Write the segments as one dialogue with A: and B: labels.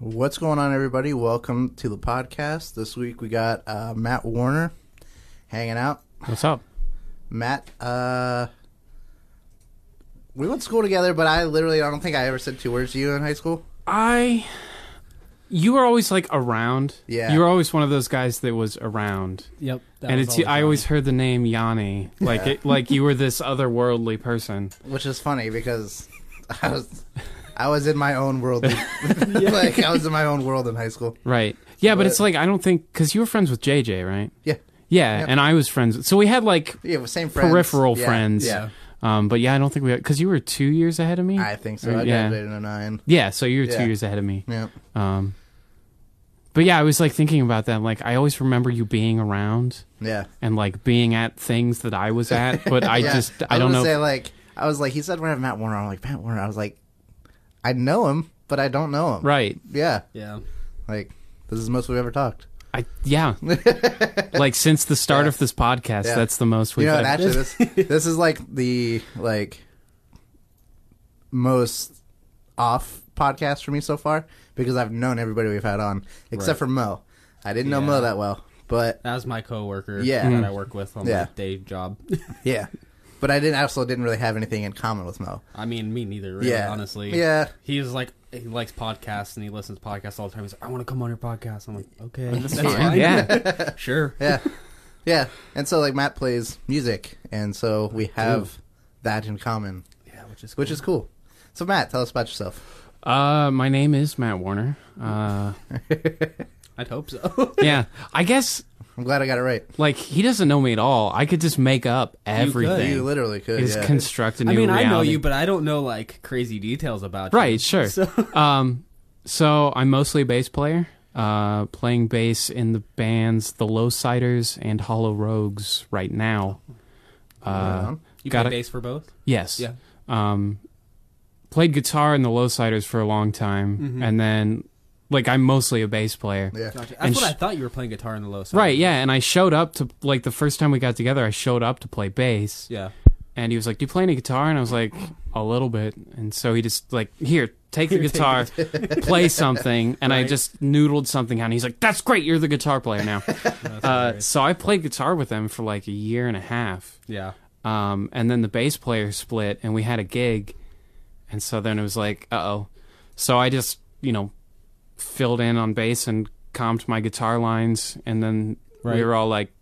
A: What's going on, everybody? Welcome to the podcast. This week we got uh, Matt Warner hanging out.
B: What's up?
A: Matt, uh, we went to school together, but I literally I don't think I ever said two words to you in high school.
B: I. You were always like around.
A: Yeah.
B: You were always one of those guys that was around.
C: Yep. that
B: and
C: was
B: it's
C: all the
B: I
C: time.
B: always heard the name Yanni. Like
A: Yeah.
B: it, like you were this otherworldly person.
A: which is funny because I was I was in my own world. like I was in my own world in high school.
B: Right. Yeah, but,
A: But-
B: it's like I don't think cuz you were friends with JJ, right?
A: Yeah,
B: Yeah,
A: Yep.
B: and I was friends. with- So we had like
A: yeah, well, same friends.
B: peripheral
A: Yeah,
B: friends.
A: Yeah,
B: Um but yeah, I don't think we cuz you were 2 years ahead of me.
A: I think so.
B: Or-
A: I
B: yeah.
A: graduated in '09.
B: Yeah, so you were 2
A: Yeah.
B: years ahead of me.
A: Yeah,
B: Um But yeah, I was like thinking about that like I always remember you being around
A: yeah.
B: and like being at things that I was at, but I
A: Yeah.
B: just I, don't
A: was
B: know.
A: gonna Say like I was like he said we're gonna have Matt Warner. I'm like Matt Warner. I was like I know him, but I don't know him.
B: right.
A: Yeah,
C: Yeah.
A: like this is the most we've ever talked.
B: I yeah. like since the start of this podcast,
A: Yeah.
B: that's the most
A: you
B: we've
A: know, and
B: ever-
A: actually, this this is like the like most off podcast for me so far because I've known everybody we've had on except for
C: Right.
A: Mo. I didn't know
C: Yeah.
A: Mo that well, but
C: That was my coworker.
A: Yeah.
B: Mm-hmm.
C: That I work with on
A: Yeah.
C: my day job.
A: yeah, but I didn't I also didn't really have anything in common with Mo.
C: I mean, me neither. Really,
A: Yeah.
C: Honestly.
A: Yeah.
C: He's like he likes podcasts and he listens to podcasts all the time. He's like, I want to come on your podcast. I'm like, okay, that's fine.
B: yeah.
C: sure.
A: Yeah, yeah, and so like Matt plays music, and so we have that in common,
C: Yeah, which is
A: which is cool. So Matt, tell us about yourself.
B: Uh, my name is Matt Warner. Uh,
C: I'd hope so.
B: yeah. I guess
A: I'm glad I got it right.
B: like he doesn't know me at all. I could just make up everything.
A: You literally could.
B: He's
A: yeah.
B: constructed.
C: I mean,
B: reality.
C: I know you, but I don't know like crazy details about you.
B: right, sure. Um, so I'm mostly a bass player. Uh, playing bass in the bands The Low Siders and Hollow Rogues right now. Uh,
C: You
B: Got
C: got play
B: it.
C: bass for both.
B: Yes.
C: Yeah.
B: Um, played guitar in the Low Siders for a long time, and then like I'm mostly a bass player.
A: yeah.
C: Gotcha. That's
B: And
C: what
B: sh-
C: I thought you were playing guitar in the low side.
B: Right, yeah, and I showed up to like the first time we got together, I showed up to play bass,
C: Yeah.
B: and he was like, "Do you play any guitar?" And I was like, "A little bit." And so he just like, "Here, take the guitar, play something," and I
C: Right.
B: just noodled something out. And he's like, "That's great, you're the guitar player now."
C: That's
B: uh,
C: hilarious.
B: so I played guitar with him for like a year and a half,
C: yeah.
B: um, and then the bass player split, and we had a gig, and so then it was like, uh oh. So I just you know filled in on bass and comped my guitar lines, and then we
C: Right.
B: were all like,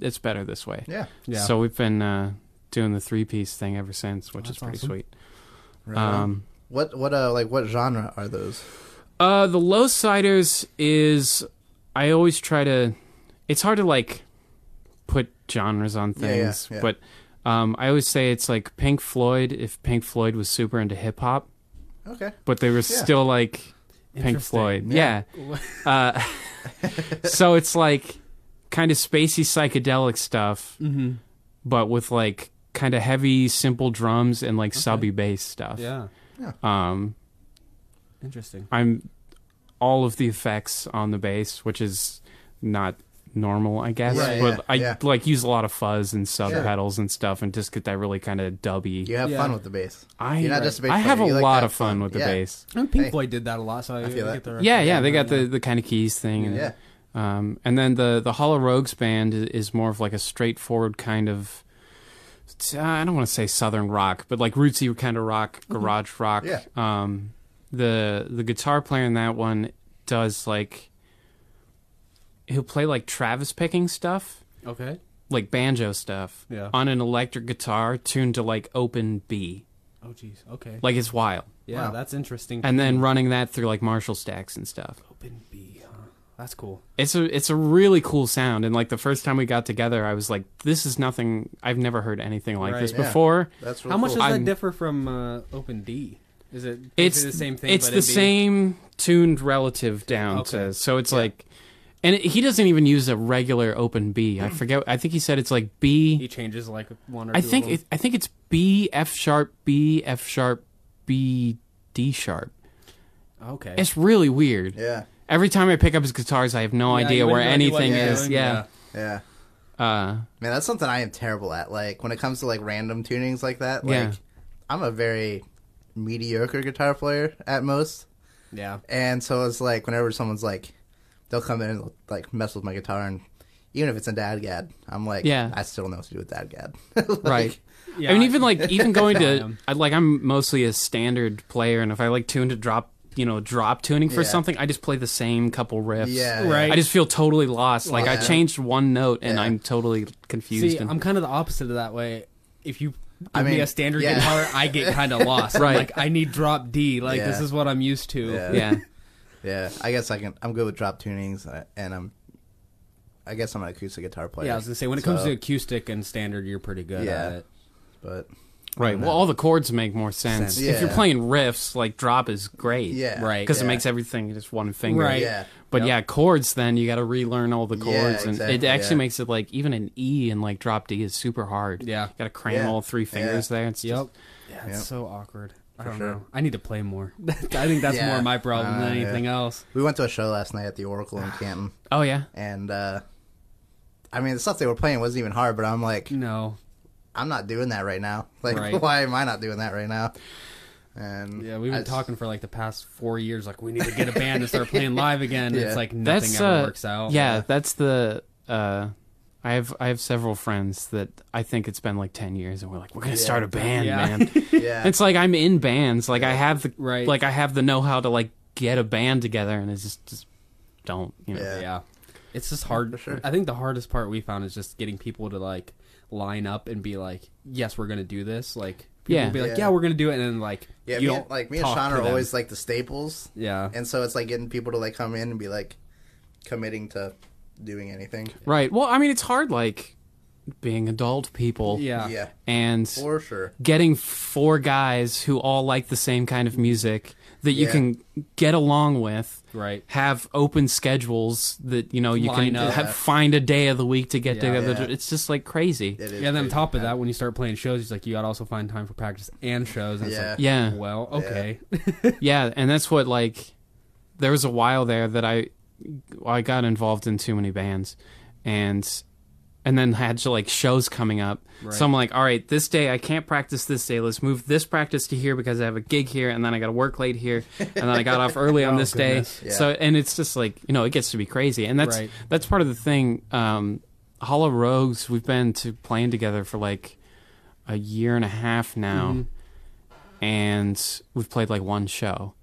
B: it's better this way.
A: Yeah.
C: Yeah.
B: So we've been uh, doing the three piece thing ever since, which
C: That's
B: is pretty
C: awesome.
B: sweet.
A: Right on.
B: Um,
A: What what uh like what genre are those?
B: Uh, the low siders is I always try to. It's hard to like put genres on
A: Yeah, yeah,
B: things,
A: yeah.
B: but um, I always say it's like Pink Floyd if Pink Floyd was super into hip hop,
A: Okay.
B: but they were still like Pink
C: Interesting.
B: Floyd.
A: Yeah.
B: Yeah. uh, so it's like kind of spacey psychedelic stuff,
C: Mm-hmm.
B: but with like kind of heavy simple drums and like subby bass stuff.
C: Yeah.
B: Um,
C: Interesting.
B: I'm all of the effects on the bass, which is not normal, I guess.
A: Right,
B: but
A: yeah,
B: I
A: yeah.
B: like use a lot of fuzz and sub
A: Sure.
B: pedals and stuff, and just get that really kind of dubby.
A: You have
C: Yeah.
A: fun with the bass.
B: I,
A: You're not just a bass
B: I have
A: player, you
B: a
A: like to
B: lot
A: have
B: of fun
A: fun,
B: with the
A: yeah.
B: bass.
C: I think Pink
A: Hey.
C: Floyd did that a lot, so I,
A: feel
C: I
A: that.
C: get the
B: Yeah, yeah, they got the, the kind of keys thing. and-
A: Yeah.
B: Um, and then the the Hollow Rogues band i- is more of like a straightforward kind of uh, I don't want to say southern rock, but like rootsy kind of rock, garage rock.
A: Mm-hmm. Yeah.
B: Um, the the guitar player in that one does like he'll play like Travis picking stuff,
C: okay.
B: like banjo stuff,
C: Yeah.
B: on an electric guitar tuned to like open B,
C: Oh jeez. Okay.
B: like it's wild.
C: yeah,
A: Wow.
C: that's interesting.
B: And then running that through like Marshall stacks and stuff.
C: open B. Huh? That's cool.
B: it's a it's a really cool sound and like the first time we got together i was like this is nothing i've never heard anything like
C: Right.
B: this
A: Yeah.
B: before
A: That's really
C: How much
A: cool.
C: does that
B: I'm-
C: differ from uh, open D? Is it
B: it's
C: basically the same thing?
B: it's
C: but
B: the
C: it'd be-
B: same tuned relative down to
C: Okay.
B: so it's like and it, he doesn't even use a regular open b i forget i think he said it's like b
C: He changes like one or
B: i
C: two
B: think
C: of them.
B: it, i think it's b f sharp b f sharp b d sharp
C: okay.
B: it's really weird
A: Yeah. Like
B: every time i pick up his guitars i have no
C: Yeah,
B: idea
C: you
B: where
C: wouldn't know what
B: anything
C: he was
B: is
C: doing,
B: yeah,
A: yeah.
B: uh
A: Man, that's something I am terrible at. Like when it comes to like random tunings like that. Like
B: Yeah.
A: I'm a very mediocre guitar player at most.
C: Yeah.
A: And so it's like whenever someone's like, they'll come in and they'll, like mess with my guitar, and even if it's in Dadgad, I'm like,
B: Yeah.
A: I still don't know what to do with Dadgad. Like,
B: right.
C: Yeah,
B: I mean,
C: I-
B: even like even going
C: I
B: to
C: am.
B: I, like I'm mostly a standard player, and if I like tune to drop, you know, drop tuning for
A: Yeah.
B: something, I just play the same couple riffs.
A: Yeah.
C: Right.
B: I just feel totally lost. Like I
A: Yeah.
B: changed one note, and
A: Yeah.
B: I'm totally confused.
C: See,
B: and,
C: I'm kind of the opposite of that way. If you give
A: I
C: me
A: mean,
C: a standard
A: yeah.
C: guitar, I get kind of lost.
B: Right.
C: Like I need drop D. Like this
A: Yeah.
C: is what I'm used to.
A: Yeah.
B: yeah,
A: Yeah. I guess I can. I'm good with drop tunings, uh, and I'm. I guess I'm an acoustic guitar player.
C: Yeah, I was gonna say when it comes
A: So-
C: to acoustic and standard, you're pretty good
A: Yeah.
C: at it.
A: but
B: right. Well, all the chords make more sense.
A: Sense.
B: If you're
A: Yeah.
B: playing riffs, like drop is great.
A: yeah,
C: Right.
B: Because
A: yeah.
B: it makes everything just one finger.
C: Right.
A: Yeah.
B: But
C: Yep.
B: yeah, chords. Then you got to relearn all the
A: Yeah,
B: chords, and it
A: exactly,
B: actually
A: yeah.
B: makes it like even an E and like drop D is super hard.
C: Yeah.
B: got to cram
A: Yeah.
B: all three fingers there. It's
C: Yep.
B: just,
C: Yeah, it's
A: Yep.
C: so awkward. I
A: For
C: don't
A: sure.
C: know. I need to play more. I think that's
A: Yeah.
C: more my problem
A: Uh,
C: than
A: yeah.
C: anything else.
A: We went to a show last night at the Oracle in Canton,
B: oh yeah,
A: and uh, I mean the stuff they were playing wasn't even hard, but I'm like,
C: No.
A: I'm not doing that right now. Like,
C: Mm. Right.
A: why am I not doing that right now? And
C: Yeah, we've
A: I
C: been
A: s-
C: talking for like the past four years. Like we need to get a band and start playing live again.
A: Yeah.
C: It's like nothing
B: that's
C: ever
B: uh,
C: works out.
B: Yeah, that's the. Uh, I have I have several friends that I think it's been like ten years, and we're like, we're gonna start a band,
C: Yeah.
B: man.
A: Yeah,
B: it's like I'm in bands, like I have the
C: Right.
B: like I have the know how to like get a band together, and it's just, just don't you know.
A: Yeah.
C: yeah it's just hard
A: sure.
C: i think the hardest part we found is just getting people to like line up and be like yes we're gonna do this like people
B: Yeah.
C: will be like yeah.
A: Yeah.
C: we're gonna do it and then like
A: yeah.
C: you
A: Me and,
C: don't
A: like me and
C: talk
A: Sean
C: to
A: are
C: them.
A: always like the staples,
C: yeah
A: and so it's like getting people to like come in and be like committing to doing anything.
B: Right. Well, I mean, it's hard like being adult people.
C: yeah
A: yeah,
B: And
A: for sure.
B: getting four guys who all like the same kind of music that you
A: Yeah.
B: can get along with.
C: right
B: Have open schedules that you know you
C: Line
B: can
C: up.
B: have, find a day of the week to get
C: Yeah.
B: together.
A: Yeah.
B: It's just like crazy.
A: It is
C: yeah, and then on
A: crazy.
C: top of that, when you start playing shows, he's like, you gotta also find time for practice and shows. And it's like,
B: Yeah.
C: well, okay.
B: Yeah, and that's what like there was a while there that I I got involved in too many bands and and then had like shows coming up. So I'm like, all right, this day I can't practice this day. Let's move this practice to here because I have a gig here and then I got to work late here and then I got off early on
C: Oh,
B: this
C: goodness.
B: day. So and it's just like, you know, it gets to be crazy. And that's
C: Right.
B: that's part of the thing um Hollow Rogues we've been to playing together for like a year and a half now
C: Mm-hmm.
B: and we've played like one show.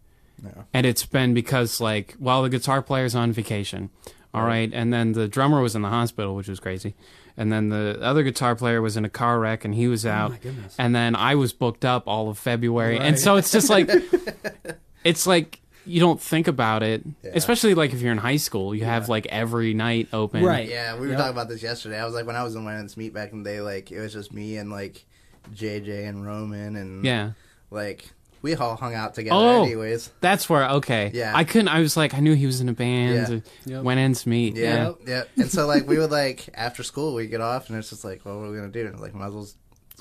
A: Yeah.
B: And it's been because like well the guitar player's on vacation. All right, and then the drummer was in the hospital, which was crazy. And then the other guitar player was in a car wreck and he was out.
C: Oh my goodness.
B: and then I was booked up all of February.
C: Right.
B: And so it's just like it's like you don't think about it,
A: Yeah.
B: especially like if you're in high school, you have like every night open.
C: Right.
A: Yeah, we were
C: Yep.
A: talking about this yesterday. I was like, when I was in Women's Meet back in the day, like it was just me and like JJ and Roman and
B: Yeah.
A: like we all hung out together
B: Oh.
A: anyways.
B: That's where okay.
A: Yeah.
B: I couldn't I was like I knew he was in a band.
C: Yeah. Yep.
B: When ends meet.
A: Yeah, yeah. And so like we would like after school we get off and it's just like, well, what are we gonna do? And like might as well s-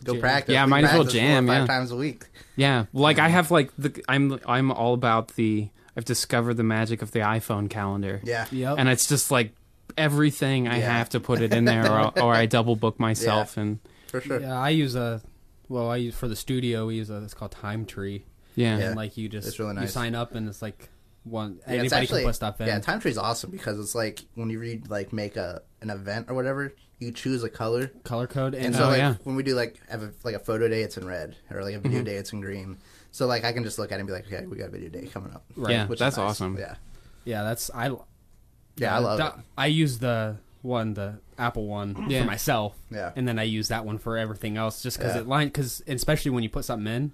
A: go
C: Jam.
A: practice.
B: Yeah,
A: We
B: might as well
A: practice four or
B: jam,
A: Five
B: yeah.
A: times a week.
B: Yeah, like I have like the I'm I'm all about the I've discovered the magic of the iPhone calendar.
A: Yeah.
C: Yep.
B: and it's just like everything I
A: Yeah.
B: have to put it in there, or, or I double book myself. And
A: For sure.
C: yeah, I use a, well, I use for the studio, we use a, it's called Time Tree.
B: yeah,
A: Yeah.
C: And like you just,
A: It's really
C: you
A: nice.
C: sign up and it's like one,
A: Yeah,
C: anybody
A: it's actually-
C: can put stuff in.
A: Yeah, time tree's awesome because it's like when you read like make a an event or whatever, you choose a color.
C: color code. And,
A: And
B: Oh,
A: so like
B: yeah. Mm-hmm.
A: when we do like have a, like a photo day, it's in red, or like a video day, it's in green. So like I can just look at it and be like, okay, we got video day coming up.
C: Right.
B: Yeah,
A: Which is
B: that's
A: nice.
B: awesome.
A: Yeah.
C: yeah, that's, I,
A: Yeah, I love
C: that-
A: it.
C: I use the one, the Apple one
B: Yeah.
C: for myself.
A: Yeah.
C: And then I use that one for everything else just because
A: Yeah.
C: it line, because especially when you put something in,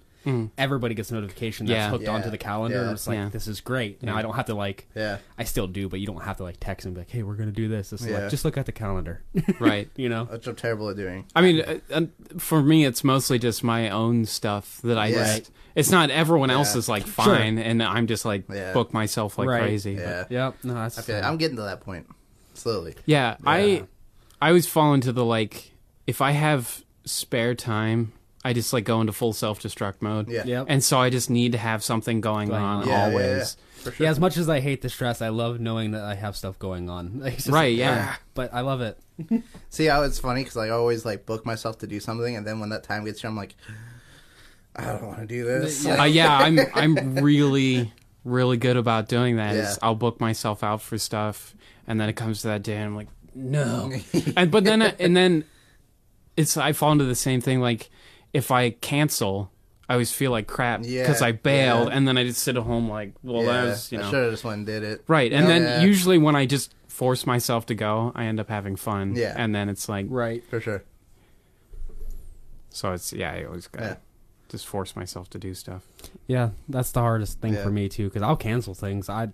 C: everybody gets a notification that's
B: Mm. Yeah.
C: hooked
A: Yeah.
C: onto the calendar.
A: Yeah.
C: And it's like,
B: Yeah.
C: this is great. Now I don't have to like,
A: Yeah.
C: I still do, but you don't have to like text and be like, hey, we're going to do this. It's
A: Yeah. Oh,
C: like, just look at the calendar,
B: right.
C: you know?
A: Which I'm terrible at doing.
B: I mean, uh, uh, for me, it's mostly just my own stuff that I
A: Yeah.
B: just. It's not everyone else
A: Yeah.
B: is like fine, and I'm just like
A: Yeah.
B: book myself like
C: Right.
B: crazy.
A: Yeah.
C: Yep. No, that's,
A: I feel like I'm getting to that point. Slowly.
B: Yeah,
A: Yeah.
B: I I always fall into the like if I have spare time, I just like go into full self destruct mode.
A: Yeah.
C: Yep.
B: And so I just need to have something going,
C: Going
B: on
C: on.
A: Yeah, yeah, yeah.
B: always.
A: For sure.
C: yeah, as much as I hate the stress, I love knowing that I have stuff going on. It's just
B: Right,
C: like,
B: yeah.
C: ah, But I love it.
A: See how it's funny because I always like book myself to do something, and then when that time
B: Uh,
A: gets here, I'm like, I don't want to do this.
B: Yeah, uh, yeah I'm I'm really really good about doing that
A: Yeah.
B: is I'll book myself out for stuff, and then it comes to that day, and I'm like, no. and but then uh, and then it's I fall into the same thing. Like if I cancel, I always feel like crap
A: Yeah,
B: because I bailed,
A: yeah.
B: and then I just sit at home like, well, that was you
A: I
B: know
A: should have just went and did it.
B: right. And then
A: Yeah.
B: usually when I just force myself to go, I end up having fun.
A: Yeah.
B: and then it's like
C: Right.
A: For sure.
B: so it's yeah, I always gotta
A: Yeah.
B: just force myself to do stuff.
C: Yeah, that's the hardest thing
A: Yeah.
C: for me too, because I'll cancel things. I,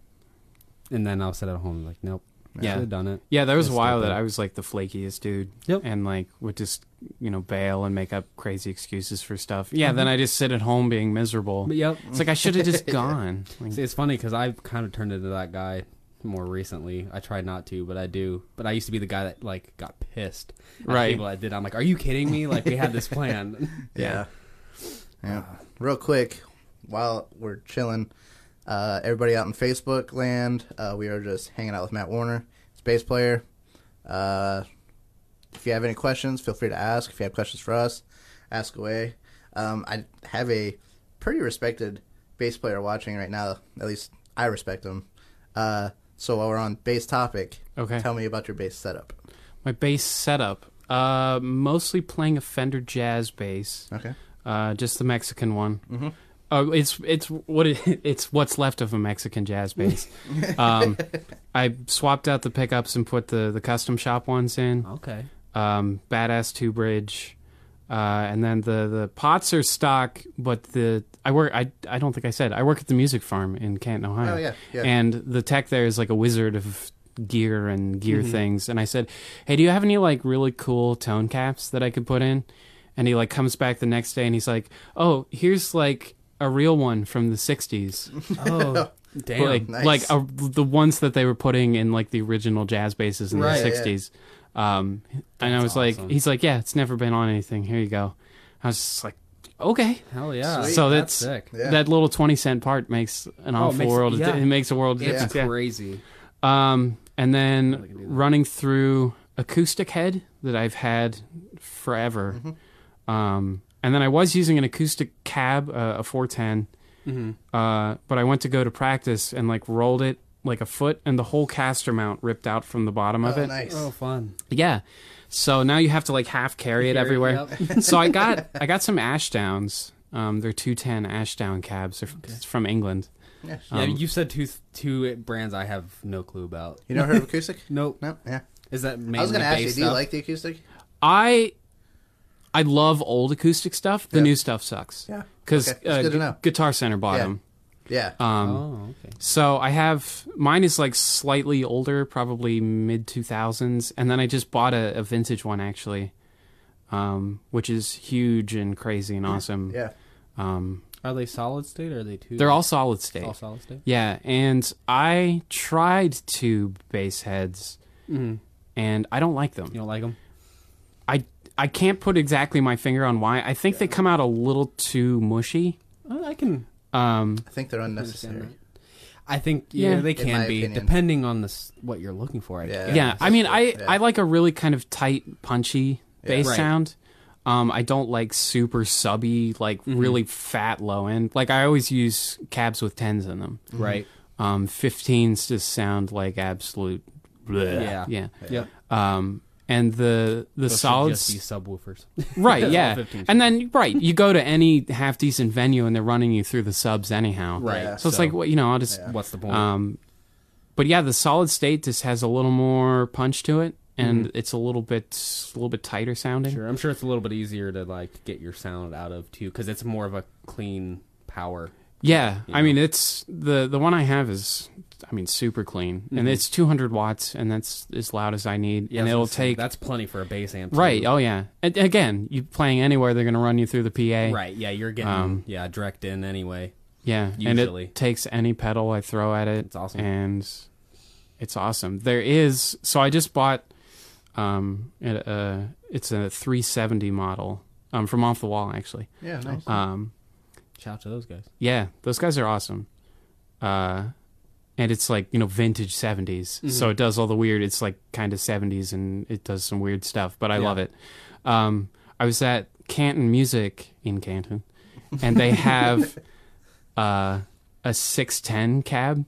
C: and then I'll sit at home like, nope,
B: Yeah.
C: should have done it.
B: Yeah, there was
C: It's
B: a while
C: stupid.
B: that I was like the flakiest dude.
C: Yep.
B: And like would just, you know, bail and make up crazy excuses for stuff. Yeah, then I just sit at home being miserable.
C: Mm-hmm. But yep.
B: It's like I should have just gone. Like,
C: See, it's funny because I've kind of turned into that guy more recently. I try not to, but I do. But I used to be the guy that like got pissed. At the
B: Right.
C: People that did. I'm like, are you kidding me? Like we had this plan.
A: Yeah. Yeah. Real quick, while we're chilling, uh, everybody out in Facebook land, uh, we are just hanging out with Matt Warner, his bass player. Uh, if you have any questions, feel free to ask. If you have questions for us, ask away. Um, I have a pretty respected bass player watching right now. At least I respect him. Uh, so while we're on bass topic,
B: Okay.
A: tell me about your bass setup.
B: my bass setup. Uh mostly playing a Fender Jazz bass.
A: Okay.
B: Uh just the Mexican one. Mm-hmm. Uh, it's it's what it, it's what's left of a Mexican jazz bass. um, I swapped out the pickups and put the, the custom shop ones in.
C: okay.
B: um, badass two bridge, uh, and then the the pots are stock. But the I work I I don't think I said I work at the music farm in Canton, Ohio.
A: Oh, yeah, yeah.
B: And the tech there is like a wizard of gear and gear things. And I said, hey, do you have any like really cool tone caps that I could put in? And he like comes back the next day and he's like, oh, here's like a real one from the '60s.
C: Oh damn.
B: Like,
A: nice.
B: like uh, the ones that they were putting in like the original jazz basses in
C: Right,
B: the
C: yeah.
B: 60s. Um, and I
C: That's
B: was
C: awesome.
B: like, he's like, yeah, it's never been on anything. Here you go. I was just like, okay.
C: Hell yeah.
A: Sweet.
B: so
C: that's,
B: that's,
C: sick.
A: Yeah.
B: that little 20 cent part makes an
C: Oh, it
B: awful
C: makes-
B: world.
C: yeah.
B: It makes a world of
A: Yeah.
B: difference.
C: It's
B: Yeah.
C: crazy.
B: Um, and
C: I
B: then
C: can do that.
B: running through acoustic head that I've had forever. Um, and then I was using an acoustic cab, uh, a 410,
C: Mm-hmm.
B: uh, but I went to go to practice and like rolled it like a foot, and the whole caster mount ripped out from the bottom of
A: Oh,
B: it.
A: nice.
C: Oh fun.
B: Yeah. So now you have to like half carry it
C: Carry it
B: everywhere.
C: up.
B: so I got I got some Ashdowns. Um, they're 210 Ashdown cabs. They're f- from England.
A: Yeah.
C: yeah,
B: Um,
C: you said two two brands I have no clue about.
A: You never heard of acoustic?
C: Nope.
A: No. Yeah.
C: Is that mainly
A: I was going to ask you,
C: bass
A: do you
C: stuff?
A: like the acoustic?
B: I I love old acoustic stuff. The
A: Yeah.
B: new stuff sucks.
A: Yeah.
B: Because
A: Okay. It's
B: uh,
A: good to
B: Gu-
A: know.
B: Guitar Center bottom.
A: Yeah.
B: Um,
C: Oh, okay.
B: So I have mine is like slightly older, probably mid two thousands, and then I just bought a, a vintage one actually, um, which is huge and crazy and awesome.
A: yeah.
B: Um,
C: Are they solid state or are they two?
B: they're all solid state.
C: all solid state.
B: Yeah, and I tried two bass heads,
A: Mm-hmm.
B: and I don't like them.
C: You don't like them?
B: I I can't put exactly my finger on why. I think they come out a little too mushy.
C: I can
B: Um,
A: I think they're unnecessary.
C: understand that. I think yeah,
B: Yeah.
C: they
B: In
C: can
A: my
C: be
A: opinion.
C: depending on this what you're looking for. I
A: Yeah.
C: guess.
B: yeah, I mean, I
A: Yeah.
B: I like a really kind of tight, punchy bass
C: Right.
B: sound. Um, I don't like super subby, like
C: Mm-hmm.
B: really fat low end. Like I always use cabs with tens in them.
A: Mm-hmm.
C: right.
B: Um, 15s just sound like absolute. bleh.
C: Yeah.
B: yeah.
C: Yep.
B: Um, and the the
C: Those should
B: solid
C: just be subwoofers.
B: right
C: That's all
B: yeah
C: 15s.
B: and then right you go to any half decent venue and they're running you through the subs anyhow
C: Right,
B: so it's
C: so-
B: like well, you know i'll just
C: What's the point?
B: um but yeah the solid state just has a little more punch to it and it's a little bit a little bit tighter sounding
C: Mm-hmm. sure, I'm sure it's a little bit easier to like get your sound out of too, because it's more of a clean power.
B: yeah i mean it's the the one i have is i mean super clean and it's 200 watts and that's as loud as i need
C: Mm-hmm. Yeah,
B: and
C: that's what
B: it'll
C: I'm saying.
B: take
C: that's plenty for a bass amp. too.
B: right oh yeah and again you playing anywhere they're going to run you through the pa
C: Right. Yeah, you're getting
B: Um,
C: yeah direct in anyway.
B: Yeah,
C: Usually.
B: and it takes any pedal I throw at it.
C: It's awesome.
B: and it's awesome. There is so I just bought um it, uh it's a 370 model um from off the wall actually.
A: Yeah, nice.
B: Um
C: Shout out to those guys.
B: yeah, those guys are awesome. Uh and it's like, you know, vintage 70s. So it does all the weird, it's like kind of 70s and it does some weird stuff, but I
C: Yeah.
B: love it. Um, I was at Canton Music in Canton and they have uh, a 610 cab.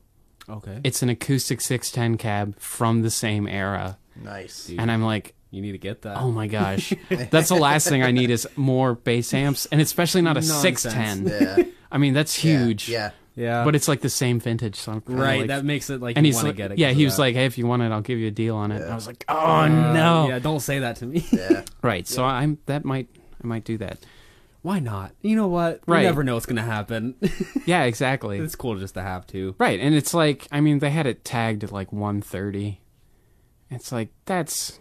C: Okay.
B: It's an acoustic 610 cab from the same era.
A: Nice.
C: Dude.
B: And I'm like,
C: you need to get that.
B: oh my gosh. that's the last thing I need is more bass amps, and especially not a
C: Nonsense.
B: 610.
A: Yeah.
B: I mean, that's huge.
A: Yeah.
C: yeah.
B: But it's like the same vintage. So I'm kinda
C: right.
B: like-
C: that makes it like
B: and
C: you
B: he's
C: want to
B: like,
C: get it.
B: yeah,
C: 'cause
B: he
C: of
B: was
C: that.
B: like, hey, if you want it, I'll give you a deal on it. I was like, oh
C: Uh,
B: no,
C: Yeah. Don't say that to me.
A: Yeah. yeah.
B: right. So I'm that might I might do that.
C: Why not? You know what?
B: Right.
C: You never know what's gonna happen.
B: Yeah, exactly.
C: it's cool just to have to.
B: right, and it's like I mean they had it tagged at like 130. It's like that's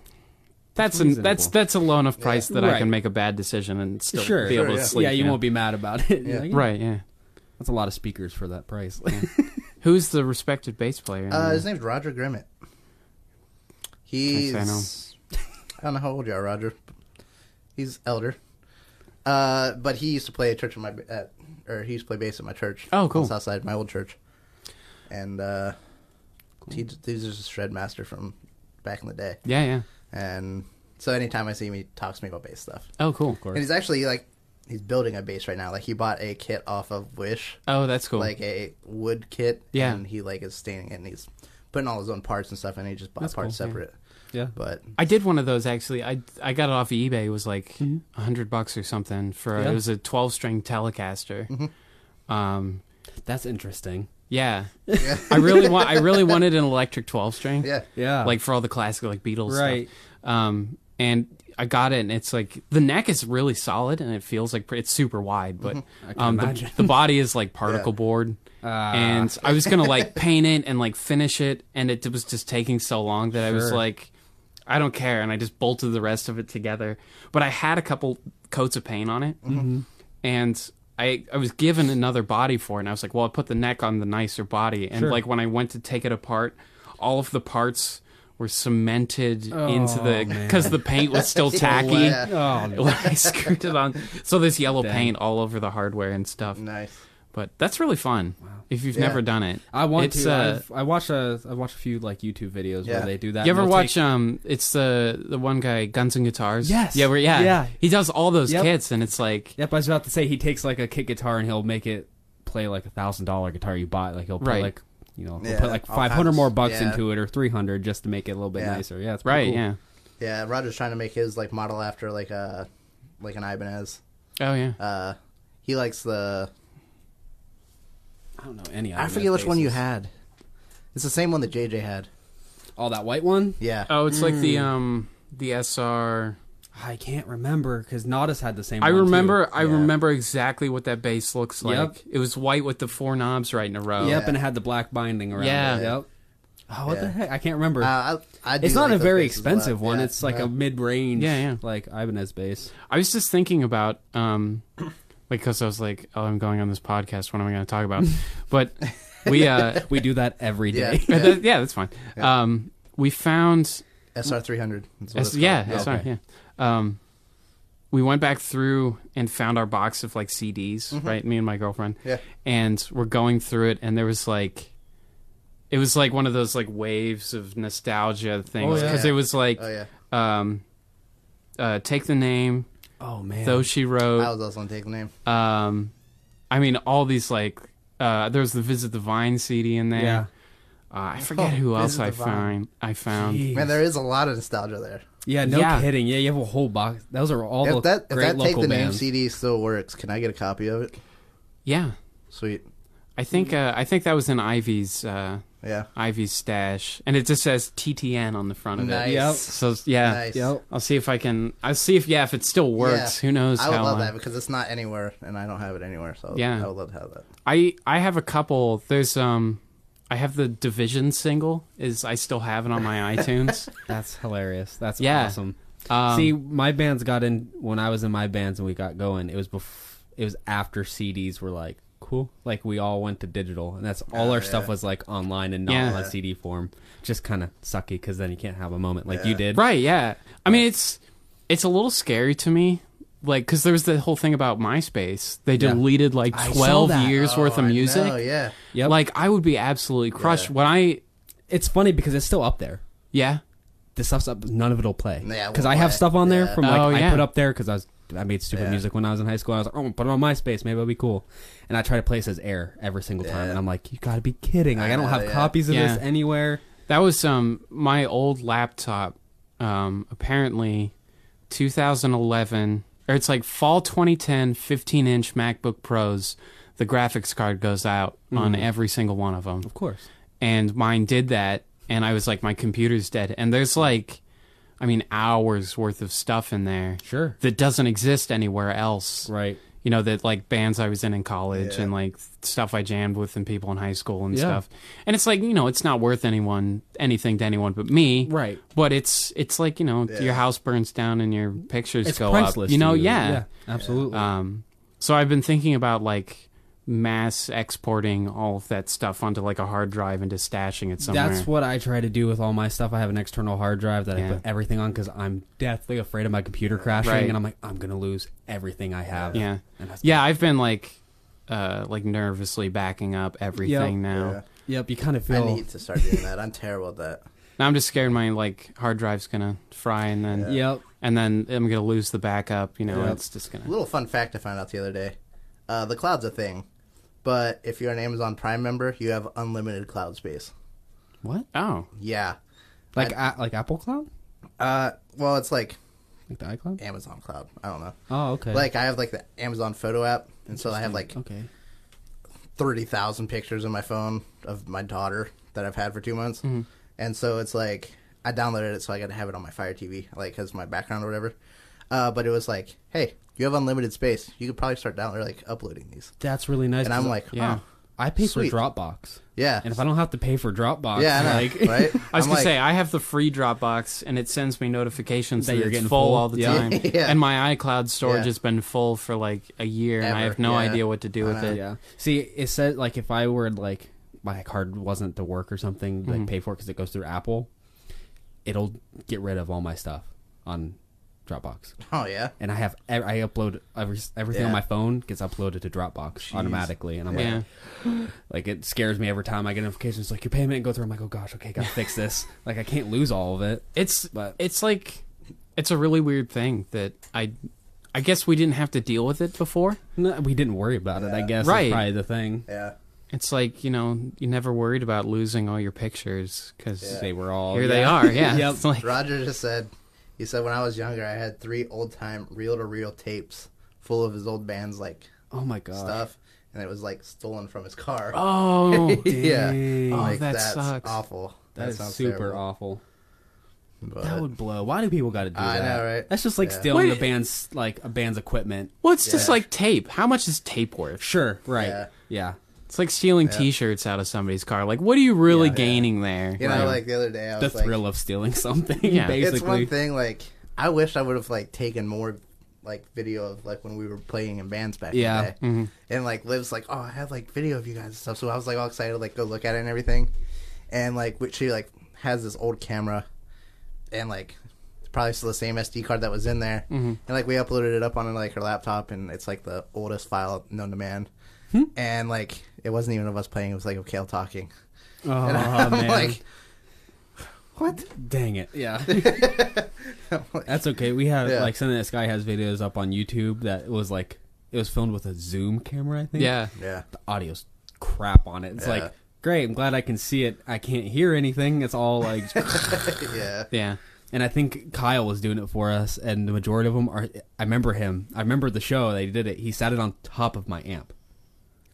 B: that's an,
C: reasonable.
B: that's that's a low enough price that I
C: Right.
B: can make a bad decision and still
C: Sure.
B: be able
A: Sure,
B: to
A: yeah.
B: sleep.
C: yeah, you
B: know?
C: won't be mad about it. You're
A: Yeah.
C: like,
B: Right, yeah.
C: That's a lot of speakers for that price.
B: Who's the respected bass player? in
A: Uh,
B: there?
A: his name's Roger Grimmett. He's.
B: Mm. I know.
A: I don't know how old you are, Roger. He's elder. Uh, but he used to play church in my at, or he used to play bass at my church.
B: Oh,
A: on
B: cool.
A: the South side, my old church. And uh, he, he's just a shred master from back in the day.
B: yeah, yeah.
A: And so anytime I see him, he talks to me about bass stuff.
B: Oh, cool.
A: And he's actually like, he's building a bass right now. Like he bought a kit off of Wish
B: Oh, that's cool.
A: like a wood kit.
B: Yeah.
A: And he like is standing it and he's putting all his own parts and stuff and he just bought
B: That's
A: parts
B: cool, yeah.
A: separate.
C: yeah.
A: But
B: I did one of those actually. I I got it off of eBay. It was like a hundred bucks or something for
C: Mm-hmm. Yeah. Mm-hmm.
B: it was a twelve string Telecaster. Um,
C: That's interesting.
B: yeah.
A: Yeah.
B: I really want. I really wanted an electric twelve string.
A: yeah.
C: Yeah.
B: like for all the classic like Beatles
C: Right.
B: stuff. Um, and I got it, and it's like the neck is really solid, and it feels like pre- it's super wide, but
C: Mm-hmm. I can
B: um,
C: imagine.
B: the, the body is like particle board.
C: Ah.
B: and I was gonna like paint it and like finish it, and it was just taking so long that I was
C: Sure.
B: like, I don't care, and I just bolted the rest of it together. But I had a couple coats of paint on it,
C: Mm-hmm.
B: and. I, I was given another body for it, and I was like, well, I put the neck on the nicer body. And
C: Sure.
B: like when I went to take it apart, all of the parts were cemented into the
C: Oh, man.
B: because the paint was still tacky.
A: Yeah.
C: oh, no.
B: when I screwed it on, so there's yellow paint all over the hardware and stuff.
A: Nice.
B: But that's really fun if you've
A: Yeah.
B: never done it.
C: I want
B: it's,
C: to.
B: Uh,
C: I've, I watch a. I watch a few like YouTube videos
A: Yeah.
C: where they do that.
B: you
C: and
B: ever
C: they'll
B: watch
C: take-
B: um? It's the the one guy Guns and Guitars.
C: Yes.
B: Yeah. Where, yeah.
C: Yeah.
B: He does all those
C: Yep.
B: kits, and it's like
C: Yep, I was about to say he takes like a kick guitar and he'll make it play like a thousand dollar guitar you bought. Like he'll put
B: Right.
C: like you know he'll
A: Yeah,
C: put like
A: all
C: five hundred
A: kinds.
C: more bucks
A: Yeah.
C: into it or three hundred just to make it a little bit
A: Yeah.
C: nicer. Yeah, it's pretty
B: right.
C: cool.
B: Yeah.
A: Yeah. Roger's trying to make his like model after like a like an Ibanez.
B: Oh yeah.
A: Uh, he likes the.
C: I don't know any.
A: I
C: Ibanez
A: forget which one you
C: basses.
A: had. It's the same one that JJ had.
C: Oh, that white one.
A: Yeah.
B: Oh, it's like
C: Hmm.
B: the um the SR.
C: I can't remember because Nautis had the same.
B: I
C: one, too.
B: remember. I
A: Yeah.
B: remember exactly what that bass looks like.
C: Yep.
B: It was white with the four knobs right in a row.
C: Yep, and it had the black binding around.
B: Yeah.
C: it. Yep. Oh, what the
A: Yeah.
C: heck? I can't remember.
A: Uh, I, I do
C: it's not
A: like
C: a
A: those
C: very
A: basses lot.
C: expensive one.
A: Yeah.
C: It's like
A: No.
C: a mid-range,
B: Yeah, yeah.
C: like Ibanez bass.
B: I was just thinking about um like because I was like, oh, I'm going on this podcast. What am I going to talk about? but we uh
C: We do that every
A: Yeah.
C: day.
B: yeah, Uh, that- yeah, that's fine. Um, we found
A: SR three hundred. is what
B: that's-
A: it's called.
B: yeah, that's
C: Okay.
B: fine. Yeah. Um, we went back through and found our box of like CDs, right? Me and my girlfriend.
A: Mm-hmm. Yeah.
B: And we're going through it, and there was like. It was like one of those like waves of nostalgia things
C: yeah.
B: because it was like
A: Oh yeah.
B: um, uh, take the name,
C: Oh man,
B: though she
A: I
B: wrote.
A: was also gonna take the name.
B: Um, I mean, all these like uh, there was the Visit the Vine CD in there.
C: Yeah.
B: Uh, I forget
A: Oh,
B: who else
A: Visit
B: I
A: the Vine.
B: found. I found.
C: Jeez.
A: Man, there is a lot of nostalgia there.
C: Yeah, no
B: Yeah.
C: kidding. Yeah, you have a whole box. Those are all the
A: If that if
C: great
A: that take
C: local
A: the name
C: bands.
A: CD still works, can I get a copy of it?
B: Yeah,
A: Sweet.
B: I
A: Hmm.
B: think uh, I think that was in Ivy's uh,
A: Yeah.
B: Ivy's stash, and it just says TTN on the front of it.
C: Yep.
B: So yeah,
A: Nice.
C: Yep.
B: I'll see if I can. I'll see if yeah, if it still works.
A: Yeah.
B: Who knows
A: I would
B: how
A: love
B: long.
A: that because it's not anywhere, and I don't have it anywhere. So
B: Yeah.
A: I would love to have that.
B: I I have a couple. There's um, I have the Division single. Is I still have it on my iTunes.
C: That's hilarious. That's
B: Yeah.
C: awesome.
B: Um,
C: See, my bands got in when I was in my bands and we got going. It was bef- It was after CDs were like cool. Like we all went to digital, and that's all
A: Oh,
C: our
A: yeah.
C: stuff was like online and not
B: Yeah.
C: on CD form. Just kind of sucky because then you can't have a moment like you
A: Yeah.
C: did.
B: Right, yeah. I mean, it's it's a little scary to me, like because there was the whole thing about MySpace. They
C: Yeah.
B: deleted like
C: I saw
B: twelve
C: that.
B: years worth of
A: Oh, I
B: music.
A: know, yeah.
C: Yep.
B: Like I would be absolutely crushed
A: Yeah.
B: when I
C: It's funny because it's still up there.
B: yeah
C: the stuff's up. None of it'll play
A: Yeah, it
C: because
A: won't
C: I have
A: play.
C: stuff on there
A: Yeah.
C: from like
B: Oh,
C: I
B: yeah.
C: put up there because I was I made stupid
A: Yeah.
C: music when I was in high school. I was like, oh, put it on MySpace. Maybe it'll be cool. And I try to play this as air every single time.
A: Yeah.
C: And I'm like, you got to be kidding. Like, I,
A: I
C: don't
A: know,
C: have
A: yeah.
C: copies of this
B: Yeah.
C: anywhere.
B: That was um my old laptop. Um, apparently, 2011 or it's like fall 2010, 15 inch MacBook Pros. The graphics card goes out on every single one of them,
C: Of course.
B: and mine did that. And I was like, my computer's dead. And there's like, I mean, hours worth of stuff in there
C: Sure.
B: that doesn't exist anywhere else.
C: Right.
B: you know that like bands I was in in college
A: Yeah.
B: and like stuff I jammed with and people in high school and
C: Yeah.
B: stuff. And it's like you know it's not worth anyone anything to anyone but me,
C: Right.
B: But it's it's like you know
A: Yeah.
B: your house burns down and your pictures
C: It's
B: go
C: priceless.
B: up, you
C: to
B: know? Yeah.
C: Absolutely.
B: Um, so I've been thinking about like mass exporting all of that stuff onto like a hard drive and just stashing it somewhere.
C: That's what I try to do with all my stuff. I have an external hard drive that I
B: Yeah.
C: put everything on because I'm deathly afraid of my computer crashing,
B: Right.
C: and I'm like, I'm gonna lose everything I have.
B: yeah,
C: And that's-
B: yeah. I've been like uh like nervously backing up everything now.
A: Yeah.
C: Yep. You kind of
A: I
C: feel.
A: need to start doing that. I'm terrible at that.
B: Now I'm just scared my like hard drive's gonna fry and then
C: Yep.
B: and then I'm gonna lose the backup. You know,
C: Yeah.
B: it's just gonna.
A: Little fun fact I found out the other day: uh, the cloud's a thing, but if you're an Amazon Prime member, you have unlimited cloud space.
C: What?
B: Oh,
A: Yeah.
C: Like I, like Apple Cloud,
A: Uh, well, it's like
C: like the iCloud.
A: Amazon Cloud. I don't know.
C: Oh, okay.
A: Like I have like the Amazon Photo app, and so I have like
C: okay.
A: thirty thousand pictures on my phone of my daughter that I've had for two months, and so it's like I downloaded it so I got to have it on my Fire TV, like as my background or whatever. Uh, but it was like, hey, you have unlimited space. You could probably start down or like uploading these.
C: That's really nice.
A: And I'm
C: 'cause
A: like,
B: yeah.
A: yeah,
C: I pay
A: sweet.
C: for Dropbox,
A: yeah,
C: and if I don't have to pay for Dropbox,
A: yeah, I know,
C: like
A: right?
B: I was
A: I'm
B: gonna
A: like,
B: say I have the free Dropbox and it sends me notifications
C: That
B: that,
C: you're
B: it's
C: getting
B: full,
C: full?
B: all the
C: Yeah.
B: time.
A: Yeah.
B: And my iCloud storage
A: Yeah.
B: has been full for like a year, and I
A: Ever,
B: have no
A: yeah.
B: idea what to do with it.
C: yeah. See, it said like if I were like my card wasn't to work or something, like pay for it because it goes through Apple, it'll get rid of all my stuff on Dropbox,
A: oh yeah,
C: and I have ev- I upload every, everything on
A: Yeah.
C: my phone gets uploaded to Dropbox automatically, and I'm
B: Yeah.
C: like, like it scares me every time I get notifications like your payment and go through. I'm like, oh gosh, okay, gotta fix this. Like I can't lose all of it.
B: It's
C: But-
B: it's like it's a really weird thing that I I guess we didn't have to deal with it before.
C: No, we didn't worry about it. I
A: Yeah.
C: guess right.
B: Right.
C: is probably the thing.
A: yeah.
B: It's like you know you never worried about losing all your pictures because
C: They were all
B: here they
C: Oh, yeah.
B: are. Yeah,
C: Yep.
B: It's like-
A: Roger just said, he said when I was younger, I had three old time reel to reel tapes full of his old band's like
C: Oh my god.
A: stuff, and it was like stolen from his car.
B: oh
A: yeah,
C: dang.
B: Oh,
A: like,
B: that
A: that's
B: sucks.
A: awful.
C: that is
A: sounds
C: super
A: terrible.
C: awful.
A: But-
C: That would blow. Why do people got to do
A: I
C: that?
A: know, right?
C: That's just like
A: Yeah.
C: stealing
B: Wait.
C: a band's like a band's equipment.
B: Well, it's just
A: Yeah.
B: like tape. How much is tape worth?
C: Sure, right? Yeah,
A: Yeah.
B: It's like stealing T-shirts out of somebody's car. Like, what are you really
A: Yeah.
B: gaining there?
A: You
B: Right.
A: know, like the other day, I
C: the
A: was like,
C: thrill of stealing something.
B: Yeah.
C: basically.
A: it's one thing. Like, I wish I would have like taken more like video of like when we were playing in bands back
C: Yeah. mm-hmm.
A: in the day. And like, Liv's like, oh, I had like video of you guys and stuff. So I was like all excited to like go look at it and everything. And like, which she like has this old camera, and like. it's Probably still the same SD card that was in there,
C: Mm-hmm.
A: and like we uploaded it up on like her laptop, and it's like the oldest file known to man.
C: Hmm?
A: And like it wasn't even of us playing; it was like of Kale talking.
C: Oh
A: And I'm
C: man,
A: like, what?
C: dang it! Yeah, that's okay. We have
A: Yeah.
C: like Sunday Night Sky has videos up on YouTube that was like it was filmed with a Zoom camera. I think.
B: yeah,
A: Yeah.
C: the audio's crap on it. It's
A: Yeah.
C: like great. I'm glad I can see it. I can't hear anything. It's all like
A: Yeah.
B: yeah.
C: and I think Kyle was doing it for us, and the majority of them are. I remember him. I remember the show they did it. He sat it on top of my amp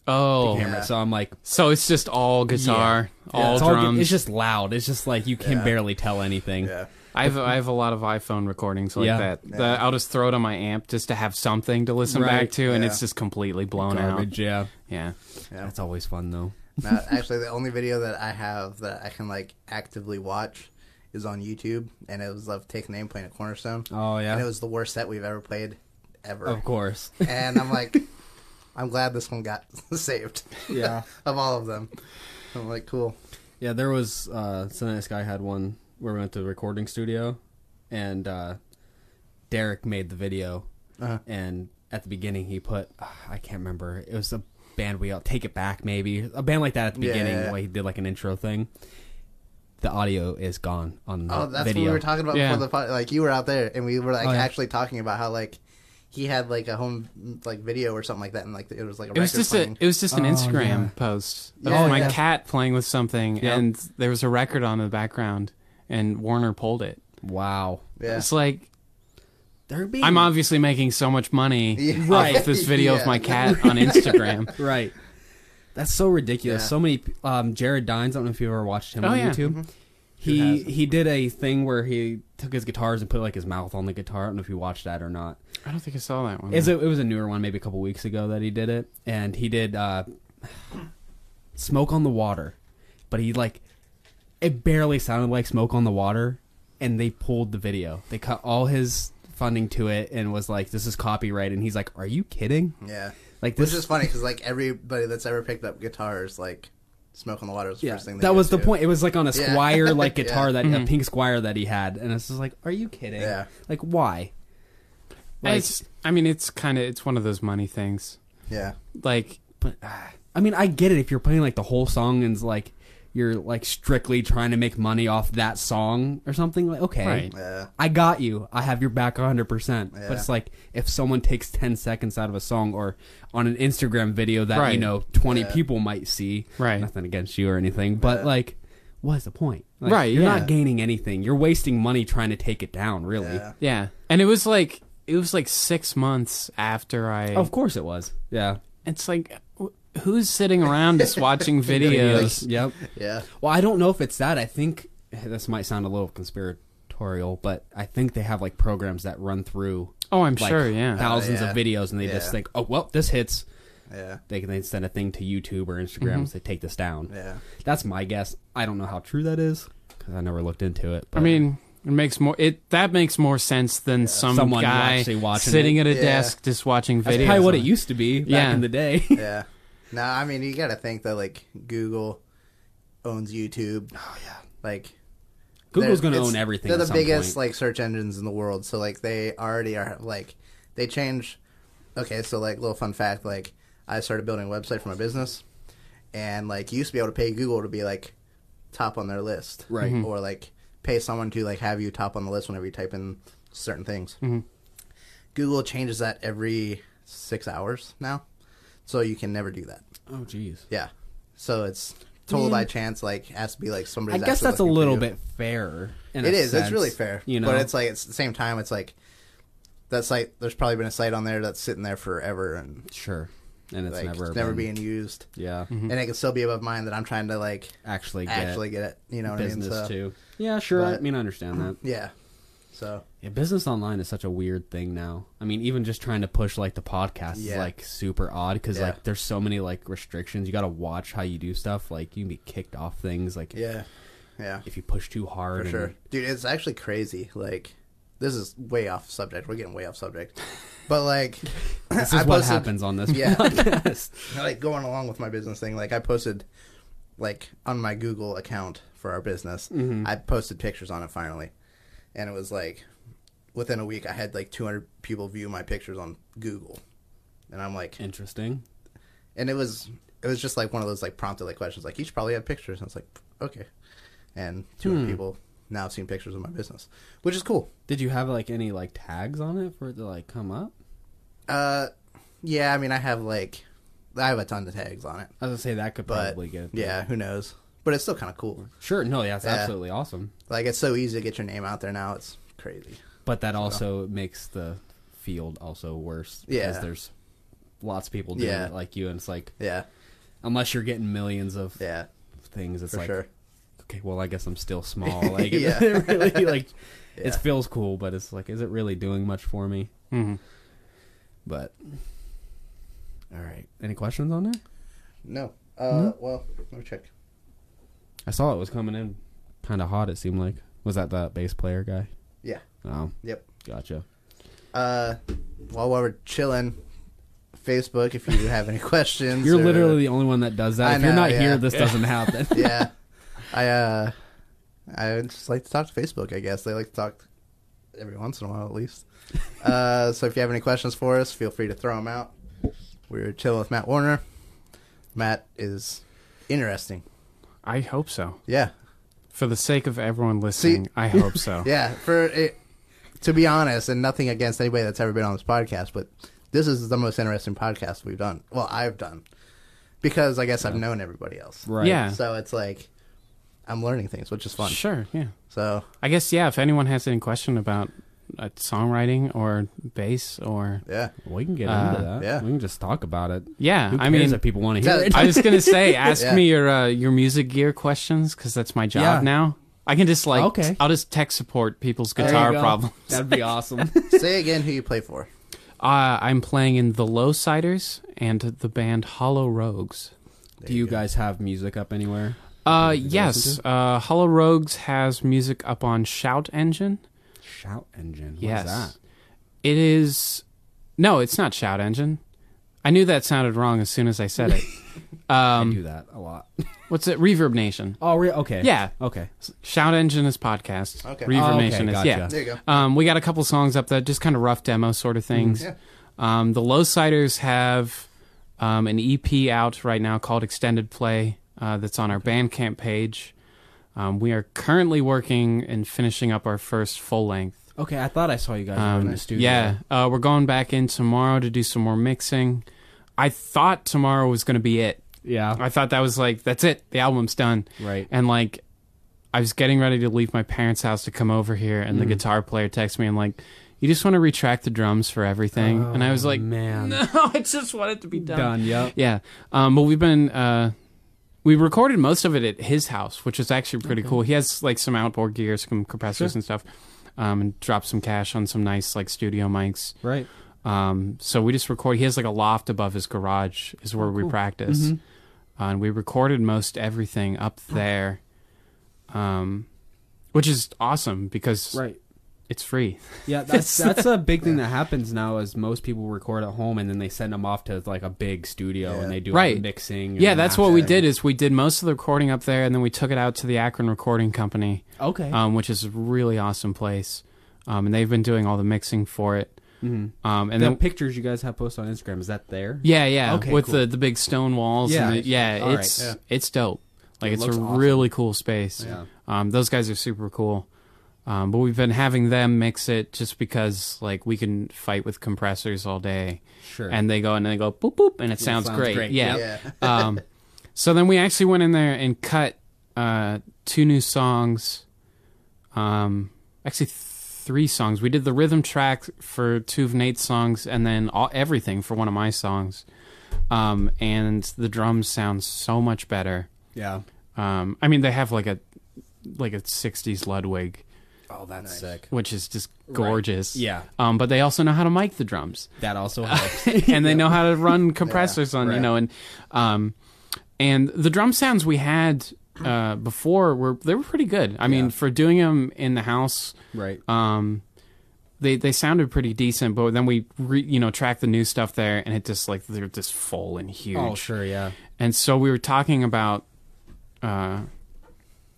B: Oh,
C: camera,
A: Yeah.
C: so I'm like,
B: so it's just all guitar,
C: yeah,
B: all
C: it's
B: drums.
C: good- it's just loud. It's just like you can
A: Yeah.
C: barely tell anything.
A: Yeah.
B: I have I have a lot of iPhone recordings like
C: Yeah.
B: that. The- I'll just throw it on my amp just to have something to listen
C: Right.
B: back to, and
A: Yeah.
B: it's just completely blown
C: Garbage, yeah.
B: out. Yeah,
C: That's always fun though.
A: Now, actually, the only video that I have that I can like actively watch is on YouTube, and it was of Take Name playing at Cornerstone.
C: Oh, yeah. Oh.
A: and it was the worst set we've ever played, ever.
C: Of course.
A: And I'm like, I'm glad this one got saved.
C: Yeah.
A: of all of them, I'm like, cool.
C: Yeah, there was uh Sunday Night Sky had one where we went to the recording studio and uh Derek made the video
A: Uh-huh.
C: and at the beginning he put ah, I can't remember. It was a band we all take it back maybe. A band like that at the
A: Yeah,
C: beginning
A: yeah, yeah.
C: where he did like an intro thing. The audio is gone on the
A: Oh, that's
C: Uh, video.
A: what we were talking about
B: Yeah.
A: before the pod. Like you were out there, and we were like
C: Oh, yeah.
A: actually talking about how like he had like a home like video or something like that, and like it was like a
B: It was
A: record
B: just a,
A: playing.
B: it was just an
C: Oh,
B: Instagram
C: yeah.
B: post of
A: Yeah,
B: my
A: yeah.
B: cat playing with something,
C: Yeah.
B: and there was a record on in the background, and Warner pulled it.
C: Wow.
A: yeah.
B: It's like
C: They're being
B: I'm obviously making so much money
A: Yeah.
B: off
A: Right.
B: of this video
A: Yeah.
B: of my cat on Instagram.
C: right. That's so ridiculous.
A: Yeah. Mm-hmm.
C: So many. p- Um, Jared Dines. I don't know if you ever watched him
B: Oh,
C: on
B: yeah.
C: YouTube.
A: Who
C: He
A: hasn't?
C: he did a thing where he took his guitars and put like his mouth on the guitar. I don't know if you watched that or not.
B: I don't think I saw
A: Oh,
B: that one.
C: It's a, it was a newer one, maybe a couple weeks ago that he did it, and he did uh, smoke on the water, but he like it barely sounded like smoke on the water, and they pulled the video. They cut all his funding to it and was like, "This is copyright," and he's like, "Are you kidding?"
A: Yeah.
C: Like
A: Hmm. Which
C: this
A: is funny because like everybody that's ever picked up guitars, like Smoke on the Water is the
C: Yeah,
A: first thing. They
C: that
A: go
C: was the
A: to.
C: point. It was like on a
A: Yeah.
C: Squire like
A: Yeah.
C: guitar that a pink Squire that he had, and it's just like, are you kidding?
A: Yeah.
C: Like why? Like,
B: It's- I mean, it's kind of it's one of those money things.
A: Yeah,
B: Like
C: but ah. I mean, I get it if you're playing like the whole song and it's like you're like strictly trying to make money off that song or something. Like okay,
B: Right.
A: yeah,
C: I got you. I have your back 100%.
A: Yeah.
C: But it's like if someone takes 10 seconds out of a song or on an Instagram video that, you
B: Right.
C: know, 20
A: Yeah.
C: people might see.
B: Right.
C: Nothing against you or anything. But, like, what's the point? Like,
B: Right,
C: You're
B: yeah.
C: not gaining anything. You're wasting money trying to take it down, really.
A: yeah.
B: yeah, and it was like it was like six months after I.
C: Of course it was. Yeah.
B: It's like wh- who's sitting around just watching videos?
C: Yep.
A: yeah.
C: Well, I don't know if it's that. I think eh, this might sound a little conspiratorial, but I think they have like programs that run through
B: Oh, I'm
C: like
B: sure. Yeah.
C: thousands
A: Oh, yeah.
C: of videos and they
A: Yeah.
C: just think, oh, well, this hits.
A: yeah.
C: They can then send a thing to YouTube or Instagram
B: Mm-hmm.
C: and say, take this down.
A: Yeah.
C: That's my guess. I don't know how true that is because I never looked into it. But
B: I mean, it makes more it that makes more sense than some
C: Someone
B: guy
C: actually watching
B: sitting
C: it.
B: at a
A: Yeah.
B: desk just watching videos.
C: that's probably what
B: on
C: it used to be back
B: Yeah.
C: in the day.
A: Yeah. No, I mean you got to think that like Google owns YouTube. Oh yeah. Like
C: Google's
A: they're-
C: going to
A: it's-
C: own everything.
A: They're
C: at
A: the
C: some
A: biggest
C: point.
A: like search engines in the world, so like they already are like they change. Okay, so like little fun fact, like I started building a website for my business, and like you used to be able to pay Google to be like top on their list,
C: Right. Mhm.
A: Or like pay someone to like have you top on the list whenever you type in certain things. Google changes that every six hours now, so you can never do that.
C: Oh, jeez.
A: Yeah, so it's total by chance. Like has to be like
C: I
A: somebody's.
C: guess
A: actually
C: that's a
A: looking for
C: little
A: you.
C: bit fairer. in
A: It
C: a
A: is. It's
C: sense,
A: really fair.
C: You know,
A: but it's like it's the same time. It's like that site. There's probably been a site on there that's sitting there forever and
C: sure, and it's
A: like
C: never,
A: it's never
C: been-
A: being used,
C: yeah,
A: and it can still be above mine that I'm trying to like
C: actually get
A: actually get it. You know what I mean?
C: business
A: So,
C: too. Yeah, sure. I
A: But-
C: mean, I understand that.
A: Yeah. So
C: Yeah, business online is such a weird thing now. I mean, even just trying to push like the podcast is
A: Yeah.
C: like super odd because
A: Yeah.
C: like there's so many like restrictions. You got to watch how you do stuff. Like you can be kicked off things. Like
A: yeah, yeah,
C: if you push too
A: for
C: hard. and-
A: sure, dude. It's actually crazy. Like this is way off subject. We're getting way off subject, but like
C: This is
A: I
C: what
A: posted-
C: happens on this
A: Yeah.
C: podcast.
A: like going along with my business thing, like I posted like on my Google account for our business,
C: Mm-hmm.
A: I posted pictures on it finally. And it was like within a week I had like 200 people view my pictures on Google. And I'm like
C: Interesting.
A: and it was it was just like one of those like prompted like questions like you should probably have pictures. And I was like, "Okay." And 200
C: Hmm.
A: people now have seen pictures of my business, which is cool.
C: Did you have like any like tags on it for it to like come up?
A: Uh yeah, I mean I have like I have a ton of tags on it.
C: I was gonna say that could
A: But
C: probably get
A: yeah, who knows. But it's still kind of cool.
C: Sure. No, yeah, that's
A: Yeah.
C: absolutely awesome.
A: Like it's so easy to get your name out there now. It's crazy.
C: But that also makes the field also worse.
A: Yeah.
C: Because there's lots of people doing
A: Yeah.
C: it like you, and it's like
A: Yeah,
C: unless you're getting millions of
A: yeah,
C: things, it's
A: for
C: like
A: sure.
C: okay, well, I guess I'm still small. Like, it-
A: Yeah.
C: it really like
A: Yeah.
C: it feels cool, but it's like, is it really doing much for me?
B: Mhm.
C: But all right, any questions on there?
A: No. Uh,
C: Mm-hmm.
A: Well, let me check.
C: I saw it was coming in kind of hot. It seemed like was that that bass player guy?
A: Yeah.
C: Oh,
A: Yep.
C: gotcha.
A: Uh, well, while we're chilling, Facebook. If you have any questions,
C: You're
A: or-
C: literally the only one that does that.
A: I
C: if you're
A: know,
C: not
A: yeah.
C: here, this doesn't happen.
A: yeah. I uh, I would just like to talk to Facebook. I guess they like to talk every once in a while, at least. uh, so if you have any questions for us, feel free to throw them out. We're chilling with Matt Warner. Matt is interesting.
B: I hope so.
A: Yeah.
B: For the sake of everyone listening, I hope so.
A: Yeah, for it, to be honest, and nothing against anybody that's ever been on this podcast, but this is the most interesting podcast we've done. Well, I've done because I guess I've known everybody else.
C: Right.
B: Yeah.
A: So it's like I'm learning things, which is fun.
B: Sure, yeah.
A: So
B: I guess yeah. If anyone has any question about uh, songwriting or bass or
A: yeah,
C: We can get
B: Uh,
C: into that.
A: yeah.
C: We can just talk about it.
B: yeah,
C: Who
B: I
C: cares
B: mean,
C: if people want to
A: Tell-
C: hear it?
B: I was gonna say, ask
A: Yeah.
B: me your uh, your music gear questions because that's my job
C: Yeah.
B: now. I can just like,
C: Okay.
B: I'll just tech support people's
C: There you
B: guitar
C: go.
B: problems.
C: That'd be awesome.
A: say again who you play for.
B: Uh, I'm playing in the Low Siders and the band Hollow Rogues.
C: Do you guys have music up anywhere?
B: Uh,
C: Did you
B: yes,
C: listen
B: uh, Hollow Rogues has music up on Shout Engine.
C: Shout engine. What's
B: yes,
C: that?
B: it is. No, it's not Shout Engine. I knew that sounded wrong as soon as I said it.
C: I
B: um,
C: do that a lot.
B: what's it? Reverb Nation.
C: Oh, re- okay.
B: Yeah,
C: Okay.
B: Shout Engine is podcast.
A: Okay.
B: Reverb
C: Oh, okay,
B: Nation is
C: gotcha.
B: yeah.
A: There you go. Mm-hmm.
B: Um, we got a couple songs up that just kind of rough demo sort of things.
A: Yeah.
B: Um, the Low Siders have um, an EP out right now called Extended Play uh, that's on our Bandcamp page. Um, we are currently working and finishing up our first full length.
C: Okay. I thought I saw you guys were in
B: Um,
C: the studio.
B: yeah, uh, we're going back in tomorrow to do some more mixing. I thought tomorrow was going to be it.
C: Yeah.
B: I thought that was like, that's it. The album's done.
C: Right.
B: And like, I was getting ready to leave my parents' house to come over here, and the
C: Mm.
B: guitar player texts me and like, you just want to retract the drums for everything. and I was like,
C: Oh, man.
B: no, I just want it to be done.
C: Done. Yep.
B: Yeah. Um, but we've been, uh, we recorded most of it at his house, which is actually pretty cool. He has like some outboard gear, some compressors and stuff, um, and dropped some cash on some nice like studio mics.
C: Right.
B: Um, so we just record. He has like a loft above his garage, is where we practice, Uh, and we recorded most everything up there, um, which is awesome because
C: Right.
B: it's free.
C: Yeah. That's that's a big thing that happens now is most people record at home and then they send them off to like a big studio
A: Yeah.
C: and they do all
B: Right.
C: the mixing. and
B: Yeah, that's what we
C: mastering.
B: did. Is we did most of the recording up there, and then we took it out to the Akron Recording Company,
C: Okay.
B: um, which is a really awesome place, um, and they've been doing all the mixing for it.
C: Mhm.
B: Um, and
C: the
B: then
C: pictures you guys have posted on Instagram is that there?
B: yeah, yeah,
C: Okay,
B: with
C: cool.
B: the the big stone walls.
C: Yeah,
B: and the-
C: it's-
B: yeah,
C: all right,
B: it's
A: yeah.
B: it's dope. Like
C: It
B: it's a
C: looks awesome.
B: really cool space.
C: Yeah.
B: Um, those guys are super cool. Um, but we've been having them mix it just because like we can fight with compressors all day,
C: Sure.
B: and they go and they go boop boop, and it, sounds,
C: sounds
B: great.
C: great.
B: Yeah.
A: Yeah.
B: um, so then we actually went in there and cut uh, two new songs. Um, actually, th- three songs. We did the rhythm track for two of Nate's songs, and then all, everything for one of my songs. Um, and the drums sound so much better.
C: yeah.
B: Um, I mean, they have like a like a '60s Ludwig,
C: Oh, that's sick.
B: which is just gorgeous.
C: Yeah.
B: Um, but they also know how to mic the drums
C: That also helps.
B: and they know how to run compressors on you
C: right.
B: know and um and the drum sounds we had uh before were they were pretty good i mean for doing them in the house
C: right.
B: um they they sounded pretty decent but then we re, you know tracked the new stuff there and it just like they're just full and huge
C: Oh, sure. Yeah.
B: and so we were talking about uh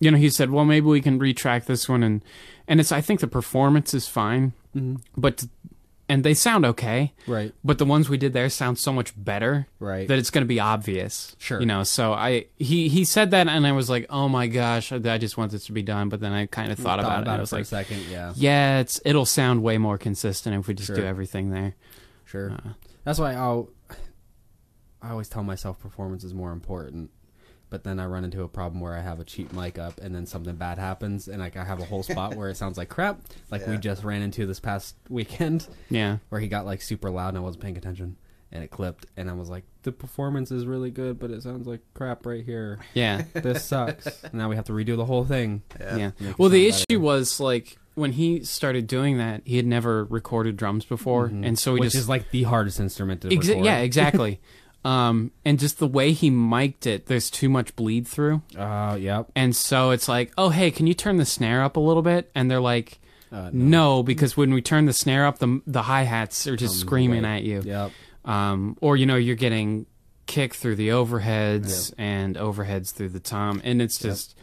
B: you know he said well maybe we can retrack this one and and it's i think the performance is fine
C: Mm-hmm.
B: but and they sound okay
C: Right.
B: but the ones we did there sound so much better
C: Right.
B: that it's going to be obvious
C: Sure.
B: you know so i he he said that and i was like oh my gosh i I just want this to be done but then i kind of thought,
C: Thought
B: about, it and i was
C: for a
B: like
C: second. Yeah.
B: yeah it's it'll sound way more consistent if we just do
C: Sure.
B: everything there
C: Sure. That's why I'll. I always tell myself performance is more important, but then I run into a problem where I have a cheap mic up, and then something bad happens, and like I have a whole spot where it sounds like crap, like we
A: Yeah.
C: just ran into this past weekend,
B: yeah
C: where he got like super loud and I wasn't paying attention, and it clipped, and I was like, the performance is really good, but it sounds like crap right here.
B: yeah
C: This sucks. now we have to redo the whole thing.
B: yeah,
C: Make it
B: well the issue
C: sound better.
B: was like when he started doing that he had never recorded drums before and so he
C: Mm-hmm. Which
B: just
C: is like the hardest instrument to
B: Exa-
C: record.
B: yeah, exactly. um, and just the way he mic'd it, there's too much bleed through,
C: Uh, yep.
B: and so it's like, oh hey, can you turn the snare up a little bit? And they're like,
C: Uh,
B: no, because when we turn the snare up, the the hi hats are just screaming
C: right.
B: at you.
C: Yep.
B: Um, or you know, you're getting kick through the overheads and overheads through the tom, and it's just,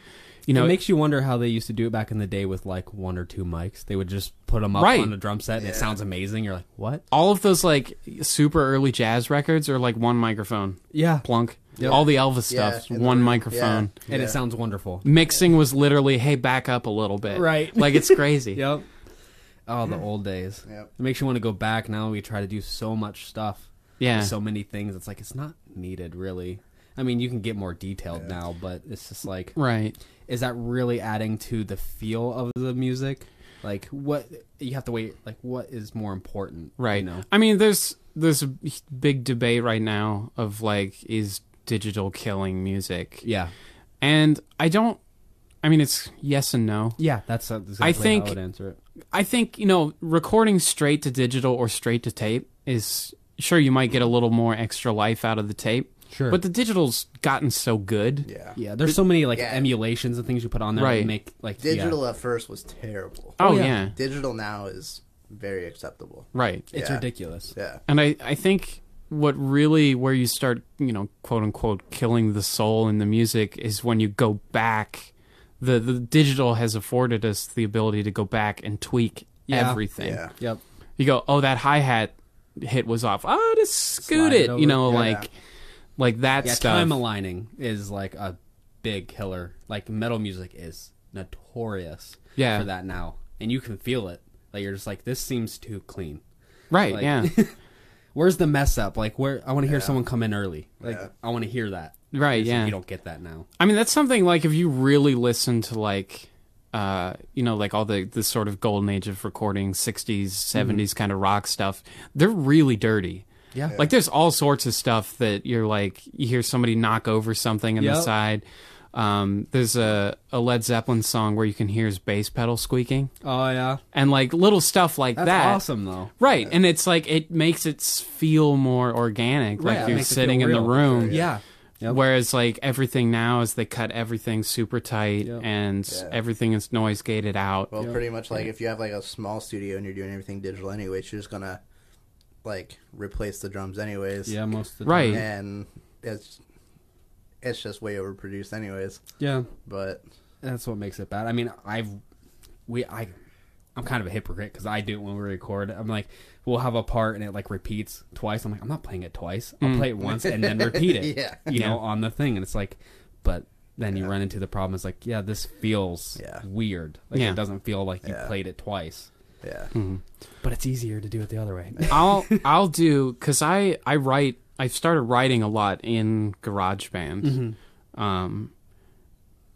B: you know,
C: it makes you wonder how they used to do it back in the day with like one or two mics. They would just put them up
B: Right.
C: on a drum set, and it sounds amazing. You're like, what?
B: all of those like super early jazz records are like one microphone,
C: Yeah,
B: plunk.
C: Yep.
B: All the Elvis
A: Yeah,
B: stuff,
A: in the
B: one
A: room.
B: microphone.
A: Yeah.
C: and it sounds wonderful.
B: mixing was literally hey back up a little bit
C: Right.
B: like it's crazy
C: Yep. Oh, the old days.
A: Yep.
C: It makes you want to go back. Now we try to do so much stuff.
B: Yeah.
C: so many things. It's like it's not needed really. I mean, you can get more detailed now, but it's just like,
B: right.
C: is that really adding to the feel of the music? Like, what you have to wait. Like, what is more important?
B: Right.
C: You know.
B: I mean, there's there's a big debate right now of like is digital killing music?
C: Yeah.
B: And I don't. I mean, it's yes and no.
C: Yeah. That's exactly
B: think-
C: how I would answer it.
B: I think you know recording straight to digital or straight to tape is sure you might get a little more extra life out of the tape.
C: Sure.
B: But the digital's gotten so good.
A: Yeah.
C: Yeah. There's so many like
A: Yeah.
C: emulations and things you put on there
B: Right.
C: that make like yeah.
A: Digital at first was terrible.
B: Oh,
C: Oh,
B: yeah.
C: yeah.
A: Digital now is very acceptable.
B: Right.
C: It's
A: Yeah.
C: ridiculous.
A: Yeah.
B: And I, I think what really where you start, you know, quote unquote killing the soul in the music is when you go back. The the digital has afforded us the ability to go back and tweak
C: Yeah.
B: everything.
A: Yeah.
C: Yep.
B: You go, "Oh, that hi-hat hit was off. Oh, just scoot
C: Slide
B: it."
C: it
B: you
C: over.
B: know,
A: Yeah.
B: like like that
C: Yeah.
B: stuff.
C: Time aligning is like a big killer. Like metal music is notorious.
B: Yeah.
C: For that now, and you can feel it. Like you're just like this seems too clean.
B: right,
C: like-
B: yeah.
C: Where's the mess up? Like where I want to hear someone come in early. Like
A: Yeah.
C: I want to hear that.
B: Right,
C: It's like,
B: yeah.
C: You don't get that now.
B: I mean, that's something like if you really listen to like, uh, you know, like all the the sort of golden age of recording, '60s,
C: Mm-hmm.
B: '70s kind of rock stuff. They're really dirty.
C: Yeah.
B: Like there's all sorts of stuff that you're like you hear somebody knock over something on the
C: Yep.
B: side. Um, there's a, a Led Zeppelin song where you can hear his bass pedal squeaking
C: Oh yeah.
B: and like little stuff like
C: That's
B: that.
C: awesome though.
B: Right, and it's like it makes it s- feel more organic,
C: Right,
B: like
C: it
B: you're
C: makes it
B: sitting in
C: feel
B: the
C: real.
B: room.
C: Yeah. Yep.
B: Whereas like everything now is they cut everything super tight
C: Yep.
B: and
A: Yeah.
B: everything is noise gated out.
A: Well, pretty much like if you have like a small studio and you're doing everything digital anyways, you're just gonna like replace the drums anyways.
C: Yeah, most of the
B: Right.
C: time.
A: And it's it's just way overproduced anyways.
C: Yeah.
A: But
C: That's what makes it bad. I mean, I've we I I'm kind of a hypocrite because I do it when we record. I'm like, we'll have a part and it like repeats twice. I'm like, I'm not playing it twice. I'll play it once and then repeat it.
A: Mm. Yeah.
C: You
B: Yeah.
C: know, on the thing, and it's like, but then you run into the problem. It's like, yeah, this feels
A: Yeah.
C: weird. Like
B: Yeah.
C: it doesn't feel like you
A: Yeah.
C: played it twice.
A: yeah,
C: Hmm. But it's easier to do it the other way.
B: I'll I'll do because I I write I've started writing a lot in GarageBand,
C: Mm-hmm.
B: um,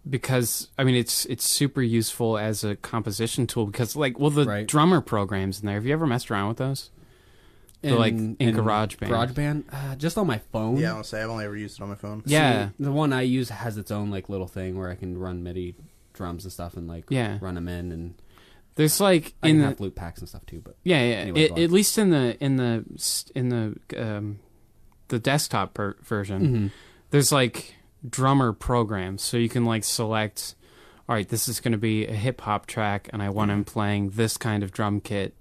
B: because I mean it's it's super useful as a composition tool because like well the
C: Right.
B: drummer programs in there. Have you ever messed around with those? But, like, in GarageBand.
C: GarageBand, uh, just on my phone.
A: yeah. I'll say I've only ever used it on my phone.
B: Yeah.
C: the one I use has its own like little thing where I can run MIDI drums and stuff and like
B: Yeah.
C: run them in and
B: There's like
C: I
B: in
C: can
B: the,
C: have loop packs and stuff too. But
B: Yeah, yeah.
C: Anyway,
B: it,
C: go on.
B: at least in the in the s- in the um, the desktop per-
C: Mm-hmm.
B: version, there's like drummer programs, so you can like select. All right, this is going to be a hip hop track, and I want
C: Mm-hmm.
B: him playing this kind of drum kit,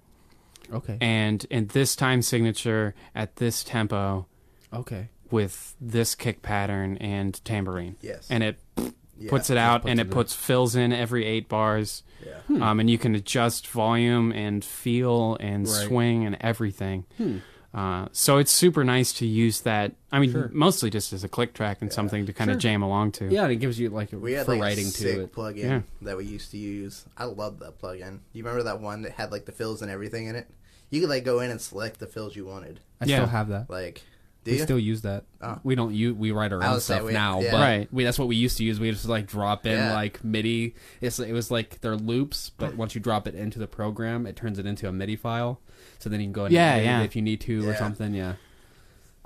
C: okay,
B: and in this time signature at this tempo
C: okay,
B: with this kick pattern and tambourine.
A: Yes.
B: and it
A: Yeah.
B: puts it out,
C: puts
B: and
C: it
B: it
C: in. Hmm.
B: puts fills in every eight bars.
A: Yeah.
B: Um, and you can adjust volume and feel and
C: Right. Hmm.
B: swing and everything. Uh, so it's super nice to use that. I mean,
C: Sure.
B: mostly just as a click track and something to kind of
C: Sure.
B: jam along to.
C: yeah, and it gives you like
A: We had
C: for
A: like
C: writing
A: a sick
C: to it.
A: plugin
B: Yeah.
A: that we used to use. I love that plugin. Do you remember that one that had like the fills and everything in it? You could like go in and select the fills you wanted.
C: I
B: Yeah.
C: still have that.
A: Like, do
C: We
A: you?
C: still use that.
A: Oh.
C: We don't use we write our
A: I
C: own
A: would say
C: stuff
A: we-
C: now,
A: yeah.
C: but
B: Right.
C: we that's what we used to use. We just like drop in
A: Yeah.
C: like MIDI. It's it was like their loops, but once you drop it into the program, it turns it into a MIDI file. So then you can go and
B: Yeah,
C: edit it
B: yeah.
C: if you need to or
A: Yeah.
C: something. Yeah.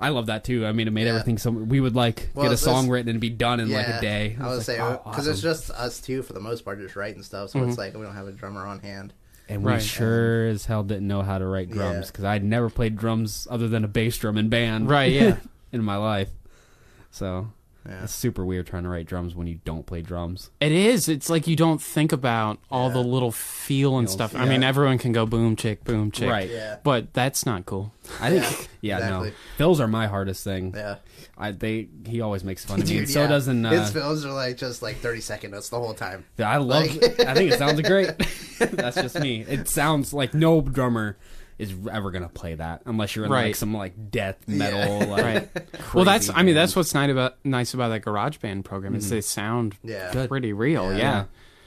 C: I love that too. I mean, it made
A: Yeah.
C: everything so we would like
A: Well,
C: get a
A: this-
C: song written and be done in like a day.
A: I
C: It
A: would
C: was
A: say uh,
C: like,
A: because
C: oh,
A: it's
C: awesome. Mm-hmm.
A: just us two for the most part, just writing stuff. So it's like we don't have a drummer on hand.
C: and we
B: Right.
C: sure as hell didn't know how to write drums
A: Yeah.
C: because I'd never played drums other than a bass drum in band.
B: Right, yeah.
C: in my life. So
A: Yeah.
C: it's super weird trying to write drums when you don't play drums.
B: It is. It's like you don't think about all the little feel and
C: Feels,
B: stuff. I mean,
A: yeah.
B: everyone can go boom chick, boom chick.
C: Right.
A: Yeah.
B: But that's not cool.
C: I think yeah,
A: exactly.
C: no. Fills are my hardest thing.
A: Yeah.
C: I they he always makes fun of me.
A: Dude,
C: and so
A: yeah.
C: doesn't
A: his
C: uh,
A: fills are like just like thirty second notes the whole time.
C: I love I think it sounds great. That's just me. It sounds like no drummer is ever gonna play that unless you're in
B: Right.
C: like some like death metal like
B: Right.
C: crazy
B: well, that's. I mean,
C: band. Mm-hmm.
B: that's what's nice about nice about that GarageBand program is they sound
A: Yeah.
B: pretty real.
A: Yeah.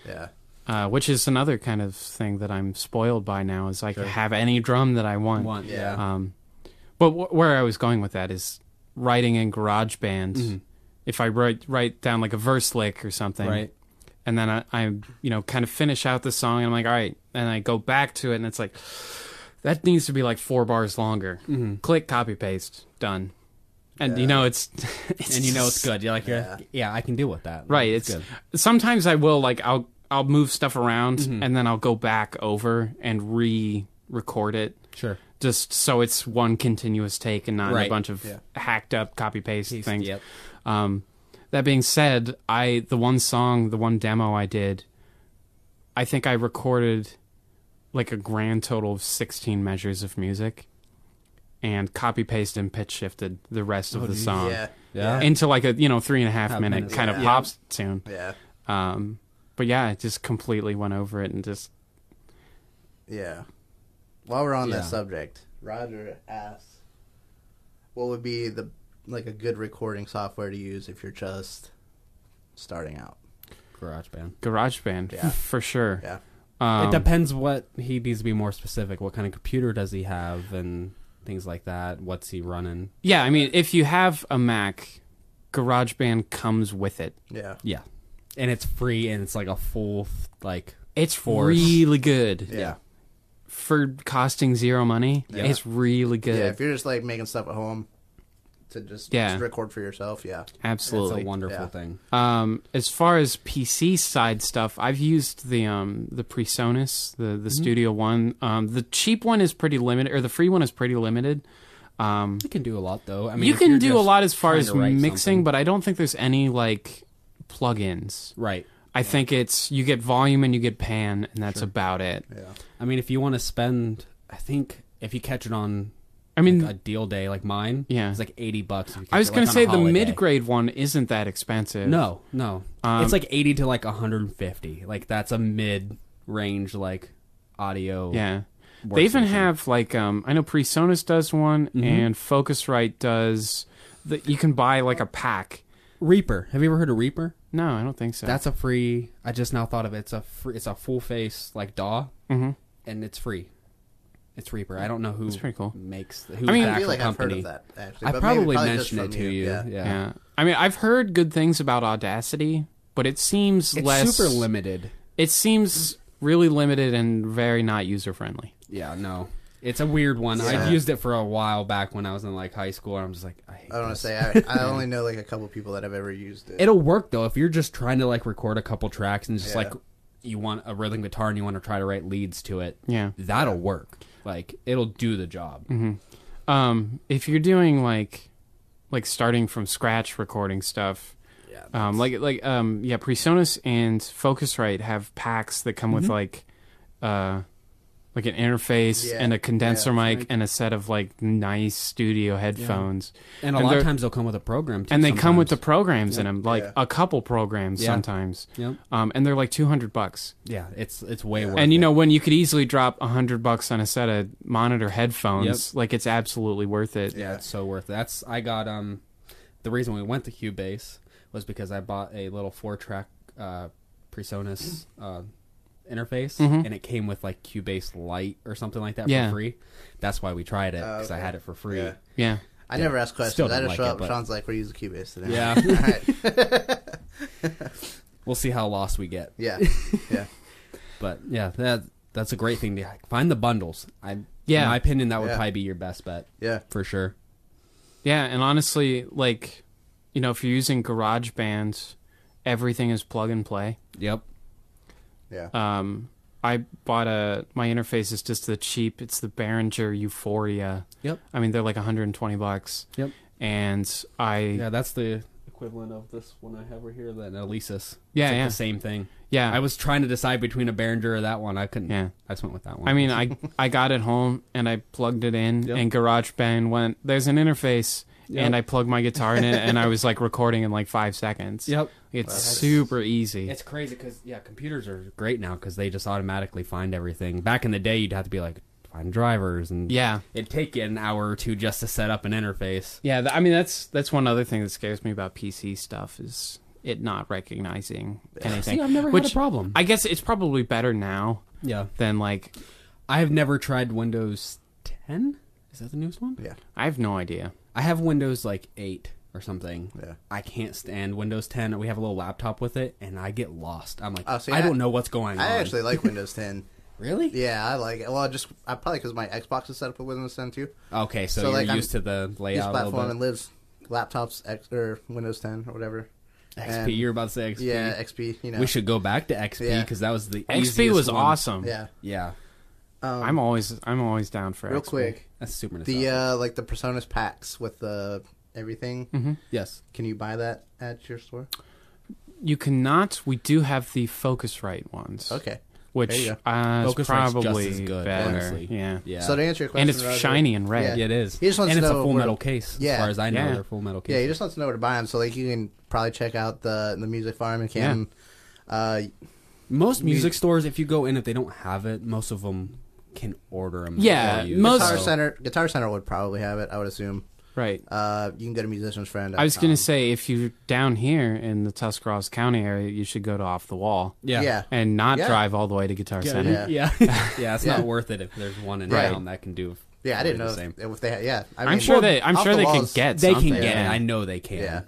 B: yeah.
A: Yeah.
B: uh, which is another kind of thing that I'm spoiled by now is I
C: Sure.
B: can have any drum that I want.
C: Want,
A: Yeah.
C: yeah. Uh,
B: Um, but wh- where I was going with that is writing in GarageBand.
C: Mm-hmm.
B: If I write write down like a verse lick or something,
C: Right.
B: and then I, I you know kind of finish out the song, and I'm like, all right, and I go back to it, and it's like that needs to be like four bars longer.
C: Mm-hmm.
B: Click, copy, paste, done, and you know it's, it's
C: And you know
B: just-
C: it's good. You're like, you're, yeah. I can deal with that.
B: right
C: It's
B: it's,
C: good. Mm-hmm.
B: sometimes i will like i'll i'll move stuff around and then i'll go back over and re-record it
C: Sure.
B: just so it's one continuous take and not
C: Right.
B: a bunch of
A: Yeah.
B: hacked up copy paste
C: Paste,
B: things
C: yep.
B: um that being said i the one song the one demo i did i think i recorded like a grand total of 16 measures of music and copy paste and pitch shifted the rest of the song
A: Oh, Yeah.
C: Yeah.
B: into like a you know three and a half
C: Half
B: minute
C: minutes,
B: kind
A: yeah.
B: of pop tune
A: Yeah.
B: um, but yeah, I just completely went over it and just
A: Yeah. While we're on
C: Yeah.
A: that subject, Roger asks, "What would be the like a good recording software to use if you're just starting out?"
C: Garage band.
B: GarageBand
A: Yeah.
B: for sure.
A: Yeah.
B: Um,
C: it depends what he needs to be more specific. What kind of computer does he have and things like that? What's he running?
B: yeah, I mean, if you have a Mac, GarageBand comes with it.
A: Yeah.
C: Yeah. And it's free and it's like a full like
B: It's
C: Force.
B: really good
A: Yeah.
B: for costing zero money.
A: Yeah.
B: It's really
A: Yeah.
B: good.
A: if you're just like making stuff at home to just,
B: Yeah.
A: just record for yourself, yeah.
B: Absolutely.
C: it's a wonderful
A: Yeah.
C: thing.
B: Um, as far as PC side stuff, I've used the um, the PreSonus, the the
C: Mm-hmm.
B: Studio One. Um, the cheap one is pretty limited, or the free one is pretty limited. Um,
C: You can do a lot though. I mean
B: you
C: if
B: can
C: you're
B: do a
C: just
B: lot as far
C: trying
B: as
C: to write
B: mixing,
C: something.
B: but I don't think there's any like plugins.
C: Right.
B: I think it's you get volume and you get pan, and that's about it.
A: Yeah.
C: I mean if you want to spend I think if you catch it on
B: I mean,
C: like, a deal day like mine,
B: Yeah.
C: it's like eighty bucks. If you
B: I was
C: going
B: gonna
C: to
B: say the mid grade one isn't that expensive.
C: No, no.
B: Um,
C: it's like 80 to like 150. Like that's a mid range like audio.
B: yeah, they even
C: workstation.
B: have like um, I know PreSonus does one,
C: Mm-hmm.
B: and Focusrite does. The, you can buy like a pack.
C: Reaper. Have you ever heard of Reaper?
B: No, I don't think so.
C: That's a free I just now thought of it. It's a free, it's a full face like DAW
A: Mm-hmm.
B: Mhm.
C: and it's free. It's Reaper. I don't know who
B: That's pretty cool.
C: makes who
B: I mean-
C: the
A: I
C: actual
A: feel like
C: company.
A: I've heard of that actually.
C: I
A: but maybe-
C: probably,
A: just
C: mentioned it
A: from
C: to you. Yeah.
B: yeah. I mean, I've heard good things about Audacity, but it seems
C: It's
B: less.
C: super limited.
B: It seems really limited and very not user friendly.
C: Yeah, no. It's a weird one.
A: Yeah.
C: I've used it for a while back when I was in like high school and I'm just like I hate
A: I don't want
C: this.
A: to say I, I only know like a couple people that have ever used it.
C: It'll work though if you're just trying to like record a couple tracks and just
A: Yeah.
C: like you want a rhythm guitar and you want to try to write leads to it.
B: Yeah. Mm-hmm.
C: That'll work. Like it'll do the job.
B: Um, if you're doing like, like starting from scratch recording stuff,
C: Yeah.
B: um, like like um, yeah, PreSonus and Focusrite have packs that come
C: Mm-hmm.
B: with like, uh, like an interface
A: Yeah.
B: and a condenser
A: Yeah.
B: mic and a set of like nice studio headphones,
C: And a
B: And
C: lot of
B: they're-
C: times they'll come with a program too
B: and they come with the
C: sometimes.
B: programs in 'em, in them, like
A: Yeah.
B: a couple programs
C: Yeah.
B: sometimes.
C: Yep.
B: Um, and they're like two hundred bucks.
C: Yeah, it's it's way worth
B: and you
C: it.
B: know when you could easily drop a hundred bucks on a set of monitor headphones like it's absolutely worth it
C: Yeah, it's so worth it. That's I got um the reason we went to Cubase was because I bought a little four track uh Presonus uh interface and it came with like Cubase Lite or something like that
B: Mm-hmm. Yeah.
C: for free. That's why we tried it
A: Oh,
C: because I
A: okay.
C: had it for free.
A: Yeah.
B: yeah
A: I never ask questions.
C: Still
A: I just
C: don't like
A: show
C: it,
A: up.
C: but-
A: Sean's like, "We're using Cubase today."
C: Yeah.
A: All right.
C: We'll see how lost we get.
A: yeah, yeah,
C: But yeah, that that's a great thing to find the bundles. I
B: Yeah.
C: in my opinion that would
A: Yeah.
C: probably be your best bet
A: yeah.
C: for sure.
B: yeah and honestly like you know if you're using garageband everything is plug and play
C: Yep.
A: Yeah.
B: um i bought a my interface is just the cheap it's the behringer euphoria
C: Yep.
B: i mean they're like 120 bucks
C: Yep.
B: and i
C: Yeah, that's the equivalent of this one I have right here, that Alesis.
B: Yeah,
C: it's like
B: yeah.
C: the same thing.
B: Yeah.
C: I was trying to decide between a Behringer or that one. I couldn't.
B: Yeah.
C: I just went with that one.
B: I mean, I I got it home and I plugged it in,
C: Yep.
B: and GarageBand went. There's an interface,
C: Yep.
B: and I plugged my guitar in it, and I was like recording in like five seconds.
C: Yep.
B: it's super easy.
C: it's crazy because yeah, computers are great now because they just automatically find everything. Back in the day, you'd have to be like find drivers and
B: yeah,
C: it'd take you an hour or two just to set up an interface.
B: yeah. th- I mean, that's that's one other thing that scares me about PC stuff is it not recognizing anything.
C: See, I've never
B: which
C: had a problem.
B: I guess it's probably better now
C: yeah,
B: than like
C: I have never tried Windows 10. Is that the newest one?
A: Yeah.
B: I have no idea.
C: I have Windows like 8 or something.
A: Yeah.
C: I can't stand Windows 10. We have a little laptop with it, and I get lost. I'm like,
A: Oh, see,
C: I,
A: I-
C: don't know what's going on.
A: I actually like Windows 10.
C: really.
A: Yeah, I like it. Well, just I probably because my Xbox is set up with Windows 10 too.
C: Okay, so,
A: So,
C: you're
A: like, I'm-
C: used to the
A: Each
C: layout. a little
A: platform and
C: bit.
A: lives laptops X, or Windows 10 or whatever.
C: XP. You're about to say XP.
A: Yeah, XP. You know.
C: We should go back to XP
A: Yeah.
C: because that was the
B: XP
C: easiest
B: was
C: one.
B: awesome.
A: Yeah.
C: Yeah,
A: Um,
B: I'm always I'm always down for
A: real
B: XP.
A: quick.
C: that's super.
A: The
C: nostalgic.
A: uh, like the personas packs with the everything.
C: Mm-hmm. yes,
A: Can you buy that at your store?
B: You cannot. We do have the Focusrite ones.
A: Okay. There
B: Which
A: you
B: uh, is
C: Focusrite's just
B: probably
C: as good,
B: better.
C: honestly.
B: Yeah.
C: yeah.
A: So to answer your question,
B: And it's
A: Roger-
B: shiny and red.
C: Yeah, it is.
A: He just wants
C: and
A: to
C: it's a
A: know
C: full
A: where-
C: metal case.
A: Yeah.
C: As far as I know,
B: Yeah.
C: they're full metal case.
A: Yeah, he just wants to know where to buy them. So like you can probably check out the the music farm and can. Uh,
C: most
A: Mu-
C: music stores, if you go in, if they don't have it, most of them can order them.
B: Yeah, most-
A: Guitar Center, Guitar Center would probably have it. I would assume.
B: Right.
A: Uh, you can go to musician's friend.
B: I was going to say, if you're down here in the Tuscarawas County area, you should go to Off the Wall
C: yeah,
A: yeah.
B: and not
A: Yeah.
B: drive all the way to Guitar Center.
C: yeah, yeah. yeah it's
A: Yeah.
C: not worth it if there's one in
A: Right.
C: town that can do.
A: Yeah, I didn't know
C: the
A: if,
C: same.
A: if they. Had, yeah, I
B: I'm sure they. I'm
A: Off
B: sure
A: the
B: they can
A: Walls-
B: get.
C: They can
B: something.
C: get it.
B: Yeah.
C: I know they can.
A: Yeah.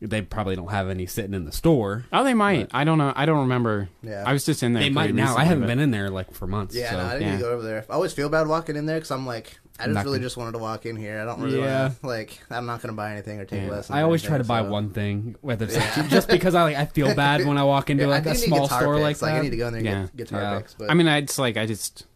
C: They probably don't have any sitting in the store.
B: Oh, they might. I don't know. I don't remember.
A: Yeah.
B: I was just in there.
C: They might
B: pretty
C: now. I
B: recently,
C: haven't
B: but-
C: been in there like for months.
A: Yeah,
C: so.
A: no, I didn't
B: yeah.
A: even go over there. I always feel bad walking in there because I'm like, I just
C: Not
A: really
C: gonna-
A: just wanted to walk in here. I don't really
C: Yeah.
A: want to like. I'm not gonna buy anything or take
B: Yeah.
A: lessons.
C: I
A: or
C: always try to
A: anything,
C: buy
A: so-
C: one thing, whether it's just because I like I feel bad when I walk into
A: Yeah,
C: like
A: I
C: a
A: do need
C: small
A: guitar
C: store
A: picks.
C: like that.
A: I need to go in there and get
B: Yeah.
A: guitar
C: Yeah.
A: picks. But
B: I mean, I- it's like I just,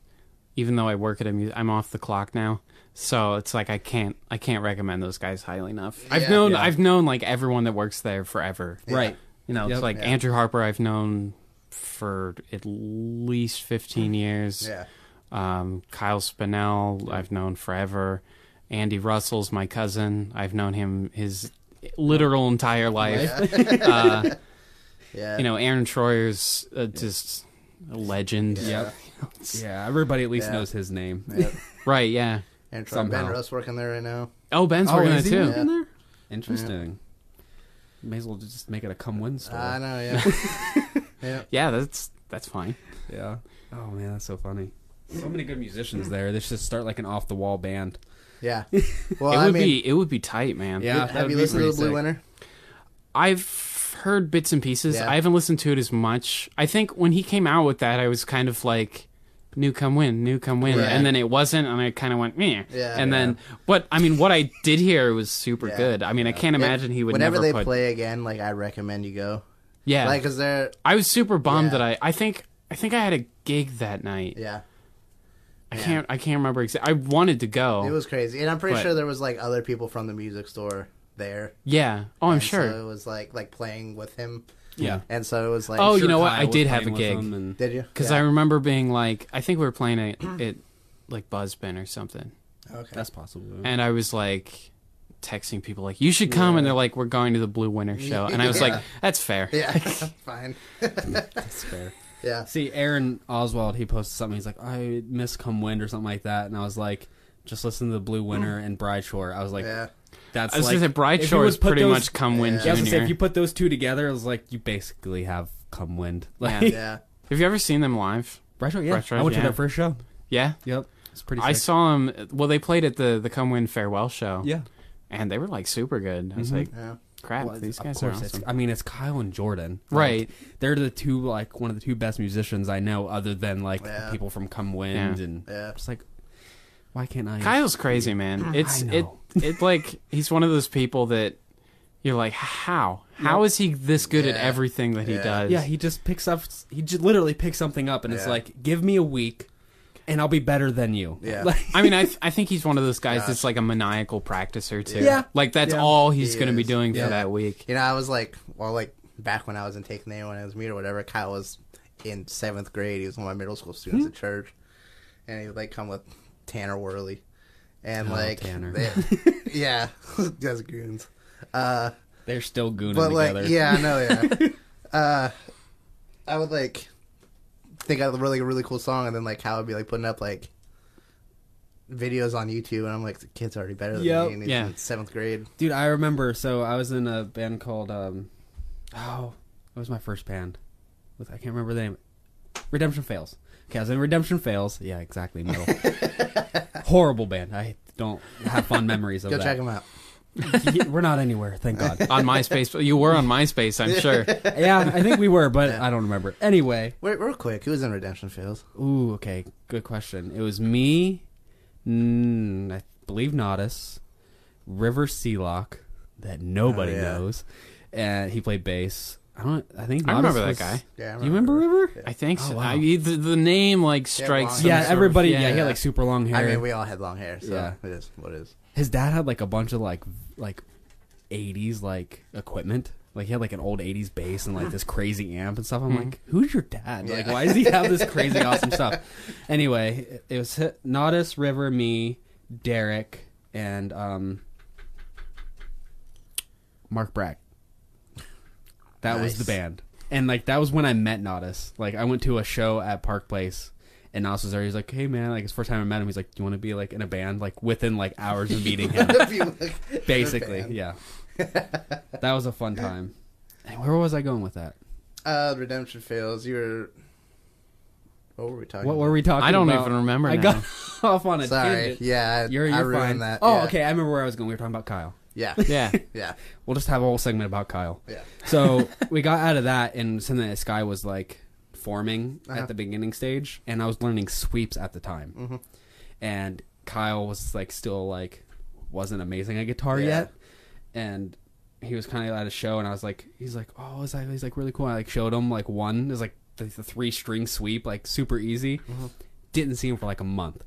B: even though I work at a mu I'm off the clock now, so it's like I can't, I can't recommend those guys highly enough. I've
A: Yeah.
B: known,
C: Yeah.
B: I've known like everyone that works there forever.
C: Right.
B: You know,
C: Yep.
B: it's like
A: Yeah.
B: Andrew Harper. I've known for at least fifteen years.
A: yeah,
B: Um, Kyle Spinell, I've known forever. Andy Russell's my cousin. I've known him his literal entire life. uh,
A: yeah,
B: you know, Aaron Troyer's uh, just a legend.
C: Yep. Yeah, everybody at least
A: Yeah.
C: knows his name.
A: yeah.
B: Right, yeah.
A: And Troy Ben
C: Somehow.
A: Russ working there right now.
B: Oh, Ben's working it too.
A: Yeah.
C: in there? Interesting. May as well just make it a come win store.
A: I know, yeah, yeah.
B: Yeah, that's that's fine.
C: yeah. Oh man, that's so funny. So many good musicians there. They should start like an off the wall band.
A: Yeah. Well,
B: it
A: I
B: would
A: mean,
B: be it would be tight, man.
C: Yeah. that
A: have
C: would
A: you
C: be
A: listened to the
C: pretty
A: Blue
C: sick.
A: Winter?
B: I've heard bits and pieces.
A: Yeah.
B: I haven't listened to it as much. I think when he came out with that, I was kind of like, "New come win, new come win,"
A: Right.
B: and then it wasn't, and I kind of went, "Meh."
A: Yeah,
B: and
A: yeah.
B: then, but I mean, what I did hear was super
A: Yeah.
B: good. I mean, I can't imagine he would
A: Whenever
B: never
A: they
B: put-
A: play again, like I recommend you go.
B: Yeah,
A: likebecause Like, cause they're
B: I was super bummed
A: Yeah.
B: that I. I think I think I had a gig that night.
A: yeah.
B: I can't. I can't remember exactly. I wanted to go.
A: It was crazy, and I'm pretty
B: Oh. But-
A: sure there was like other people from the music store there.
B: yeah. Oh, I'm
A: And
B: sure.
A: So it was like like playing with him,
C: Yeah.
A: and so it was like,
B: Oh, you
C: Sure
B: know what?
C: Kyle
B: I
C: was
B: did have a
C: playing with
B: gig.
C: them and-
A: did you?
B: Because I
A: yeah.
B: remember being like, I think we were playing it, it like Buzzbin or something,
A: okay.
C: That's possible.
B: and I was like texting people like, "You should come," and they're like, "We're going to the Blue Winter show," and I was
A: Yeah.
B: like, "That's fair."
A: yeah, fine.
C: That's fair.
A: Yeah,
C: See, Aaron Oswald, he posted something. He's like, I miss Come Wind or something like that. And I was like, just listen to the Blue Winter and Bride Shore. I was like,
A: yeah,
C: that's
B: I was
C: like,
B: gonna say Bride
C: if you
B: Shore
C: would
B: is
C: put
B: pretty
C: those-
B: much Come Win
A: Yeah,
C: Yeah, I was
B: Junior.
C: gonna say, if you put those two together, it was like, you basically have Come Wind. Like,
B: Yeah.
A: yeah.
B: Have you ever seen them live?
C: Bride Shore, yeah.
B: Bride Shore,
C: I went
B: yeah.
C: to their first show.
B: Yeah,
C: Yep. It's pretty sick.
B: I saw them. Well, they played at the the Come Win farewell show.
C: Yeah. Mm-hmm.
B: and they were like super good. I was like,
A: Yeah.
B: "Crap,
C: Well,
B: these
C: of
B: guys are
C: course it's-
B: awesome."
C: I mean, it's Kyle and Jordan. Like,
B: Right.
C: they're the two, like, one of the two best musicians I know, other than, like,
A: Yeah.
C: people from Come Wind.
B: Yeah.
C: And
A: Yeah.
C: it's like, why can't I?
B: Kyle's crazy, man. It's it
C: Ah, know.
B: it like he's one of those people that you're like, how how is he this good at
A: Yeah.
B: everything that he
A: Yeah.
B: does?
C: Yeah, he just picks up. He just literally picks something up, and it's
A: Yeah.
C: like, give me a week, and I'll be better than you.
A: Yeah.
C: Like,
B: I mean, I th- I think he's one of those guys that's like a maniacal practicer too.
C: Yeah.
B: like that's
C: Yeah.
B: all he's
A: He
B: going to be
A: is.
B: doing
A: Yeah.
B: for that week.
A: You know, I was like, well, like back when I was in Take Name when I was meet or whatever, Kyle was in seventh grade. He was one of my middle school students at church, and he would like come with Tanner Worley, and
C: Oh,
A: like
C: Tanner.
A: they- yeah, those goons. Uh,
C: they're still gooning
A: but like,
C: together.
A: yeah, I know, yeah. uh, I would like think of really a really cool song, and then like Kyle would be like putting up like videos on YouTube, and I'm like, the kid's already better than
C: Yep.
A: me, and he's
B: Yeah.
A: in seventh grade.
C: dude, I remember. So I was in a band called um, Oh, what was my first band? With I can't remember the name. Redemption Fails. Okay, I was in Redemption Fails. Yeah, exactly. Middle. Horrible band. I don't have fond memories of
A: Go
C: that.
A: check them out.
C: Yeah, We're not anywhere, thank God.
B: on MySpace. You were on MySpace, I'm sure.
C: yeah, I think we were, but I don't remember. Anyway,
A: Wait, real quick, who's in Redemption Fails?
C: ooh, okay, good question. It was me, mm, I believe Nodis, River Sealock, that nobody
A: Oh, yeah.
C: knows, and he played bass. I don't. I think
B: I
C: Nodis
B: remember that
C: was-
B: guy.
A: Yeah, I
C: You remember River?
B: I think so.
C: Oh, wow.
B: I, the, the name like strikes.
A: long hair.
B: some
C: Yeah,
B: sort of-
C: everybody. yeah. he had like super long hair.
A: I mean, we all had long hair, so
C: Yeah.
A: it is what it is.
C: His dad had like a bunch of like like eighties like equipment. Like he had like an old eighties bass and like this crazy amp and stuff. I'm like, who's your dad? Like,
A: Hmm. Yeah.
C: why does he have this crazy awesome stuff? Anyway, it- it was hi- Nodis, River, me, Derek, and um, Mark Bragg. That was the
A: Nice.
C: band, and like that was when I met Nodis. Like I went to a show at Park Place. And Nodis was there. He's like, "Hey man, like it's the first time I met him. He's like, do you want to be like in a band? Like within like hours of meeting him,
A: If you look-
C: basically. Yeah, that was a fun time. And where was I going with that?
A: uh, Redemption Fails. You were. What were we talking?
C: What were we talking?
B: I don't
C: about?
B: even remember
C: I
B: now.
C: got off on a
A: About? Sorry.
C: tangent.
A: Yeah, I,
C: You're, you're
A: I ruined
C: fine.
A: that.
C: Oh,
A: yeah.
C: okay. I remember where I was going. We were talking about Kyle.
A: Yeah,
B: yeah.
A: yeah,
C: We'll just have a whole segment about Kyle.
A: yeah.
C: So we got out of that, and something that Sky was like forming
A: Uh-huh. Mm-hmm.
C: at the beginning stage, and I was learning sweeps at the time, and Kyle was like still like wasn't amazing at guitar
A: Yeah.
C: yet, and he was kind of at a show, and I was like, he's like, oh, is that, he's like really cool. I like showed him like one is like the, the three string sweep, like super easy.
A: Mm-hmm.
C: Didn't see him for like a month.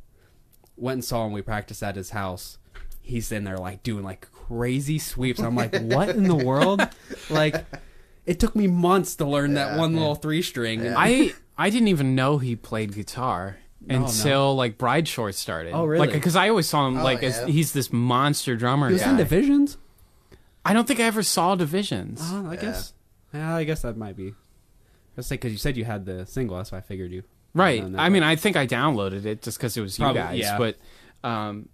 C: Went and saw him. We practiced at his house. He's in there like doing like crazy sweeps. I'm like, what in the world? Like, it took me months to learn that
A: Yeah,
C: one
A: yeah.
C: little three string.
A: Yeah.
B: I I didn't even know he played guitar
C: Oh, No,
B: until like Bride Shore started.
C: Oh, really?
B: because I always saw him
A: Oh,
B: like as,
A: yeah.
B: he's this monster drummer
C: He was in
B: guy.
C: divisions.
B: I don't think I ever saw Divisions.
C: Oh, I guess. Yeah, I guess that might be. Let's say because you said you had the single, that's why I figured you.
B: Right.
C: known that
B: I mean,
C: one.
B: I think I downloaded it just because it was you
C: Probably,
B: guys.
C: yeah.
B: But, um,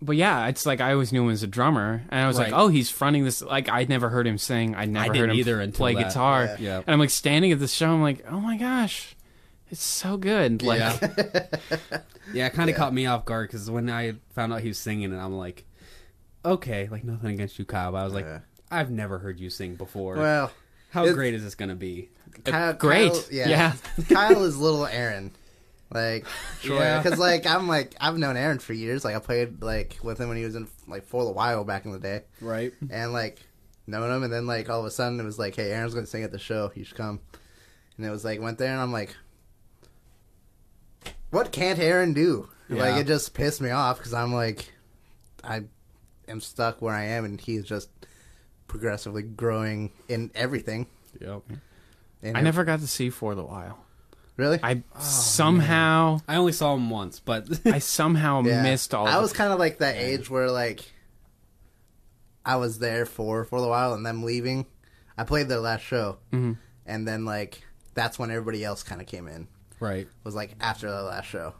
B: but yeah, it's like I always knew him as a drummer, and I was
C: Right.
B: like, oh, he's fronting this. Like I'd never heard him sing. I'd never
C: didn't
B: heard him
C: either
B: f-
C: until
B: play
C: that.
B: guitar.
A: Yeah.
C: Yeah.
B: And I'm like standing at the show. I'm like, oh my gosh, it's so good. Like,
C: yeah, yeah, it kind of caught me off guard because when I found out he was singing, and I'm like, okay, like nothing against you, Kyle. But I was like,
A: Yeah.
C: I've never heard you sing before.
A: Well,
C: How
A: it's-
C: great is this gonna be?
A: Kyle,
B: great.
A: Kyle-
B: Yeah.
A: Kyle is little Aaron. Like,
C: Sure.
A: because like I'm like I've known Aaron for years. Like I played like with him when he was in like for the while back in the day,
C: Right.
A: and like known him, and then like all of a sudden it was like, hey, Aaron's gonna sing at the show. You should come. And it was like went there, and I'm like, what can't Aaron do?
C: Yeah.
A: Like it just pissed me off because I'm like, I am stuck where I am, and he's just progressively growing in everything.
C: Yep.
A: And
B: I never got to see For the While.
A: really.
B: I
C: Oh,
B: somehow,
C: I only saw him once, but
B: I somehow
A: Yeah.
B: missed all.
A: I
B: of
A: was
B: it.
A: kind of like that age where like I was there for for a while and them leaving. I played their last show,
B: Mm-hmm.
A: and then like that's when everybody else kind of came in.
C: right.
A: Was like after their last show.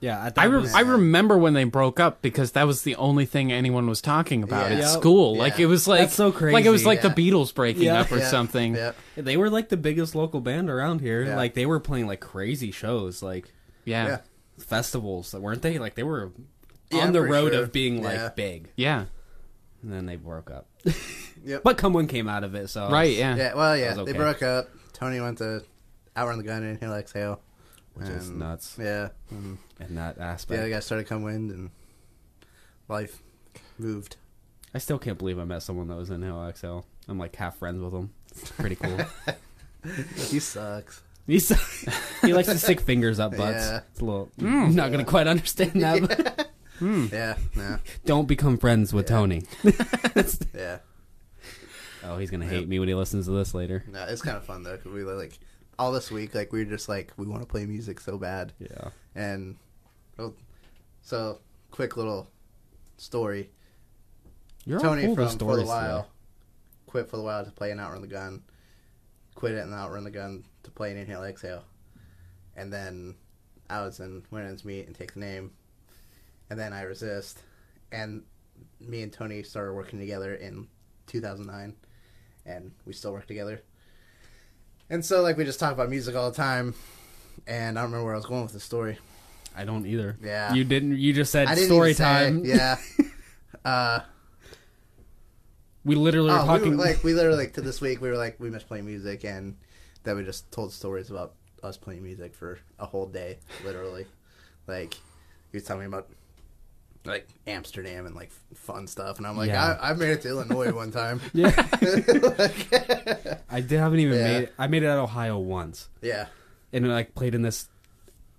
C: Yeah, at that
B: I, re-
C: was-
B: I remember when they broke up because that was the only thing anyone was talking about
A: Yeah.
B: at
A: Yep.
B: school. Like
A: Yeah.
B: it was like
C: That's so
B: Like it was
C: crazy.
B: like
A: Yeah.
B: the Beatles breaking
C: Yeah.
B: up or
A: Yeah.
B: something.
A: Yep.
C: They were like the biggest local band around here.
A: Yeah.
C: Like they were playing like crazy shows, like
B: Yeah.
A: Yeah.
B: Yeah.
C: festivals, weren't they? Like they were
A: Yeah,
C: on the
A: for
C: road
A: sure.
C: of being like
A: Yeah.
C: big, and then they broke up.
A: Yep.
C: but Come One came out of it, so
B: Right, yeah.
A: yeah. Well, yeah.
C: That was
A: They
C: okay.
A: broke up. Tony went to Out on the Gun and Hill Exhale.
C: which is
A: And-
C: nuts
A: Yeah. And
C: in that
A: the
C: aspect.
A: other guy started coming wind and life moved.
C: I still can't believe I met someone that was in Hill XL. I'm like half friends with him. It's pretty cool.
A: He sucks.
C: He's, he likes to stick fingers up butts.
A: Yeah.
C: It's a little. I'm not gonna quite understand that. But
A: Yeah. No.
C: don't become friends with Tony.
A: Yeah.
C: Oh, he's gonna hate me when he listens to this later.
A: No, it's kind of fun though. 'cause we were, like all this week, like we were just like we want to play music so bad,
C: Yeah.
A: and oh, so quick little story.
C: You're
A: Tony from for the
C: today.
A: while quit for the while to play an outrun the gun, quit it and outrun the gun to play an inhale exhale, and then I was in women's meet and take the name, and then I resist, and me and Tony started working together in 2009, and we still work together. And so, like, we just talk about music all the time, and I don't remember where I was going with the story.
C: I don't either.
A: Yeah.
C: You didn't. You just said
A: I didn't
C: story
A: even say-
C: time.
A: Yeah. uh,
C: We literally were
A: oh,
C: talking.
A: we were, like, we literally, like, to this week, we were like, we missed playing music, and then we just told stories about us playing music for a whole day, literally. like, he was telling me about, like, Amsterdam and, like, fun stuff, and I'm like,
C: Yeah.
A: I, I made it to Illinois one time.
C: yeah.
A: Like,
C: I did, haven't even
A: Yeah.
C: made. It. I made it out of Ohio once,
A: yeah.
C: and like played in this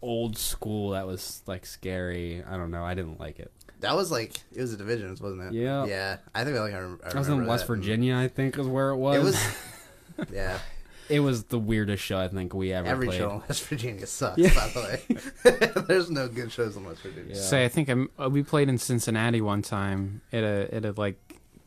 C: old school that was like scary. I don't know. I didn't like it.
A: That was like it was a divisions, wasn't it?
C: Yeah.
A: Yeah. I think I like I, rem- I
C: I was in
A: remember
C: West
A: that.
C: Virginia, I think, is where it was.
A: It was. yeah.
C: It was the weirdest show I think we ever
A: Every
C: played.
A: show in West Virginia sucks.
C: Yeah.
A: By the way, there's no good shows in West Virginia.
C: Yeah.
B: Say, I think I'm, uh, we played in Cincinnati one time at a at a like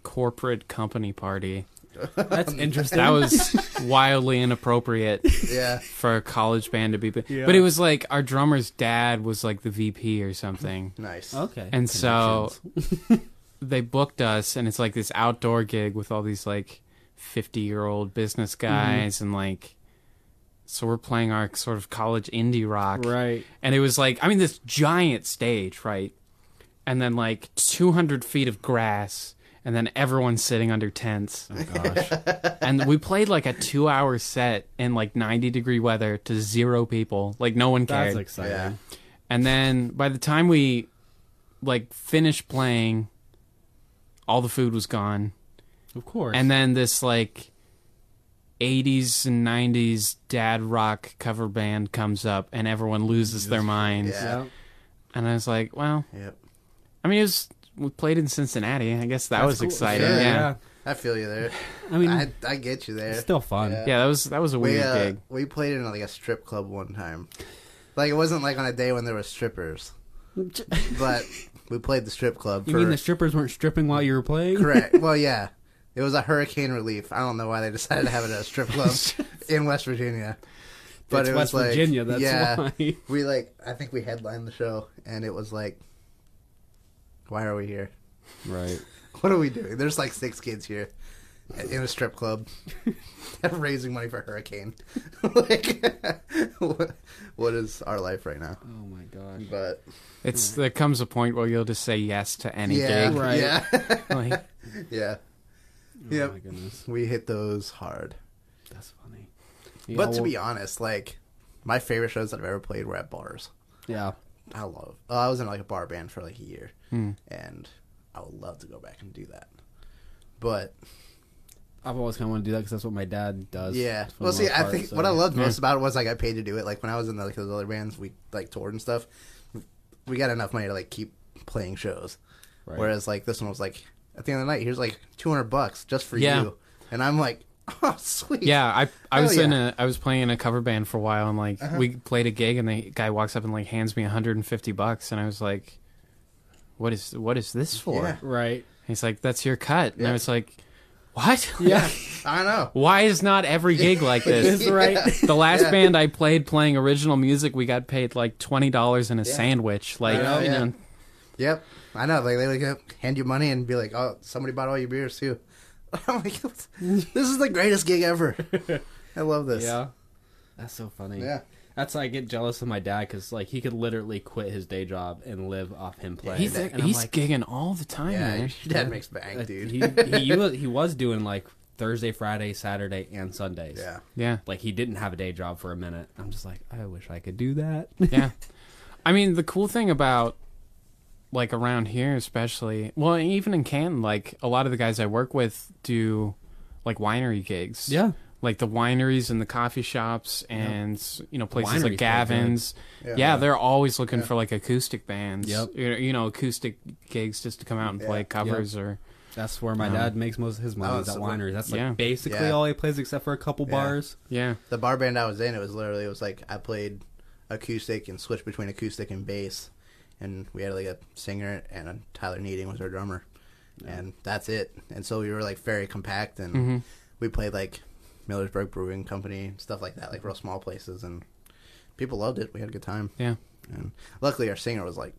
B: corporate company party.
C: That's interesting.
B: That was wildly inappropriate
A: Yeah.
B: for a college band to be.
C: Yeah.
B: But it was like our drummer's dad was like the VP or something.
A: Nice.
C: okay.
B: And so-
C: Connections.
B: they booked us and it's like this outdoor gig with all these like 50 year old business
C: Mm-hmm.
B: guys and like so we're playing our sort of college indie rock
C: right.
B: and it was like i mean this giant stage right and then like 200 feet of grass and then everyone sitting under tents
C: Oh gosh.
B: and we played like a two hour set in like 90 degree weather to zero people like no one cared
C: That's exciting.
A: Yeah.
B: and then by the time we like finished playing, all the food was gone.
C: Of course.
B: And then this like 80s and 90s dad rock cover band comes up and everyone loses their minds.
A: Yeah.
C: yeah.
B: And I was like, well,
A: Yep.
B: I mean, it was we played in Cincinnati. I guess that
C: That's
B: was
C: cool.
B: exciting.
A: Yeah,
B: Yeah.
C: yeah.
B: Yeah.
A: I feel you there.
C: I
A: I
C: mean,
A: I, get you there.
C: it's still fun.
A: Yeah.
B: that was that was a
A: we
B: weird
A: uh,
B: gig.
A: we played in like a strip club one time. Like it wasn't like on a day when there were strippers, but we played the strip club.
C: You
A: for,
C: mean the strippers weren't stripping while you were playing?
A: Correct. Well, yeah. It was a hurricane relief. I don't know why they decided to have it at a strip club in West Virginia. But
C: it's
A: it was
C: West
A: like,
C: Virginia. That's
A: yeah,
C: why.
A: we like. I think we headlined the show, and it was like, why are we here?
C: Right.
A: What are we doing? There's like six kids here in a strip club raising money for hurricane. like, what, what is our life right now?
C: Oh my gosh.
A: But
B: It's there comes a point where you'll just say yes to any
A: yeah,
B: gig.
C: Right.
A: yeah,
B: Like,
A: yeah.
C: Oh
A: Yep.
C: my goodness.
A: We hit those hard.
C: That's funny. Yeah,
A: but to
C: well-
A: be honest, like my favorite shows that I've ever played were at bars.
C: yeah.
A: I love. Oh, I was in like a bar band for like a year,
B: Hmm.
A: and I would love to go back and do that. But
C: I've always kind of wanted to do that because that's what my dad does.
A: yeah,
C: for the
A: well, see,
C: most
A: I
C: part,
A: think
C: so-
A: what I loved most about it was I got paid to do it. Like when I was in like those other bands, we like toured and stuff. We got enough money to like keep playing shows.
C: Right.
A: Whereas like this one was like at the end of the night, here's like two hundred bucks just for
B: Yeah.
A: you, and I'm like, oh sweet,
B: Yeah, I I
A: Hell
B: was in
A: yeah.
B: a I was playing in a cover band for a while and like we played a gig and the guy walks up and like hands me 150 bucks and I was like what is what is this for?
A: Yeah.
C: Right.
B: He's like that's your cut. And
A: Yeah.
B: I was like what?
C: Yeah.
A: I know.
B: Why is not every gig like
C: This
B: this?
C: is right.
B: The last
A: Yeah.
B: band I played playing original music, we got paid like twenty dollars and a
A: Yeah.
B: sandwich. Like,
A: I know,
B: you
A: yeah.
B: know,
A: Yep, I know. Like they like hand you money and be like, "Oh, somebody bought all your beers too." I'm like, "What? "This is the greatest gig ever." I love this.
C: Yeah. That's so funny.
A: Yeah.
C: That's why I get jealous of my dad because like he could literally quit his day job and live off him playing.
B: he's
C: and
B: he's gigging all the time,
A: yeah. Your
B: man.
A: dad makes bank,
C: like,
A: dude.
C: Uh, he, he was, he was doing like Thursday, Friday, Saturday, and Sundays.
A: yeah,
B: Yeah.
C: Like he didn't have a day job for a minute. I'm just like, I wish I could do that.
B: yeah. I mean, the cool thing about like around here, especially, well, even in Canton, like a lot of the guys I work with do like winery gigs.
C: Yeah.
B: Like the wineries and the coffee shops and you know places
C: Wineries
B: like
C: play good.
B: Gavin's.
A: Yeah.
B: Yeah, they're always looking for like acoustic bands.
C: Yep.
B: You know, you know, acoustic gigs just to come out and
A: Yeah.
B: play
A: Yep.
B: covers or
C: That's where my
B: Um,
C: dad makes most of his money.
A: Oh,
C: is at
A: so-
C: wineries. That's like
B: Yeah.
C: basically
A: Yeah.
C: all he plays, except for a couple
A: Yeah.
C: bars.
B: yeah.
A: the bar band I was in, it was literally it was like I played acoustic and switched between acoustic and bass, and we had like a singer and a Tyler Needing was our drummer, and that's it. And so we were like very compact,
B: Mm-hmm.
A: and we played like Millersburg Brewing Company stuff like that, like real small places, and people loved it. We had a good time.
B: Yeah.
A: And luckily, our singer was like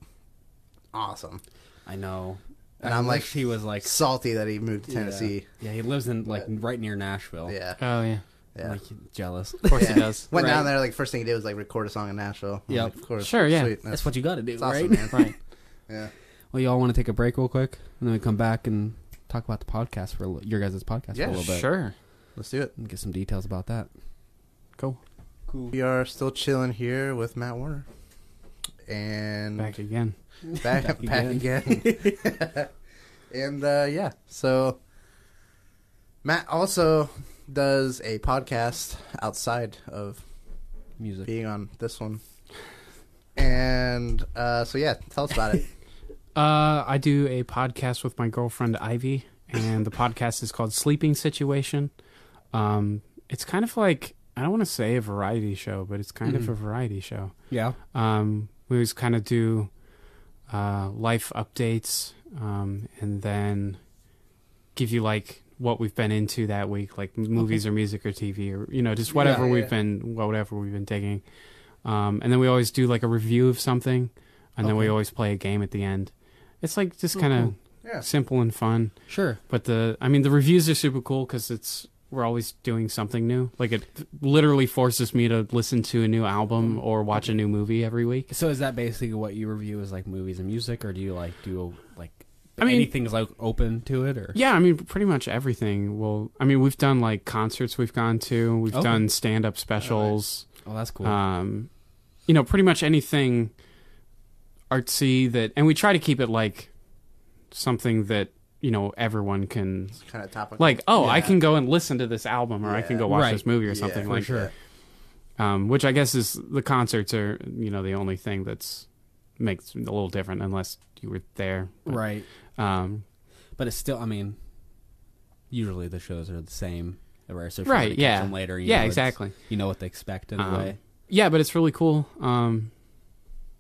A: awesome.
C: I know.
A: And
C: I
A: I'm
C: wish
A: like
C: he was like
A: salty that he moved to
C: yeah.
A: Tennessee.
C: Yeah, he lives in like right near Nashville.
A: Yeah. yeah.
B: Oh yeah,
A: Yeah.
C: like jealous.
B: of course
A: Yeah.
B: he does.
A: Went down
C: Right.
A: there, like, first thing he did was, like, record a song in Nashville. I'm
C: Yeah.
A: like, of course.
B: Sure, yeah.
A: Sweet.
C: That's what you got to do,
A: It's
C: right?
A: awesome, man.
B: Right.
A: Yeah.
C: Well, y'all want to take a break real quick, and then we come back and talk about the podcast for a li- your guys' podcast
A: Yeah,
C: for a little bit.
B: Sure.
A: Let's do it.
C: And get some details about that.
B: Cool.
C: Cool.
A: We are still chilling here with Matt Warner. And
B: Back again.
A: back,
C: Back
A: back, again. and uh, yeah, so Matt also does a podcast outside of
C: Music.
A: being on this one. And uh, so yeah, tell us about it.
B: Uh, I do a podcast with my girlfriend Ivy, and the podcast is called Sleeping Situation. Um, it's kind of like I don't want to say a variety show, but it's kind of a variety show.
C: Yeah.
B: Um, we always kind of do uh, life updates, um, and then give you like what we've been into that week, like movies or music or TV or you know just whatever
A: Yeah,
B: we've
A: yeah.
B: been whatever we've been digging. Um, and then we always do like a review of something, and then we
C: Okay.
B: always play a game at the end. It's like just kind of
C: cool.
A: Yeah.
B: simple and fun.
C: Sure.
B: But the I mean the reviews are super cool because it's we're always doing something new. Like it literally forces me to listen to a new album or watch a new movie every week.
C: So is that basically what you review is like movies and music, or do you like do like
B: I mean-
C: anything's like open to it, or
B: Yeah, I mean pretty much everything. Well, I mean we've done like concerts we've gone to, we've
C: Okay.
B: done stand up specials.
C: oh that's cool.
B: um, you know, pretty much anything artsy that, and we try to keep it like something that you know everyone can
A: kind of topic.
B: like. Oh, I
C: Yeah.
B: can go and listen to this album, or I can
A: Yeah.
B: go watch
C: Right.
B: this movie, or
A: Yeah,
B: something
A: for
B: like.
C: sure.
B: Um, which I guess is the concerts are you know the only thing that's makes it a little different unless you were there. But,
C: right.
B: Um,
C: But it's still, I mean, usually the shows are the same, right? So if
B: Right,
C: you're gonna catch
B: yeah.
C: them later, you
B: Yeah,
C: know it's-
B: exactly.
C: You know what to expect in
B: Um,
C: a way.
B: Yeah, but it's really cool. Um,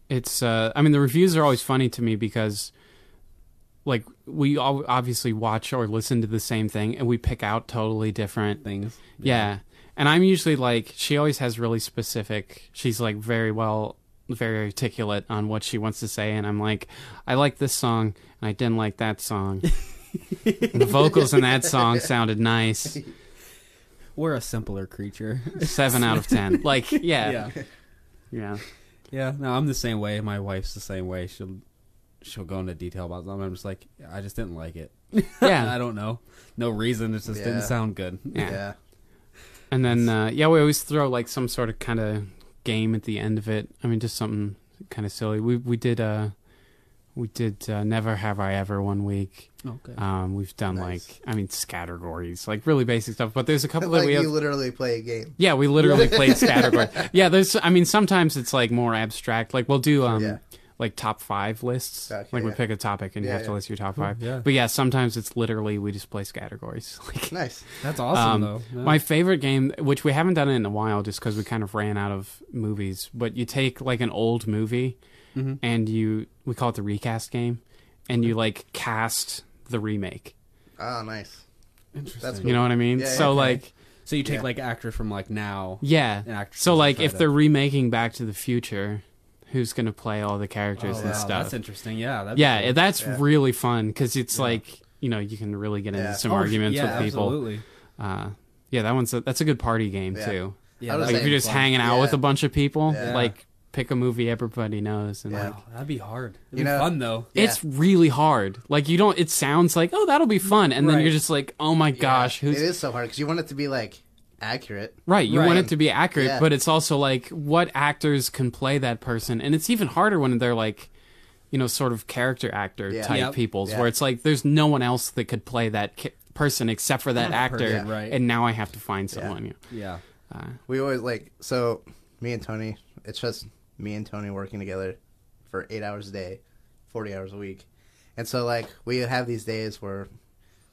B: it's uh, I mean the reviews are always funny to me because like we all obviously watch or listen to the same thing and we pick out totally different
C: Things.
B: Yeah. And I'm usually like she always has really specific she's like very well very articulate on what she wants to say and I'm like I like this song and I didn't like that song. and the vocals in that song sounded nice.
C: We're a simpler creature.
B: 7 out of 10. Like yeah.
C: yeah.
B: Yeah.
C: Yeah, no, I'm the same way. My wife's the same way. She'll she'll go into detail about something. I'm just like, I just didn't like it.
B: Yeah.
C: I don't know. No reason. It just
A: Yeah.
C: didn't sound good.
B: Yeah.
A: yeah.
B: And then uh, yeah, we always throw like some sort of kind of game at the end of it. I mean, just something kind of silly. We we did uh we did uh, never have I ever one week.
C: Okay.
B: Um, we've done
A: Nice.
B: like I mean scattergories, like really basic stuff. But there's a couple that
A: like
B: we
A: you
B: have.
A: literally play a game.
B: yeah, we literally played scattergory. Yeah, there's I mean sometimes it's like more abstract. Like we'll do um
A: Yeah.
B: like top five lists.
A: Gotcha,
B: like we
A: yeah.
B: pick a topic and you
A: Yeah,
B: have to
A: yeah.
B: list your top five.
C: yeah.
B: But yeah, sometimes it's literally we just play scattergories. Like
A: Nice.
C: That's awesome,
B: um,
C: though. Yeah.
B: My favorite game, which we haven't done it in a while, just because we kind of ran out of movies. But you take like an old movie, and you we call it the recast game, and you like cast the remake.
A: Oh, nice.
C: Interesting.
A: that's
B: You know what I mean?
A: Yeah, yeah,
B: so
A: okay.
B: like,
C: so you take
A: Yeah.
C: like actors from like now.
B: yeah.
C: And actresses
B: So like,
C: try
B: if
C: to-
B: they're remaking Back to the Future, who's gonna play all the characters
C: Oh,
B: and
C: wow,
B: stuff?
C: That's interesting. Yeah. That'd be
B: yeah,
C: cool.
B: that's
A: Yeah.
B: really fun because it's like you know you can really get into
A: Yeah.
B: some
C: Oh,
B: arguments
C: yeah,
B: with people.
C: Absolutely.
B: Uh, yeah, that one's a, that's a good party game
A: Yeah.
B: too.
C: Yeah.
A: I was
B: like
C: that'd
B: if
A: saying
C: be
B: you're just
C: fun.
B: hanging out
A: Yeah.
B: with a bunch of people,
A: Yeah.
B: like pick a movie everybody knows, and
A: Yeah.
B: like
C: Wow, Oh, that'd be hard. It'd
A: You
C: be
A: know-
C: fun though.
A: Yeah.
B: it's really hard. Like you don't. It sounds like oh that'll be fun, and then
C: Right.
B: you're just like oh my gosh,
A: Yeah.
B: who's
A: it is so hard because you want it to be like accurate.
B: right? You want
C: Right.
B: it to be accurate,
A: Yeah.
B: but it's also like what actors can play that person, and it's even harder when they're like. You know, sort of character actor
A: Yeah.
B: type
C: Yep.
B: peoples,
A: Yeah.
B: where it's like there's no one else that could play that ca- person except for that actor,
C: Person, right.
B: and now I have to find someone. you know.
C: Yeah.
A: We always like so. Me and Tony, it's just me and Tony working together for eight hours a day, forty hours a week, and so like we have these days where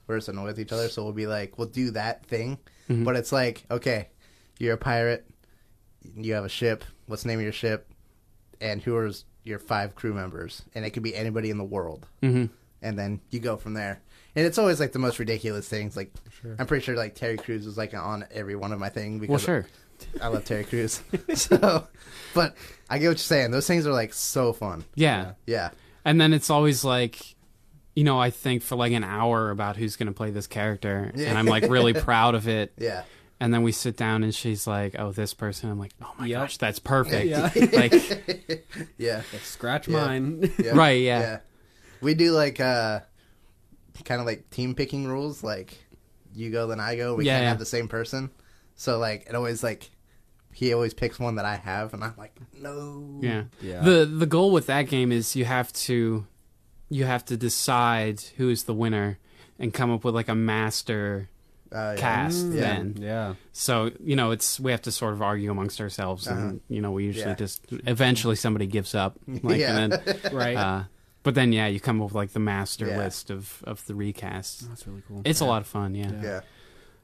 A: we're just annoyed with each other. So we'll be like, we'll do that thing,
B: Mm-hmm.
A: but it's like, okay, you're a pirate, you have a ship. What's the name of your ship? And who are your five crew members? And it could be anybody in the world. Mm-hmm. And then you go from there. And it's always like the most ridiculous things. Like I'm pretty sure like Terry Crews was like on every one of my thing because
B: Well, sure.
A: I love Terry Crews. so, but I get what you're saying. Those things are like so fun.
B: Yeah.
A: Yeah.
B: And then it's always like you know, I think for like an hour about who's going to play this character.
A: Yeah.
B: And I'm like really proud of it.
A: Yeah.
B: And then we sit down and she's like, oh, this person. I'm like, oh my
C: Yep.
B: gosh, that's perfect.
C: Yeah.
B: Like,
A: Yeah.
C: Scratch
A: Yeah.
C: mine.
A: Yeah.
B: Right, yeah.
A: We do like uh kind of like team picking rules, like you go then I go. We
B: Yeah,
A: can't
B: yeah.
A: have the same person. So like it always like he always picks one that I have and I'm like, No
B: yeah.
C: Yeah.
B: The the goal with that game is you have to you have to decide who is the winner and come up with like a master
A: Uh, yeah.
B: cast then.
C: Mm. yeah.
B: So, you know, it's we have to sort of argue amongst ourselves and you know, we usually
A: Uh-huh. Yeah.
B: just eventually somebody gives up. Like
A: Yeah.
B: and then
C: Right.
B: uh, but then yeah, you come up with like the master
A: Yeah.
B: list of of the recasts.
C: That's really cool.
B: It's a lot of fun, yeah.
A: Yeah.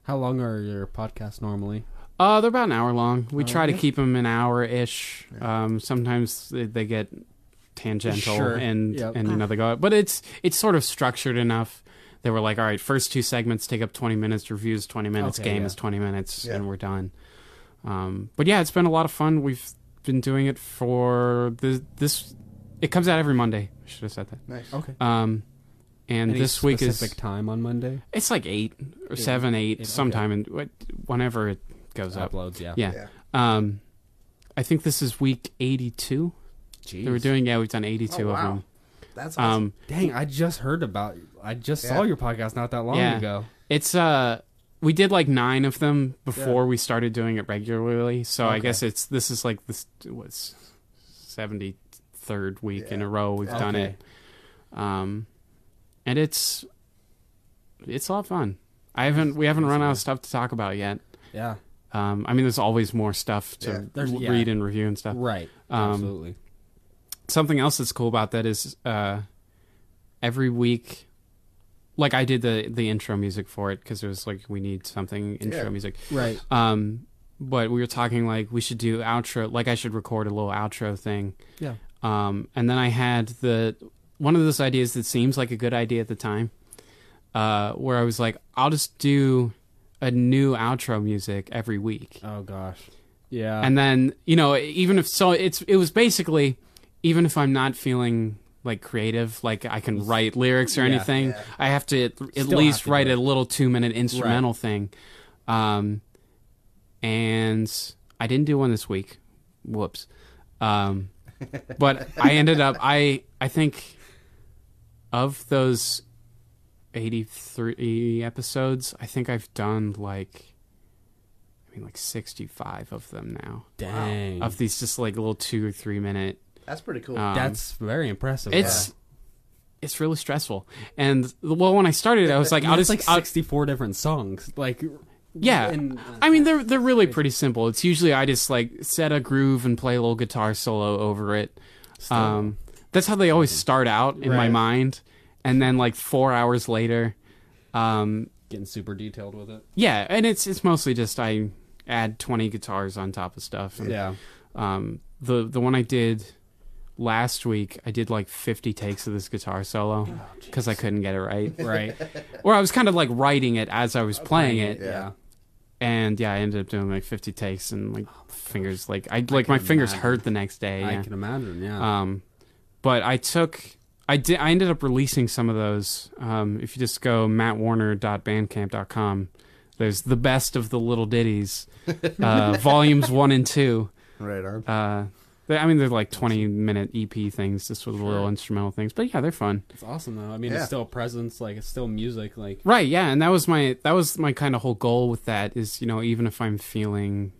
C: How long are your podcasts normally?
B: Uh, they're about an hour long. We try to
C: Oh, Okay.
B: keep them an hour ish. Um, sometimes they, they get tangential
C: Sure.
B: and
C: Yep.
B: and another go, but it's it's sort of structured enough. They were like, all right, first two segments take up twenty minutes, reviews twenty minutes,
C: Okay,
B: game
C: yeah.
B: is twenty minutes,
A: Yeah.
B: and we're done. Um, but yeah, it's been a lot of fun. We've been doing it for this. this it comes out every Monday. I should have said that.
A: Nice.
C: Okay.
B: Um, and
C: Any
B: this week is
C: specific time on Monday.
B: it's like eight or
C: Eight.
B: seven, eight,
C: Eight, Oh.
B: sometime, and wh- whenever it goes up.
C: Uploads. Yeah.
B: Yeah.
A: Yeah.
B: Um, I think this is week 82
C: Jeez.
B: that we're doing. Yeah, we've done 82
A: Oh,
B: of
A: wow.
B: them.
A: That's awesome.
B: Um,
C: Dang, I just heard about. I just
A: Yeah.
C: saw your podcast not that long
B: Yeah.
C: ago.
B: it's uh, we did like nine of them before we started doing it regularly. So I
C: Okay.
B: guess it's this is like this was 73rd week in
A: Yeah.
B: a row we've done
C: Okay.
B: it. Um, and it's it's a lot of fun. I haven't we haven't run out of stuff to talk about yet.
C: Yeah.
B: Um, I mean, there's always more stuff to
A: Yeah.
C: There's-
B: w-
C: yeah.
B: read and review and stuff.
C: Right.
B: Um,
C: Absolutely.
B: something else that's cool about that is uh, every week like i did the the intro music for it because it was like we need something intro
A: Yeah.
B: music
C: Right.
B: um but we were talking like we should do outro like i should record a little outro thing
C: Yeah.
B: um and then i had the one of those ideas that seems like a good idea at the time uh where i was like i'll just do a new outro music every week
C: Oh gosh. Yeah.
B: and then you know even if so it's it was basically even if i'm not feeling like creative like i can write lyrics or
C: Yeah,
B: anything
A: yeah.
B: i have to at, at
C: Still
B: least
C: have to
B: write
C: do
B: a little two minute instrumental thing um and i didn't do one this week whoops um but i ended up i i think of those 83 episodes i think i've done like i mean like 65 of them now
C: dang.
B: of these just like little two or three minute
A: That's pretty cool.
B: um,
C: That's very impressive.
B: it's it's really stressful and well when i started i was like
C: yeah.
B: i'll
C: That's
B: just
C: like
B: I'll-
C: sixty-four different songs. Like.
B: yeah
C: and-
B: i mean they're they're really pretty simple it's usually i just like set a groove and play a little guitar solo over it um that's how they always start out in my
C: Right.
B: mind and then like four hours later um
C: Getting super detailed with it.
B: yeah and it's it's mostly just i add 20 guitars on top of stuff and
C: Yeah.
B: Um, the the one I did last week, I did like 50 takes of this guitar solo
C: Oh,
B: because I couldn't get it right.
C: Right.
B: or I was kind of like writing it as I was playing it,
A: Yeah.
C: yeah.
B: and yeah, I ended up doing like 50 takes and like fingers like I like my fingers
C: imagine.
B: hurt the next day.
C: I
B: yeah.
C: can imagine. Yeah.
B: Um, but I took I did I ended up releasing some of those. Um, if you just go mattwarner.bandcamp.com, there's the best of the little ditties, uh, volumes one and two
A: right on.
B: uh they, i mean they're like 20 minute ep things just with little instrumental things but yeah they're fun
C: It's awesome though. I mean,
A: Yeah.
C: it's still a presence. Like it's still music. Like
B: right yeah and that was my that was my kind of whole goal with that is you know even if i'm feeling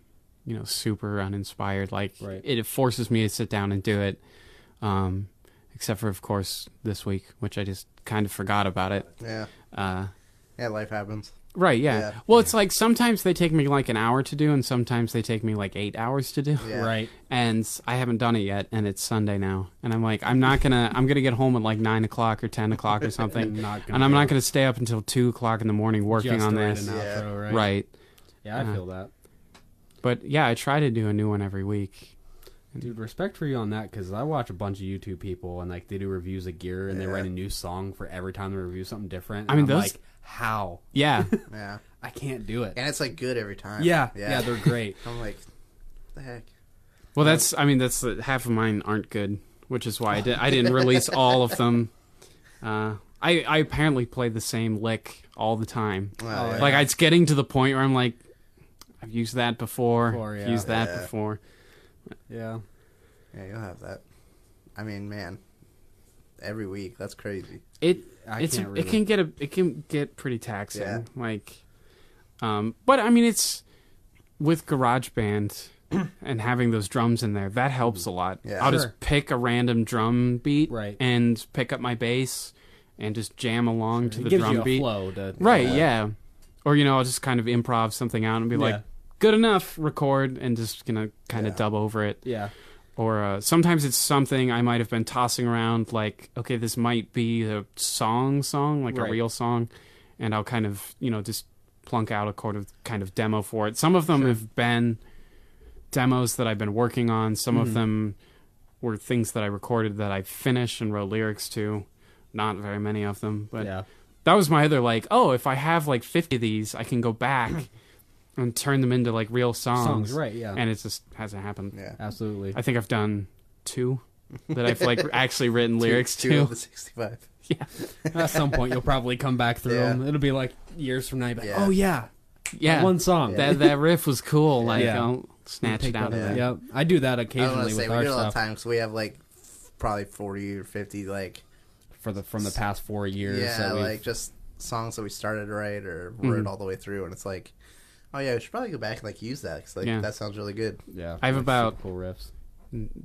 B: you know super uninspired like
C: Right.
B: it, forces me to sit down and do it um except for of course this week which i just kind of forgot about it
A: Yeah.
B: uh
A: Yeah, life happens.
B: Right, yeah.
A: Yeah.
B: Well, it's like sometimes they take me like an hour to do, and sometimes they take me like eight hours to do.
A: Yeah.
C: right.
B: and I haven't done it yet, and it's Sunday now, and I'm like, I'm not gonna, I'm gonna get home at like nine o'clock or ten o'clock or something,
C: Not
B: and I'm not gonna stay up until two o'clock in the morning working
C: just
B: on
C: to write
B: this,
C: an
A: Yeah.
C: outro,
B: right.
C: right? Yeah, I
B: Uh,
C: feel that.
B: But yeah, I try to do a new one every week.
C: Dude, respect for you on that because I watch a bunch of YouTube people and like they do reviews of gear and they
A: Yeah.
C: write a new song for every time they review something different.
B: I
C: and
B: mean,
C: I'm
B: those-
C: like, how
B: Yeah,
A: Yeah.
C: I can't do it.
A: And it's like good every time.
C: yeah, yeah,
A: Yeah.
C: they're great.
A: I'm like, the heck.
B: well, that's, I mean, that's half of mine aren't good, which is why I, did, I didn't release all of them. Uh, I, I apparently play the same lick all the time.
A: Well,
C: Oh,
A: yeah.
B: Like it's getting to the point where I'm like, I've used that before,
C: Before, yeah.
B: used that
A: Yeah.
B: before.
C: Yeah.
A: yeah, you'll have that. I mean, man, every week that's crazy.
B: It
C: I
B: it's
C: can't
B: it
C: really-
B: can get a it can get pretty taxing.
A: Yeah.
B: Like, um, but I mean it's with GarageBand and having those drums in there that helps a lot.
A: Yeah.
B: I'll
C: Sure.
B: just pick a random drum beat
C: Right.
B: and pick up my bass and just jam along to
C: It
B: the
C: gives
B: drum
C: you a
B: beat.
C: flow to
B: Right,
C: Yeah.
B: yeah. Or you know, I'll just kind of improv something out and be
C: Yeah.
B: like, "Good enough," record and just you know, kind
A: Yeah.
B: of dub over it.
C: Yeah.
B: Or uh, sometimes it's something I might have been tossing around, like, "Okay, this might be a song, song like
C: Right.
B: a real song," and I'll kind of you know just plunk out a kind of kind of demo for it. Some of them have been demos that I've been working on. Some
C: Mm-hmm.
B: of them were things that I recorded that I finished and wrote lyrics to. Not very many of them, but
C: yeah.
B: that was my other like oh if i have like 50 of these i can go back and turn them into like real songs,
C: Songs, right, yeah.
B: and it just hasn't happened
A: Yeah,
C: Absolutely.
B: i think i've done two that i've like actually written lyrics
A: two,
B: to
A: of the sixty-five.
B: yeah
C: At some point, you'll probably come back through
A: Yeah.
C: them. It'll be like years from now. you'll be like,
A: Yeah.
C: Oh yeah,
B: yeah
C: one song.
B: that, that riff was cool like
C: Yeah.
B: i'll snatch it
C: Picked
B: out
C: up.
B: of
A: Yeah.
B: there
C: Yep. I do that
A: I don't want
C: occasionally
A: to say
C: with
A: we do
C: our
A: it all the
C: stuff
A: time because we have like f- probably forty or fifty like
C: for the from the past four years.
A: yeah,
C: that we've- Mm-hmm.
A: like just songs that we started right or wrote
B: Mhm.
A: all the way through, and it's like, oh yeah, we should probably go back and like use that because like
B: Yeah.
A: that sounds really good.
C: yeah.
B: I have
C: like
B: about-
C: super cool riffs.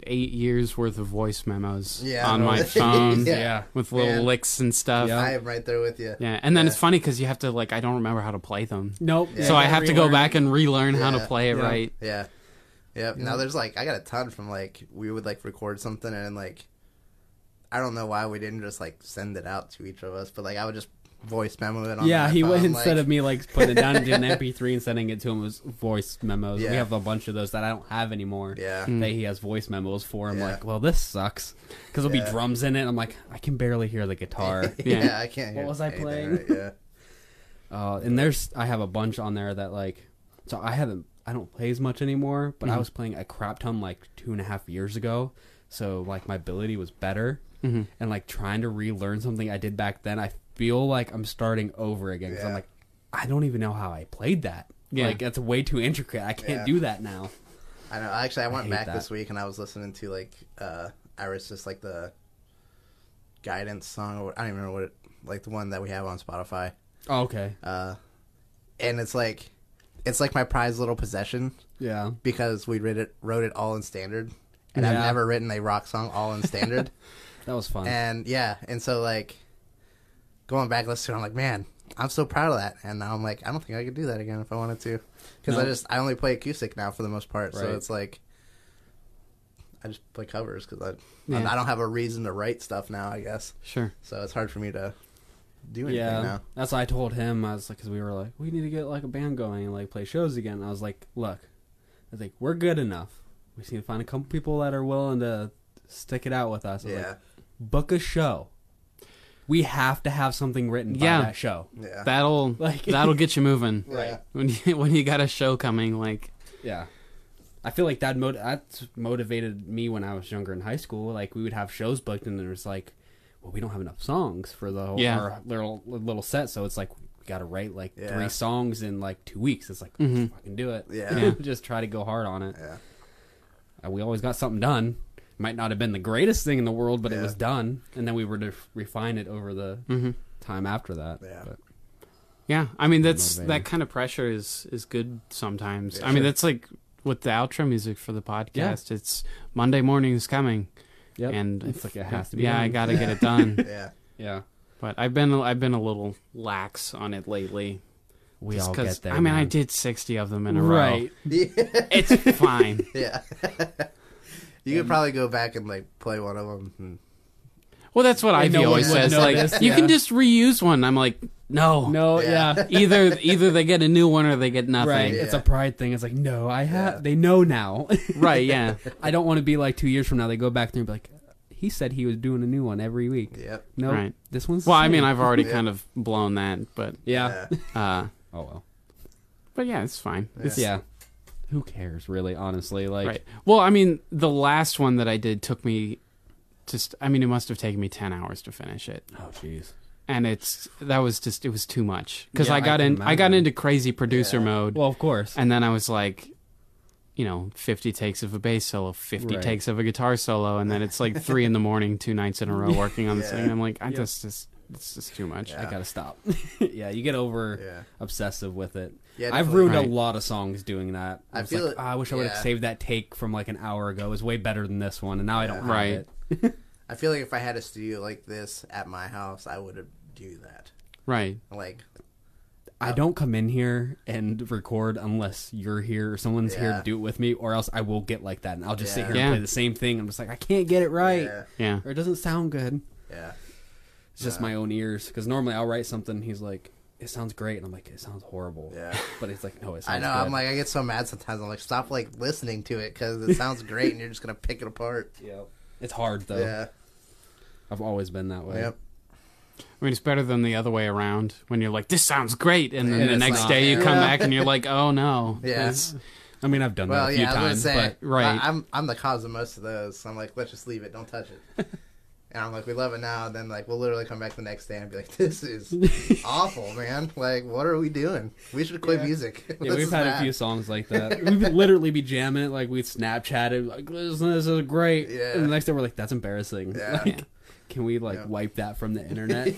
B: eight years worth of voice memos
A: Yeah.
B: on my
A: Yeah.
B: phone
A: Yeah.
B: with little
A: Man.
B: licks and stuff
C: Yeah.
A: I am right there with you.
B: yeah and then
A: Yeah.
B: it's funny because you have to like i don't remember how to play them
C: Nope.
A: Yeah.
B: so i
C: gotta
B: have to go
C: relearn.
B: back and relearn how to
A: Yeah.
B: play it
C: Yeah.
B: right
A: Yeah. Yep. Now there's like I got a ton from like we would like record something and like I don't know why we didn't just like send it out to each of us, but like I would just voice memo it on
C: Yeah,
A: my
C: he
A: phone,
C: went instead
A: like-
C: of me like putting it down into an MP3 and sending it to him it was voice memos.
A: Yeah.
C: We have a bunch of those that I don't have anymore.
A: Yeah.
C: that he has voice memos for. I'm
A: Yeah.
C: like, well, this sucks because there'll
A: Yeah.
C: be drums in it. and I'm like, I can barely hear the guitar.
A: yeah.
B: Yeah.
A: I can't
C: What
A: hear
C: was I
A: anything
C: playing?
A: right, Yeah.
C: Uh, and there's I have a bunch on there that like so I haven't I don't play as much anymore, but
A: Mm-hmm.
C: I was playing a crap ton like two and a half years ago, so like my ability was better,
A: Mm-hmm.
C: and like trying to relearn something I did back then, I feel like I'm starting over again 'cause
A: Yeah.
C: I'm like I don't even know how I played that.
B: Yeah.
C: Like that's way too intricate. I can't
A: Yeah.
C: do that now.
A: I know. Actually, I went
C: hate
A: back
C: that.
A: this week and I was listening to like uh Iris just like the guidance song or what, I don't even remember what it like the one that we have on Spotify.
C: Oh, okay.
A: Uh and it's like it's like my prized little possession.
C: Yeah.
A: because we wrote it wrote it all in standard, and I've
C: Yeah.
A: never written a rock song all in standard.
C: That was fun.
A: and yeah, and so like going back listening, I'm like, man, I'm so proud of that. And now I'm like, I don't think I could do that again if I wanted to, because I
C: No.
A: just I only play acoustic now for the most part. So
C: Right.
A: it's like I just play covers because I
B: Yeah.
A: I don't have a reason to write stuff now. I guess
B: sure
A: so. It's hard for me to do anything
C: Yeah,
A: now.
C: that's why I told him. I was like, because we were like, we need to get like a band going and like play shows again. I was like, look, I was like, we're good enough. We just need to find a couple people that are willing to stick it out with us. I was
A: Yeah,
C: like, book a show. We have to have something written
B: Yeah.
C: by that show.
A: yeah,
B: that'll
C: Like-
B: that'll get you moving
A: Right.
B: when you, when you got a show coming like
C: Yeah, I feel like that mot- that motivated me when I was younger in high school. Like we would have shows booked, and there was like, well, we don't have enough songs for the whole
B: Yeah.
C: our little little set, so it's like we got to write like
A: Yeah.
C: three songs in like two weeks. It's like let's fucking do it.
A: Yeah.
B: Mm-hmm. Yeah.
C: just try to go hard on it.
A: yeah,
C: Uh, We always got something done. Might not have been the greatest thing in the world, but
A: Yeah.
C: it was done, and then we were to f- refine it over the
B: Mm-hmm.
C: time after that.
A: Yeah.
C: But-
B: yeah i mean that's
C: Motivating.
B: that kind of pressure is is good sometimes
A: Yeah.
B: i mean
A: Sure.
B: that's like with the outro music for the podcast it's monday morning is coming
C: Yep.
B: and
C: it's
B: if-
C: like it has to be.
B: yeah i
C: done.
B: gotta get it done
A: yeah.
C: Yeah,
B: but i've been i've been a little lax on it lately
C: we
B: Just
C: all
B: 'cause-
C: get there.
B: i mean i
C: man.
B: did 60 of them in a
C: right.
B: row it's fine
A: Yeah. you could probably go back and like play one of Hmm, them.
B: well that's what ivy
C: no one
B: always
C: would
B: says
C: notice,
B: like you
C: yeah.
B: can just reuse one i'm like no
C: No,
A: Yeah.
C: yeah.
B: either either they get a new one or they get nothing
C: Right.
A: Yeah.
C: It's a pride thing. It's like, no, I have.
A: Yeah.
C: They know now.
B: right yeah
C: I don't want to be like two years from now. They go back there and be like, he said he was doing a new one every week.
A: Yep.
C: No,
B: Right.
C: this one's. the
B: Well, I mean,
C: same.
B: I've already kind of blown that, but
C: Yeah.
A: Yeah.
B: uh,
C: Oh well.
B: but yeah, it's fine. It's,
C: Yeah. Who cares, really? Honestly, like,
B: Right. Well, I mean, the last one that I did took me just. I mean, it must have taken me ten hours to finish it.
C: oh jeez.
B: and it's that was just it was too much because
C: Yeah,
B: I
C: I
B: got
C: can
B: in I got
C: imagine.
B: into crazy producer mode,
C: Well, of course.
B: and then I was like, you know, fifty takes of a bass solo, fifty
C: Right.
B: takes of a guitar solo, and then it's like three in the morning, two nights in a row working on this
A: Yeah.
B: thing. I'm like, I
C: Yep.
B: just just it's just too much.
A: Yeah.
C: I gotta stop. yeah, you get over
A: Yeah.
C: obsessive with it.
A: Yeah,
C: I've
A: definitely.
C: ruined a
B: Right.
C: lot of songs doing that.
A: I
C: I, was
A: feel
C: like,
A: it-
C: "Ah, I wish I would have
A: yeah.
C: saved that take from like an hour ago. It was way better than this one, and now I don't have
B: Right.
C: it.
A: I feel like if I had a studio like this at my house, I would do that.
B: Right.
A: Like,
C: I don't come in here and record unless you're here or someone's here
A: Yeah.
C: to do it with me, or else I will get like that, and I'll just sit
A: Yeah.
C: here
B: Yeah.
C: and play the same thing. I'm just like, I can't get it right,
A: yeah,
B: Yeah.
C: or it doesn't sound good.
A: yeah,
C: It's just my own ears, because normally I'll write something. He's like, it sounds great, and I'm like, it sounds horrible.
A: yeah.
C: But it's like, no, it
A: I
C: sounds
A: know.
C: Good.
A: I'm like, I get so mad sometimes. I'm like, stop like listening to it because it sounds great, and you're just gonna pick it apart.
C: Yep. It's hard though.
A: Yeah.
C: I've always been that way.
A: Yep.
B: I mean, it's better than the other way around when you're like, this sounds great. And then
C: And
B: the
C: it's
B: next
C: not.
B: day you
A: Yeah.
B: come back and you're like, oh no.
A: Yeah.
B: It's-
C: I mean, I've done
A: Well,
C: that a few
A: yeah. I was
C: times,
A: gonna say,
C: but
B: right.
A: I, I'm I'm the cause of most of those. So I'm like, let's just leave it. Don't touch it. and I'm like, we love it now. Then like, we'll literally come back the next day and be like, this is awful, man. Like, what are we doing? We should quit
C: Yeah.
A: music.
C: yeah,
A: This
C: we've
A: is
C: had a
A: bad.
C: few songs like that. we would literally be jamming it, like we'd Snapchat it, like listen, this is great.
A: Yeah.
C: And the next day we're like, that's embarrassing.
A: Yeah.
C: Like, can we like
A: Yeah.
C: wipe that from the internet?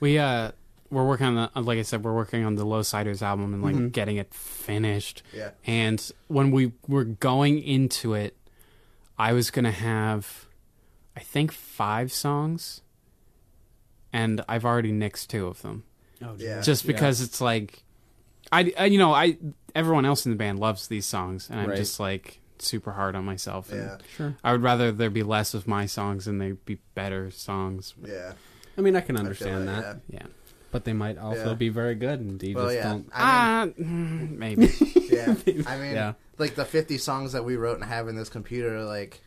B: We uh we're working on the like I said, we're working on the Low Siders album and like
C: Mm-hmm.
B: getting it finished.
A: Yeah.
B: And when we were going into it, I was gonna have I think five songs and I've already nixed two of them.
C: oh,
A: Yeah.
B: Just because it's like I, I you know, I everyone else in the band loves these songs and I'm
C: Right.
B: just like super hard on myself and
A: Yeah.
C: Sure.
B: I would rather there be less of my songs and they be better songs.
A: Yeah.
C: I mean, I can
A: I feel
C: understand
A: like,
C: that,
A: yeah.
B: Yeah.
C: but they might also
A: Yeah.
C: be very good, and you
A: Well,
C: just
A: yeah.
C: don't.
A: I
B: Ah, mm, maybe.
A: mean, yeah. I mean,
C: Yeah.
A: like the 50 songs that we wrote and have in this computer, like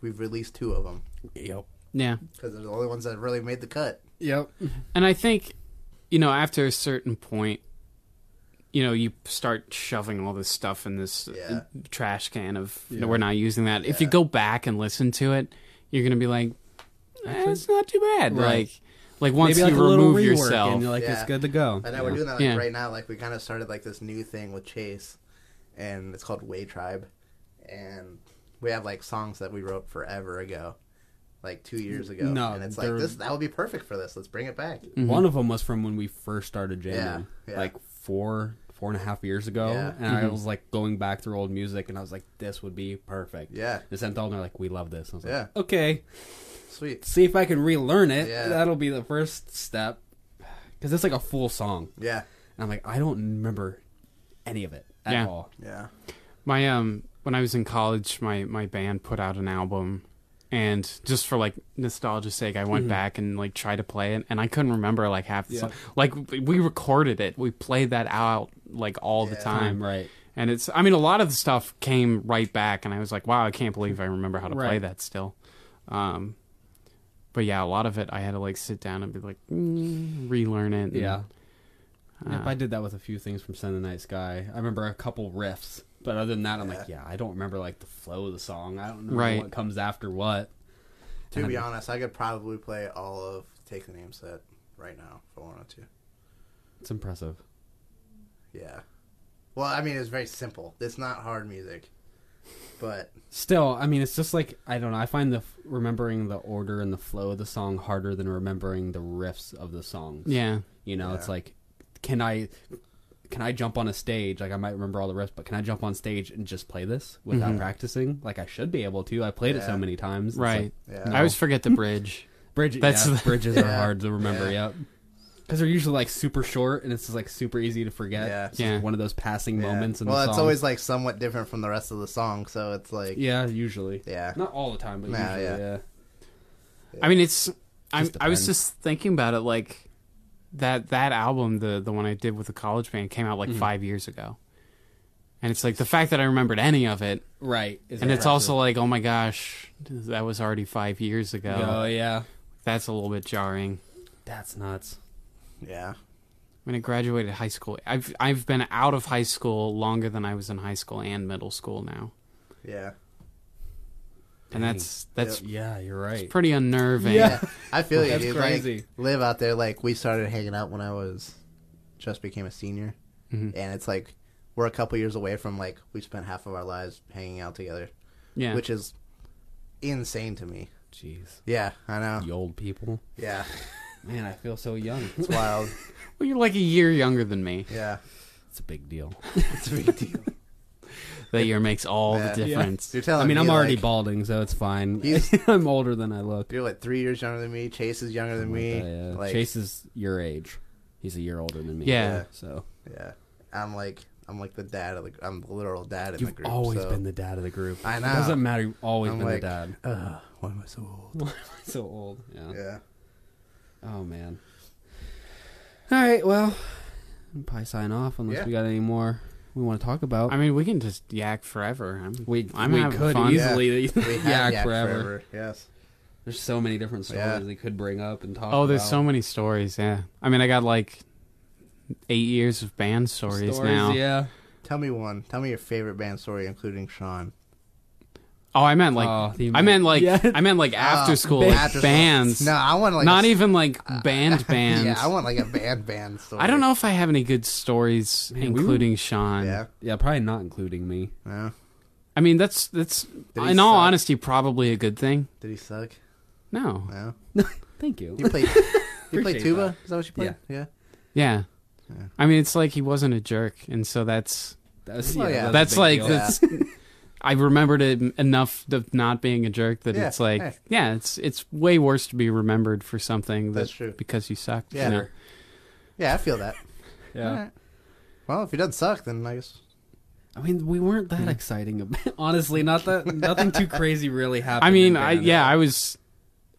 A: we've released two of them
C: Yep.
B: yeah.
A: because they're the only ones that really made the cut.
C: Yep.
B: And I think, you know, after a certain point, you know, you start shoving all this stuff in this uh,
A: Yeah.
B: trash can of
C: Yeah.
B: we're not using that. If you
A: Yeah.
B: go back and listen to it, you're gonna be like, eh, it's not too bad.
C: Right.
B: Like, like once
C: Maybe like
B: you
C: a little
B: remove
C: rework,
B: yourself,
C: and you're like, it's
A: Yeah.
C: good to go.
A: I know we're doing that like,
B: Yeah.
A: right now. Like we kind of started like this new thing with Chase, and it's called Way Tribe, and we have like songs that we wrote forever ago, like two years ago.
C: No,
A: and it's like
C: they're-
A: this that would be perfect for this. Let's bring it back.
C: One of them was from when we first started jamming,
A: Mm-hmm. Yeah, yeah.
C: like four four and a half years ago,
A: Yeah.
C: and
B: Mm-hmm.
C: I was like going back through old music, and I was like, "This would be perfect."
A: Yeah.
C: they sent all, and they're like, "We love this." And I was like,
A: Yeah.
C: "Okay,
A: Sweet.
C: see if I can relearn it.
A: Yeah.
C: That'll be the first step." Because it's like a full song,
A: Yeah.
C: and I'm like, I don't remember any of it at
B: Yeah.
C: all.
A: Yeah.
B: My um when I was in college, my my band put out an album and just for like nostalgia's sake, I went back and like tried to play it and I couldn't remember like half the
C: Mm-hmm. Yeah.
B: song. Like we recorded it. We played that out like all the
A: Yeah.
B: time.
C: Time, right?
B: And it's I mean a lot of the stuff came right back and I was like, wow, I can't believe I remember how to play
C: Right.
B: that still. Um but yeah, a lot of it I had to like sit down and be like mm, relearn it. and-
C: Yeah.
B: Ah.
C: Yep, I did that with a few things from Send the Night Sky. I remember a couple riffs, but other than that, I'm like, yeah, I don't remember like the flow of the song. I don't know
B: Right.
C: what comes after what.
A: To be honest, I could probably play all of Take the Name set right now if I wanted to.
C: It's impressive.
A: Yeah. Well, I mean, it's very simple. It's not hard music, but
C: Still, I mean, it's just like I don't know. I find the f- remembering the order and the flow of the song harder than remembering the riffs of the songs.
B: Yeah.
C: You know, it's
A: Yeah.
C: like, can I, can I jump on a stage? Like I might remember all the riffs, but can I jump on stage and just play this without
B: Mm-hmm.
C: practicing? Like I should be able to. I played it
A: Yeah.
C: so many times. It's
B: Right.
A: Yeah.
B: I always forget the bridge.
C: Like, bridge,
B: That's
C: yeah,
B: the-
C: bridges are
A: Yeah.
C: hard to remember.
A: Yeah.
C: Yep. Because they're usually like super short, and it's just like super easy to forget.
A: Yeah.
C: It's just
B: Yeah.
C: one of those passing
A: yeah.
C: moments. In
A: well,
C: the
A: it's
C: song.
A: always like somewhat different from the rest of the song, so it's like
C: yeah, usually.
A: yeah,
C: Not all the time, but
A: Nah,
C: usually,
A: yeah.
C: yeah.
B: I mean, it's. I,
C: Just
B: I was
C: depends.
B: just thinking about it, like that that album, the the one I did with the college band, came out like
C: Mm-hmm.
B: five years ago, and it's like the fact that I remembered any of it,
C: Right.
B: and it's
C: impressive.
B: also like, oh my gosh, that was already five years ago.
C: Oh yeah,
B: That's a little bit jarring.
C: that's nuts.
A: yeah,
B: When I graduated high school, I've I've been out of high school longer than I was in high school and middle school now.
A: yeah.
B: and that's that's
C: Yeah, you're right.
B: pretty unnerving.
A: Yeah, I feel you,
C: That's
A: dude.
C: crazy.
A: Like, live out there. Like, we started hanging out when I was just became a senior,
C: Mm-hmm.
A: and it's like we're a couple years away from like we spent half of our lives hanging out together,
B: yeah.
A: which is insane to me.
C: Jeez,
A: Yeah, I know.
C: you old people.
A: Yeah,
C: Man, I feel so young.
A: it's wild.
B: well, you're like a year younger than me.
A: Yeah,
C: It's a big deal.
A: it's a big deal.
B: That year makes all
A: Yeah.
B: the difference.
A: You're telling
C: I mean,
A: me,
C: I'm already
A: like,
C: balding, so it's fine.
A: He's-
C: I'm older than I look.
A: You're like three years younger than me. Chase is younger than me.
C: But, uh,
A: like,
C: Chase is your age. He's a year older than me.
B: Yeah.
C: So
A: Yeah, I'm like I'm like the dad of the. I'm the literal dad in
C: you've
A: the group.
C: always
A: so
C: been the dad of the group.
A: I
C: It
A: know.
C: doesn't matter. You've always
A: I'm
C: been
A: like,
C: the dad.
A: Ugh, why am I so old?
C: so old. Yeah.
A: Yeah.
C: Oh man. All right. Well, I'll probably sign off unless
A: Yeah.
C: we got any more we want to talk about.
B: I mean, we can just yak forever. I'm,
C: we
B: I'm
C: we
B: having
C: could
B: fun.
C: easily
A: We
C: yak,
A: have Yak
C: forever.
A: Yes.
C: There's so many different stories
A: Yeah.
C: we could bring up and talk.
B: Oh, there's
C: about.
B: so many stories. Yeah, I mean, I got like eight years of band stories, now.
C: Yeah.
A: Tell me one. Tell me your favorite band story, including Sean.
B: Oh, I meant like
C: Oh, the-
B: I meant like
C: Yeah.
B: I meant like after
A: Uh,
B: school
A: band-
B: like,
A: after school.
B: bands.
A: No, I want like
B: not
A: a- Uh,
B: even like band bands.
A: Yeah, I want like a band band story.
B: I don't know if I have any good stories,
C: Man, we
B: including Sean.
A: Yeah.
C: Yeah, probably not including me.
A: No.
B: I mean, that's that's
A: he
B: in all
A: suck?
B: honesty probably a good thing.
A: Did he suck?
B: No.
A: No.
C: Thank you.
A: You played. you played
C: Appreciate
A: tuba. Is that what you played? Yeah.
B: Yeah.
A: Yeah.
B: I mean, it's like he wasn't a jerk, and so that's
C: That was-
A: Well, yeah.
C: that was a
B: that's
C: big
B: like
C: deal.
B: that's. I remembered it enough of not being a jerk that
A: Yeah,
B: it's like,
A: hey.
B: yeah, it's it's way worse to be remembered for something that
A: That's true.
B: because you sucked.
A: Yeah.
B: you know?
A: Sure. Yeah, I feel that.
C: Yeah.
A: Alright. Well, if he doesn't suck, then I guess.
C: I mean, we weren't that exciting. ab- Honestly, not that nothing too crazy really happened.
B: I
C: in
B: mean, I
C: band.
B: yeah, I was,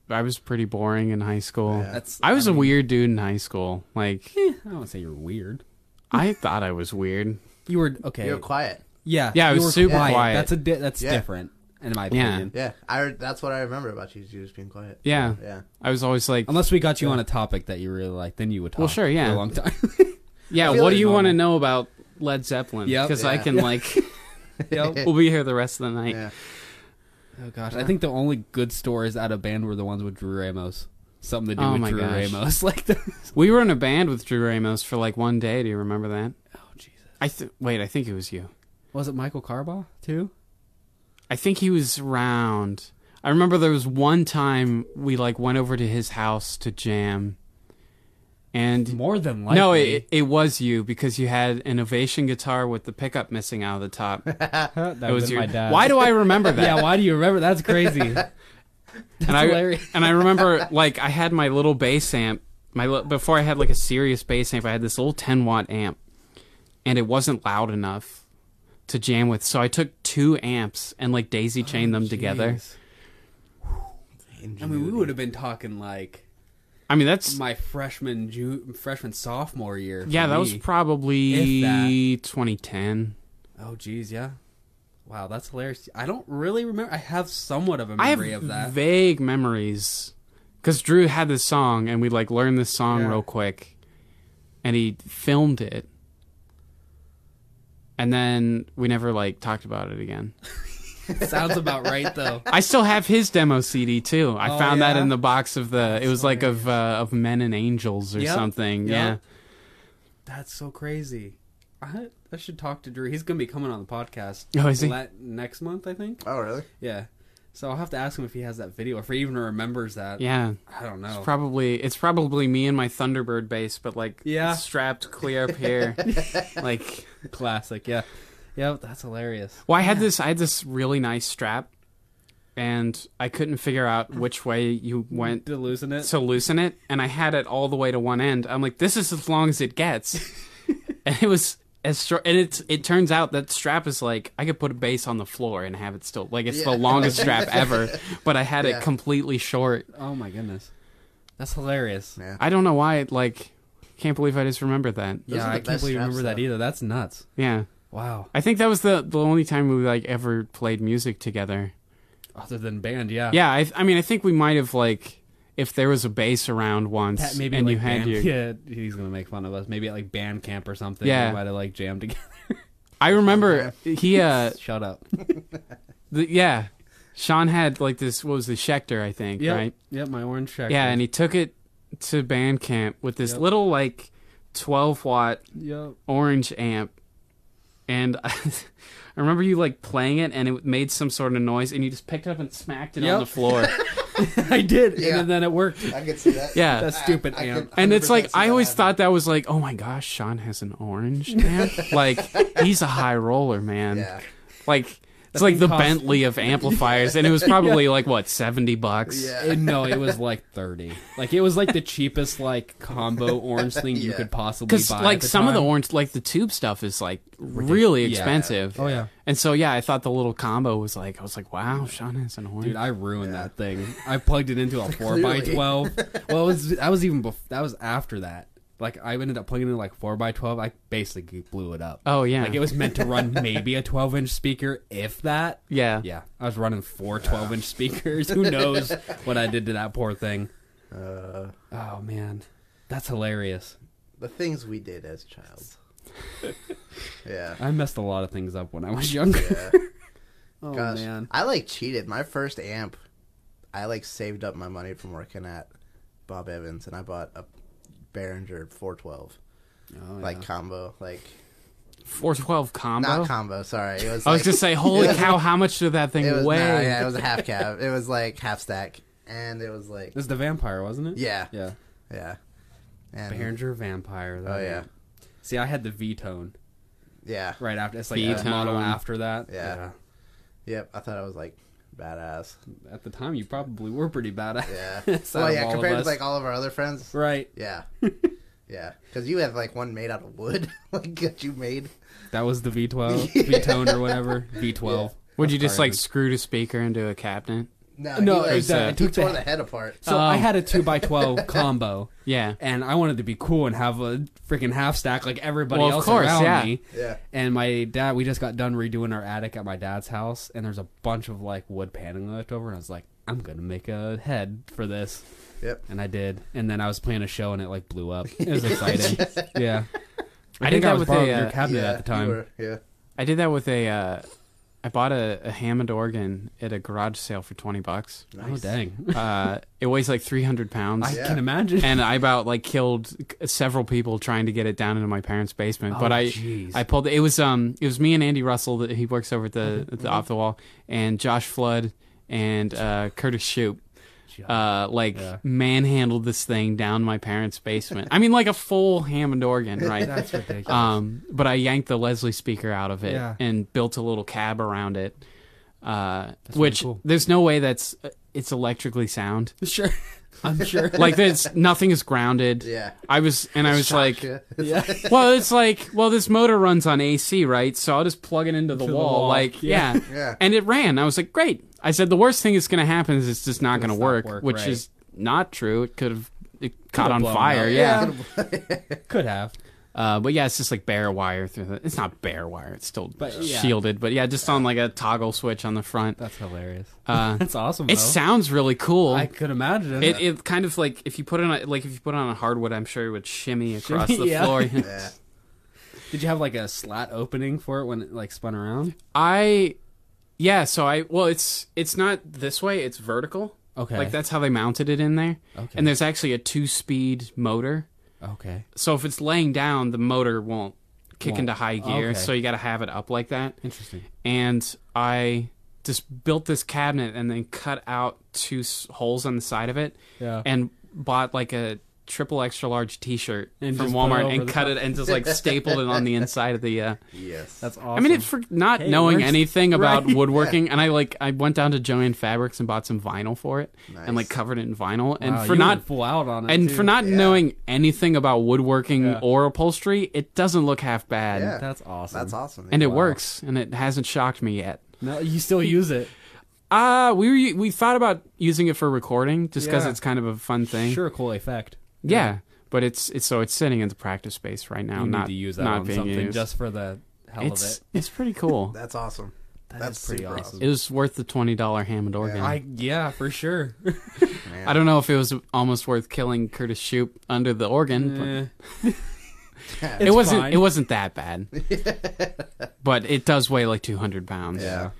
B: I was pretty boring in high school.
A: Yeah.
C: That's
B: I was
C: I
B: a
C: mean,
B: weird dude in high school. Like
C: eh, I don't wanna say you're weird.
B: I thought I was weird.
C: You were okay.
A: You're quiet.
C: yeah,
B: Yeah, I
C: you
B: was
C: were
B: super quiet.
C: That's a di- that's
A: Yeah.
C: different in my
B: Yeah.
C: opinion.
A: Yeah, I. re- That's what I remember about you. is You just being quiet.
B: Yeah,
A: Yeah.
B: I was always like,
C: Unless we got you on a topic that you really like, then you would talk.
B: Well, sure, yeah.
C: for a long time.
B: yeah,
A: I feel
B: what do
A: like
B: you want to
C: normal.
B: know about Led Zeppelin?
C: Yep.
B: because I
A: Yeah.
B: can like,
C: Yep.
B: we'll be here the rest of the night.
A: Yeah.
C: Oh gosh, I think the only good stories out of band were the ones with Drew Ramos. Something to do
B: Oh,
C: with
B: my
C: Drew
B: gosh.
C: Ramos, like the
B: We were in a band with Drew Ramos for like one day. Do you remember that?
C: oh Jesus,
B: I th- wait. I think it was you.
C: was it Michael Carbaugh too?
B: I think he was around. I remember there was one time we like went over to his house to jam, and
C: More than likely.
B: No, it, it was you because you had an Ovation guitar with the pickup missing out of the top. It
C: that
B: was
C: was
B: your-
C: my dad.
B: Why do I remember that?
C: Yeah, why do you remember? That's crazy.
B: and I
C: hilarious.
B: and I remember like I had my little bass amp. My li- before I had like a serious bass amp, I had this little 10 watt amp, and it wasn't loud enough to jam with. So I took two amps and like daisy chained them together.
C: Oh, Jeez. I mean, we would have been talking like
B: I mean that's
C: Oh my freshman, ju- freshman, sophomore year. for
B: yeah, that was
C: me.
B: probably
C: If that.
B: 2010.
C: oh, geez, yeah. Wow, that's hilarious. I don't really remember. I have somewhat of a
B: I have
C: memory of that.
B: vague memories because Drew had this song, and we like learned this song
C: Yeah.
B: real quick, and he filmed it, and then we never like talked about it again.
C: Sounds about right, though.
B: I still have his demo CD too. I
C: Oh,
B: found that
C: yeah?
B: in the box of the. it was like of uh, of Men and Angels or
C: Yep,
B: something.
C: yep.
B: Yeah.
C: That's so crazy. I, I should talk to Drew. He's gonna be coming on the podcast.
B: Oh, is he?
C: la- next month? I think.
A: Oh, really?
C: Yeah. So I'll have to ask him if he has that video, if he even remembers that.
B: Yeah.
C: I don't
B: It's
C: know.
B: probably it's probably me and my Thunderbird bass, but like
C: Yeah.
B: strapped clear up here, like
C: Classic. Yeah. Yeah, that's hilarious.
B: Well, I had this I had this really nice strap and I couldn't figure out
A: Uh-huh.
B: which way you went
C: To losing it.
B: to loosen it and I had it all the way to one end. I'm like this is as long as it gets. and it was as str- and it's it turns out that strap is like I could put a base on the floor and have it still like it's the
A: Yeah.
B: longest strap ever, but I had
A: Yeah.
B: it completely short.
C: oh my goodness. That's hilarious.
A: Yeah.
B: I don't know why like can't believe I just remembered that.
A: Those
C: Yeah,
A: are the
C: I can't
A: best
C: believe you
A: straps,
C: remember that
A: though.
C: either. That's nuts.
B: Yeah.
C: Wow.
B: I think that was the the only time we like ever played music together.
C: Other than band, yeah.
B: Yeah, I, I mean, I think we might have like if there was a bass around once,
C: That maybe
B: and
C: like
B: you had
C: band,
B: your.
C: yeah, he's gonna make fun of us. Maybe at like band camp or something.
B: Yeah.
C: we might have like jammed together.
B: I remember he, uh,
C: Shut up.
B: the, yeah, Sean had like this. What was the Schecter? I think
C: Yep.
B: right.
C: Yep, my orange check.
B: Yeah, and he took it to Bandcamp with this
C: Yep.
B: little like twelve watt
C: yep.
B: orange amp, and I, remember you like playing it, and it made some sort of noise, and you just picked it up and smacked it
C: Yep.
B: on the floor.
C: I did,
A: Yeah.
C: and then it worked.
A: I could see that.
B: Yeah.
C: That's stupid,
A: I
C: man.
A: could
B: And it's
A: 100%
B: like
A: see
B: I
A: that
B: always
A: happening.
B: thought that was like, oh my gosh, Sean has an orange amp. like he's a high roller, man.
A: Yeah.
B: Like it's
C: That
B: like
C: thing
B: the
C: cost-
B: Bentley of amplifiers, and it was probably like what seventy bucks.
A: Yeah.
C: Uh, no, it was like thirty. Like it was like the cheapest like combo orange thing you
A: Yeah.
C: could possibly
B: Because
C: buy. at
B: like
C: the
B: some of the
C: time.
B: orange, like the tube stuff, is like really
C: Yeah.
B: expensive.
C: Oh yeah,
B: And so yeah, I thought the little combo was like I was like, wow, Sean has an orange.
C: dude, I ruined
A: Yeah.
C: that thing. I plugged it into a four by
A: Clearly.
C: twelve. Well, it was that was even bef- that was after that. Like I ended up plugging it in like four by twelve. I basically blew it up.
B: oh yeah,
C: Like it was meant to run maybe a twelve inch speaker, if that.
B: yeah,
C: Yeah, I was running four 12 inch speakers. Who knows what I did to that poor thing?
A: Uh,
C: Oh man, that's hilarious.
A: the things we did as child. yeah.
B: Oh,
C: I messed a lot of things up when I was younger.
A: Yeah.
C: Oh
A: Gosh,
C: man.
A: I like cheated. My first amp, I like saved up my money from working at Bob Evans, and I bought a Behringer 412
C: Oh,
A: like
C: yeah.
A: combo, like
B: four twelve combo.
A: not combo. Sorry, it was.
B: I was
A: like-
B: gonna say, holy
A: it was-
B: cow, how much did that thing
A: It was
B: weigh?
A: nah, yeah, it was a half cab. It was like half stack, and it was like
C: this is the vampire, wasn't it?
A: yeah, yeah,
C: Yeah.
A: and
C: Behringer vampire. that
A: Oh,
C: one.
A: yeah.
C: See, I had the V tone
A: yeah,
C: right after. It's like a
B: V-tone.
C: model after that.
A: Yeah. yep. I thought I was like badass.
C: Yeah. At the time, you probably were pretty badass.
A: Yeah.
C: Out
A: well,
C: of
A: yeah,
C: all of
A: compared
C: us.
A: to like all of our other friends.
C: Right.
A: Yeah. yeah. Because you had like one made out of wood, like that you made.
C: That was the V twelve, V tone or whatever. V twelve.
B: Would you just like screw the speaker into a cabinet?
A: No,
C: No,
A: you, like,
C: exactly.
A: you
C: Took the-
A: tore the head apart.
C: So I
B: Oh.
C: had a two by twelve combo.
B: Yeah,
C: and I wanted to be cool and have a freaking half stack like everybody
B: Well, of
C: else
B: course,
C: around
B: yeah.
C: me.
A: Yeah.
C: And my dad, we just got done redoing our attic at my dad's house, and there's a bunch of like wood paneling left over, and I was like, I'm gonna make a head for this,
A: Yep.
C: and I did. And then I was playing a show, and it like blew up. It was exciting. yeah, I,
B: I did
C: think
B: that
C: I was
B: with
C: borrowing
B: a,
C: your
B: uh,
C: cabinet
A: yeah,
C: at the time.
A: you were- yeah.
B: I did that with a. Uh, I bought a, a Hammond organ at a garage sale for twenty bucks.
C: Oh dang!
B: Uh, it weighs like three hundred pounds.
C: I
A: Yeah.
C: can imagine.
B: and I about like killed several people trying to get it down into my parents' basement.
C: Oh,
B: but I,
C: jeez.
B: I pulled. It was um, it was me and Andy Russell. That he works over at
C: Mm-hmm,
B: the, at the off the wall, and Josh Flood and uh, Curtis Shoop. Uh, like
C: Yeah.
B: manhandled this thing down my parents' basement. I mean, like a full Hammond organ, right?
C: That's ridiculous.
B: um, but I yanked the Leslie speaker out of it
C: Yeah.
B: and built a little cab around it. Uh,
C: pretty
B: which
C: cool.
B: there's no way that's uh, it's electrically sound.
C: sure, I'm sure.
B: Like there's nothing is grounded.
A: Yeah.
B: I was and I was like,
A: Yeah.
C: yeah.
B: well, it's like, well, this motor runs on AC, right? So I'll just plug it into the,
C: To the
B: wall,
C: wall.
B: like,
C: Yeah.
B: yeah.
A: Yeah.
B: And it ran. I was like, great. I said the worst thing that's going to happen is it's just not
C: It'll
B: going to
C: stop
B: work,
C: work,
B: which
C: right.
B: is not true. It could have it caught on
C: blown
B: fire,
C: up.
B: yeah.
C: could have.
B: Uh, but yeah, it's just like bare wire through the. It's not bare wire. It's still
C: But, yeah.
B: shielded, but yeah, just on like a toggle switch on the front.
C: That's hilarious.
B: Uh,
C: That's awesome.
B: it
C: though.
B: sounds really cool.
C: I could imagine.
B: It, it kind of like if you put it on like if you put it on a hardwood, I'm sure it would shimmy across
C: Shimmy,
B: the
C: yeah.
B: floor.
A: Yeah.
C: Did you have like a slat opening for it when it like spun around?
B: I yeah, so I well it's it's not this way, it's vertical.
C: Okay.
B: Like that's how they mounted it in there.
C: Okay.
B: And there's actually a two speed motor.
C: Okay.
B: So if it's laying down, the motor won't kick
C: Won't.
B: into high gear,
C: Okay.
B: so you gotta have it up like that.
C: Interesting.
B: And I just built this cabinet and then cut out two s- holes on the side of it
C: Yeah.
B: and bought like a triple extra large t-shirt
C: And
B: from
C: just put it
B: Walmart
C: over
B: and
C: the
B: cut it
C: top.
B: and just like stapled it on the inside of the uh
A: Yes.
C: That's awesome.
B: I mean, it's for not
C: Hey, it
B: knowing
C: works.
B: anything about
C: Right.
B: woodworking, and I like I went down to Joanne Fabrics and bought some vinyl for it,
A: Nice.
B: and like covered it in vinyl, and
C: Wow,
B: for
C: you
B: not
C: went full out on it.
B: and
C: too.
B: for not
A: Yeah.
B: knowing anything about woodworking
C: Yeah.
B: or upholstery, it doesn't look half bad,
A: Yeah.
C: That's awesome.
A: That's awesome.
B: and it
A: Wow.
B: works, and it hasn't shocked me yet.
C: No, you still use it.
B: Uh we were, we thought about using it for recording just because
C: Yeah.
B: it's kind of a fun thing.
C: Sure, cool effect.
B: Yeah. But it's it's so it's sitting in the practice space right now,
C: You
B: not
C: need to use that
B: not
C: on
B: being
C: something
B: used.
C: just for the hell
B: it's
C: of
B: it's pretty cool.
A: That's awesome.
C: it. That
A: That's
C: is pretty
A: super
C: awesome.
A: awesome.
B: it was worth the twenty dollar Hammond organ.
C: I yeah, for sure.
B: I don't know if it was almost worth killing Curtis Shoop under the organ. but
C: Eh,
B: it
C: it's
B: wasn't.
C: fine.
B: It wasn't that bad. but it does weigh like two hundred pounds.
A: Yeah.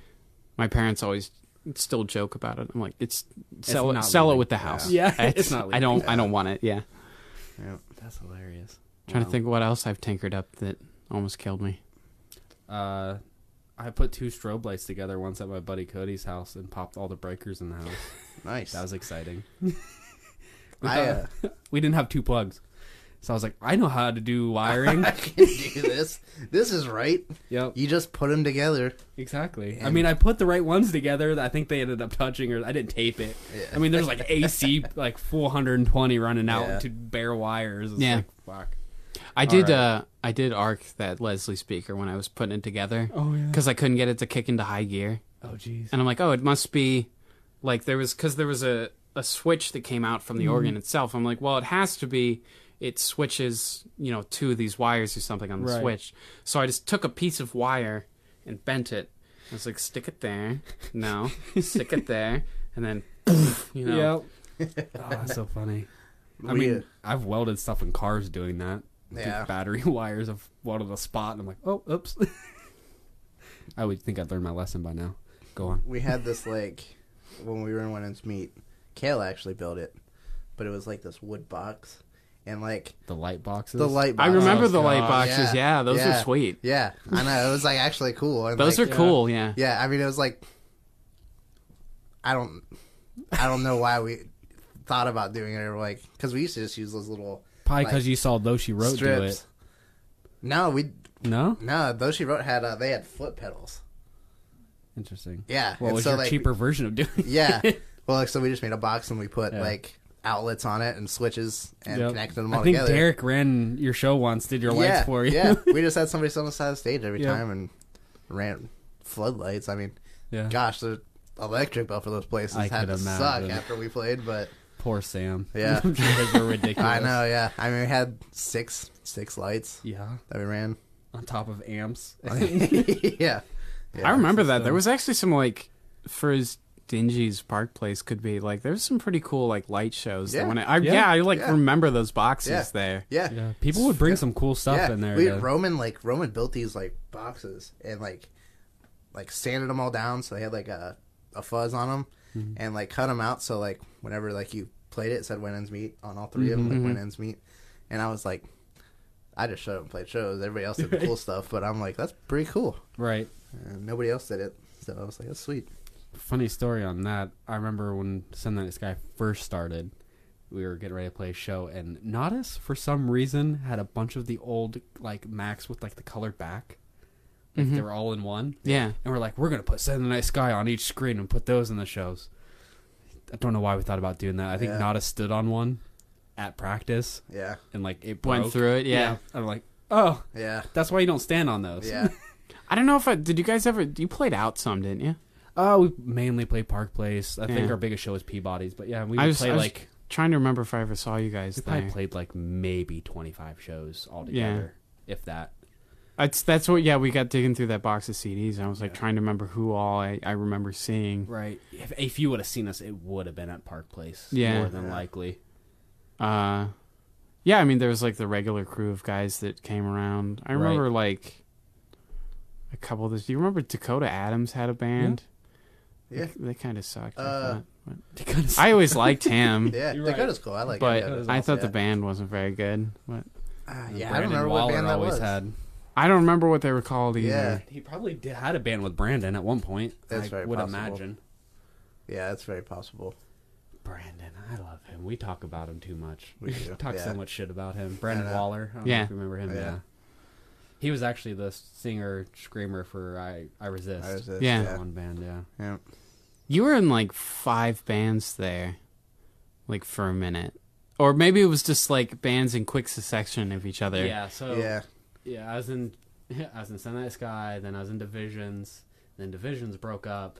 B: My parents always still joke about it. I'm like, it's
C: It's
B: sell it,
C: not
B: sell it
C: living.
B: with the house.
C: Yeah. Yeah,
B: it's,
C: it's not
B: I
C: living.
B: don't I don't want it. Yeah,
A: Yeah.
C: That's hilarious.
B: trying to
C: Wow.
B: think what else I've tinkered up that almost killed me.
C: Uh, I put two strobe lights together once at my buddy Cody's house and popped all the breakers in the house.
A: Nice.
C: That was exciting.
A: I, uh,
C: we didn't have two plugs, so I was like, I know how to do wiring.
A: I can do this. This is right.
C: yep,
A: You just put them together.
C: exactly. I
A: And-
C: mean, I put the right ones together. that I think they ended up touching, or I didn't tape it.
A: Yeah.
C: I mean, there's like AC like 420 running out
A: Yeah.
C: to bare wires. It's
B: Yeah.
C: like, fuck.
B: I did
C: right.
B: uh I did arc that Leslie speaker when I was putting it together
C: Oh yeah.
B: because I couldn't get it to kick into high gear.
C: Oh jeez.
B: and I'm like, oh, it must be like there was because there was a a switch that came out from
C: Mm-hmm.
B: the organ itself. I'm like, well, it has to be it switches you know two of these wires or something on the
C: Right.
B: switch. So I just took a piece of wire and bent it. I was like, stick it there, no, stick it there, and then you know,
C: Yep. oh, that's so funny. I
A: We, uh,
C: mean, I've welded stuff in cars doing that. These
A: Yeah.
C: Battery wires have welded a spot, and I'm like, oh, oops. I would think I'd learned my lesson by now. Go on.
A: we had this like when we were in one ends meet. Kale actually built it, but it was like this wood box, and like
C: The light boxes.
A: the light.
B: I
A: Box.
B: remember
C: Oh,
B: the light
C: gosh.
B: boxes. Yeah, those
A: yeah,
B: are sweet.
A: Yeah, I know it was like actually cool. And,
B: Those
A: like,
B: are cool. Yeah.
A: Yeah, I mean it was like I don't I don't know why we thought about doing it or like cuz we used to just use those little
C: Probably
A: like,
C: because you saw Loshi Road do
A: strips.
C: it.
A: No, we
C: No.
A: no, those she wrote had uh, they had foot pedals.
C: Interesting.
A: Yeah.
C: What
A: and
C: was
A: so,
C: your
A: like,
C: cheaper version of doing? it?
A: Yeah. well, like so we just made a box and we put
C: Yeah.
A: like outlets on it and switches and
C: Yep.
A: connected them
C: I
A: all
C: think
A: together.
C: Derek ran your show once. Did your lights
A: yeah,
C: for you?
A: yeah. We just had somebody sit on the side of the stage every
C: Yeah.
A: time and ran floodlights. I mean,
C: Yeah.
A: gosh, the electric bill for those places
C: I
A: had to
C: could
A: suck
C: imagine.
A: after we played, but
C: Poor Sam.
A: Yeah.
C: Those were ridiculous.
A: I know, yeah. I mean, we had six six lights
C: Yeah.
A: that we ran.
C: On top of amps.
A: yeah. yeah,
B: I remember that.
C: so-
B: There was actually some like for as dingy's park place could be like there's some pretty cool like light shows
A: Yeah.
B: that when I, I yeah.
C: Yeah.
B: I like
A: Yeah.
B: remember those boxes
A: Yeah.
B: there.
A: Yeah,
C: yeah. People would bring some cool stuff
A: yeah.
C: in there.
A: we
C: to-
A: Roman like Roman built these like boxes and like like sanded them all down so they had like a a fuzz on them
C: Mm-hmm.
A: and like cut them out so like whenever like you played it, it said when ends meet on all 3 of them like
C: Mm-hmm.
A: when ends meet, and I was like. I just showed up and played shows. Everybody else did the cool stuff, but I'm like, that's pretty cool.
C: Right.
A: And nobody else did it, so I was like, that's sweet.
C: Funny story on that. I remember when Sunlight in the Sky first started, we were getting ready to play a show, and Nodis, for some reason, had a bunch of the old, like, Macs with, like, the colored back. Like,
A: Mm-hmm.
C: they were all in one.
B: Yeah.
C: And we're like, we're going to put Sunlight in the Night Sky on each screen and put those in the shows. I don't know why we thought about doing that. I think
A: Yeah.
C: Nodis stood on one at practice,
A: Yeah,
C: and, like, it broke.
B: Went through it, yeah.
C: I'm like, oh,
A: yeah,
C: that's why you don't stand on those.
A: yeah.
B: I don't know if I did you guys ever you played out some, didn't you?
C: Uh, we mainly play Park Place. I think
B: Yeah.
C: our biggest show is Peabody's, but yeah, we
B: I
C: would
B: was-
C: play
B: I was-
C: like
B: Trying to remember if I ever saw you guys
C: we
B: there.
C: probably played like maybe twenty five shows altogether, if that.
B: That's that's what yeah, we got digging through that box of CDs and I was like trying to remember who all I, I remember seeing.
C: Right. If, if you would have seen us, it would have been at Park Place.
B: Yeah.
C: more than
A: Yeah.
C: likely.
B: Uh yeah, I mean there was like the regular crew of guys that came around. I remember like a couple of those. Do you remember Dakota Adams had a band?
A: Yeah.
B: They, kind of sucked. I
A: Uh,
B: thought. I always liked him,
A: Yeah,
C: You're right.
A: Dakota's cool. I like
B: but
A: Dakota.
B: I thought
A: Yeah.
B: the band wasn't very good. But
A: Ah, yeah, I don't remember what band that
C: always
A: was.
C: had.
B: I don't remember what they were called either.
A: Yeah.
C: He probably did, had a band with Brandon at one point.
A: That's
C: I
A: very
C: would
A: possible.
C: imagine.
A: Yeah, that's very possible.
C: Brandon, I love him. We talk about him too much.
A: We do,
C: talk
A: yeah.
C: so much shit about him. Brandon
A: know. Oh,
C: Waller. I don't know
B: Yeah.
C: if you remember him.
A: Yeah.
C: Yeah. He was actually the singer screamer for I I Resist.
A: I was this,
B: Yeah.
C: That one band, yeah.
A: yeah.
B: You were in like five bands there, like for a minute, or maybe it was just like bands in quick succession of each other.
C: Yeah, so
A: Yeah.
C: yeah. I was in I was in Sunlight Sky, then I was in Divisions, then Divisions broke up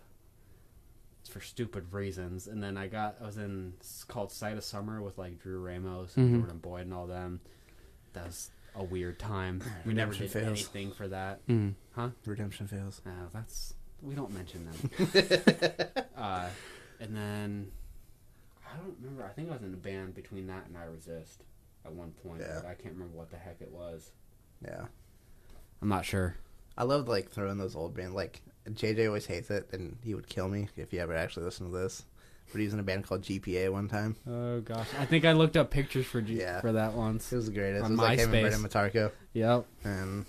C: for stupid reasons, and then I got I was in it's called Sight of Summer with like Drew Ramos and
A: Mm-hmm.
C: Jordan Boyd and all them. That was a weird time. We never
A: Redemption
C: did
A: fails.
C: anything for that.
B: Mm.
C: Huh?
A: Redemption fails.
C: No, that's we don't mention them. uh, and then I don't remember. I think I was in a band between that and I Resist at one point.
A: Yeah.
C: But I can't remember what the heck it was.
A: Yeah.
C: I'm not sure.
A: I loved like throwing those old bands like JJ always hates it, and he would kill me if he ever actually listened to this. But he was in a band called GPA one time.
C: Oh gosh, I think I looked up pictures for G-
A: Yeah.
C: for that once.
A: It was the greatest.
C: On
A: it was like him and
C: MySpace.
A: Brandon Matarko,
C: Yep.
A: and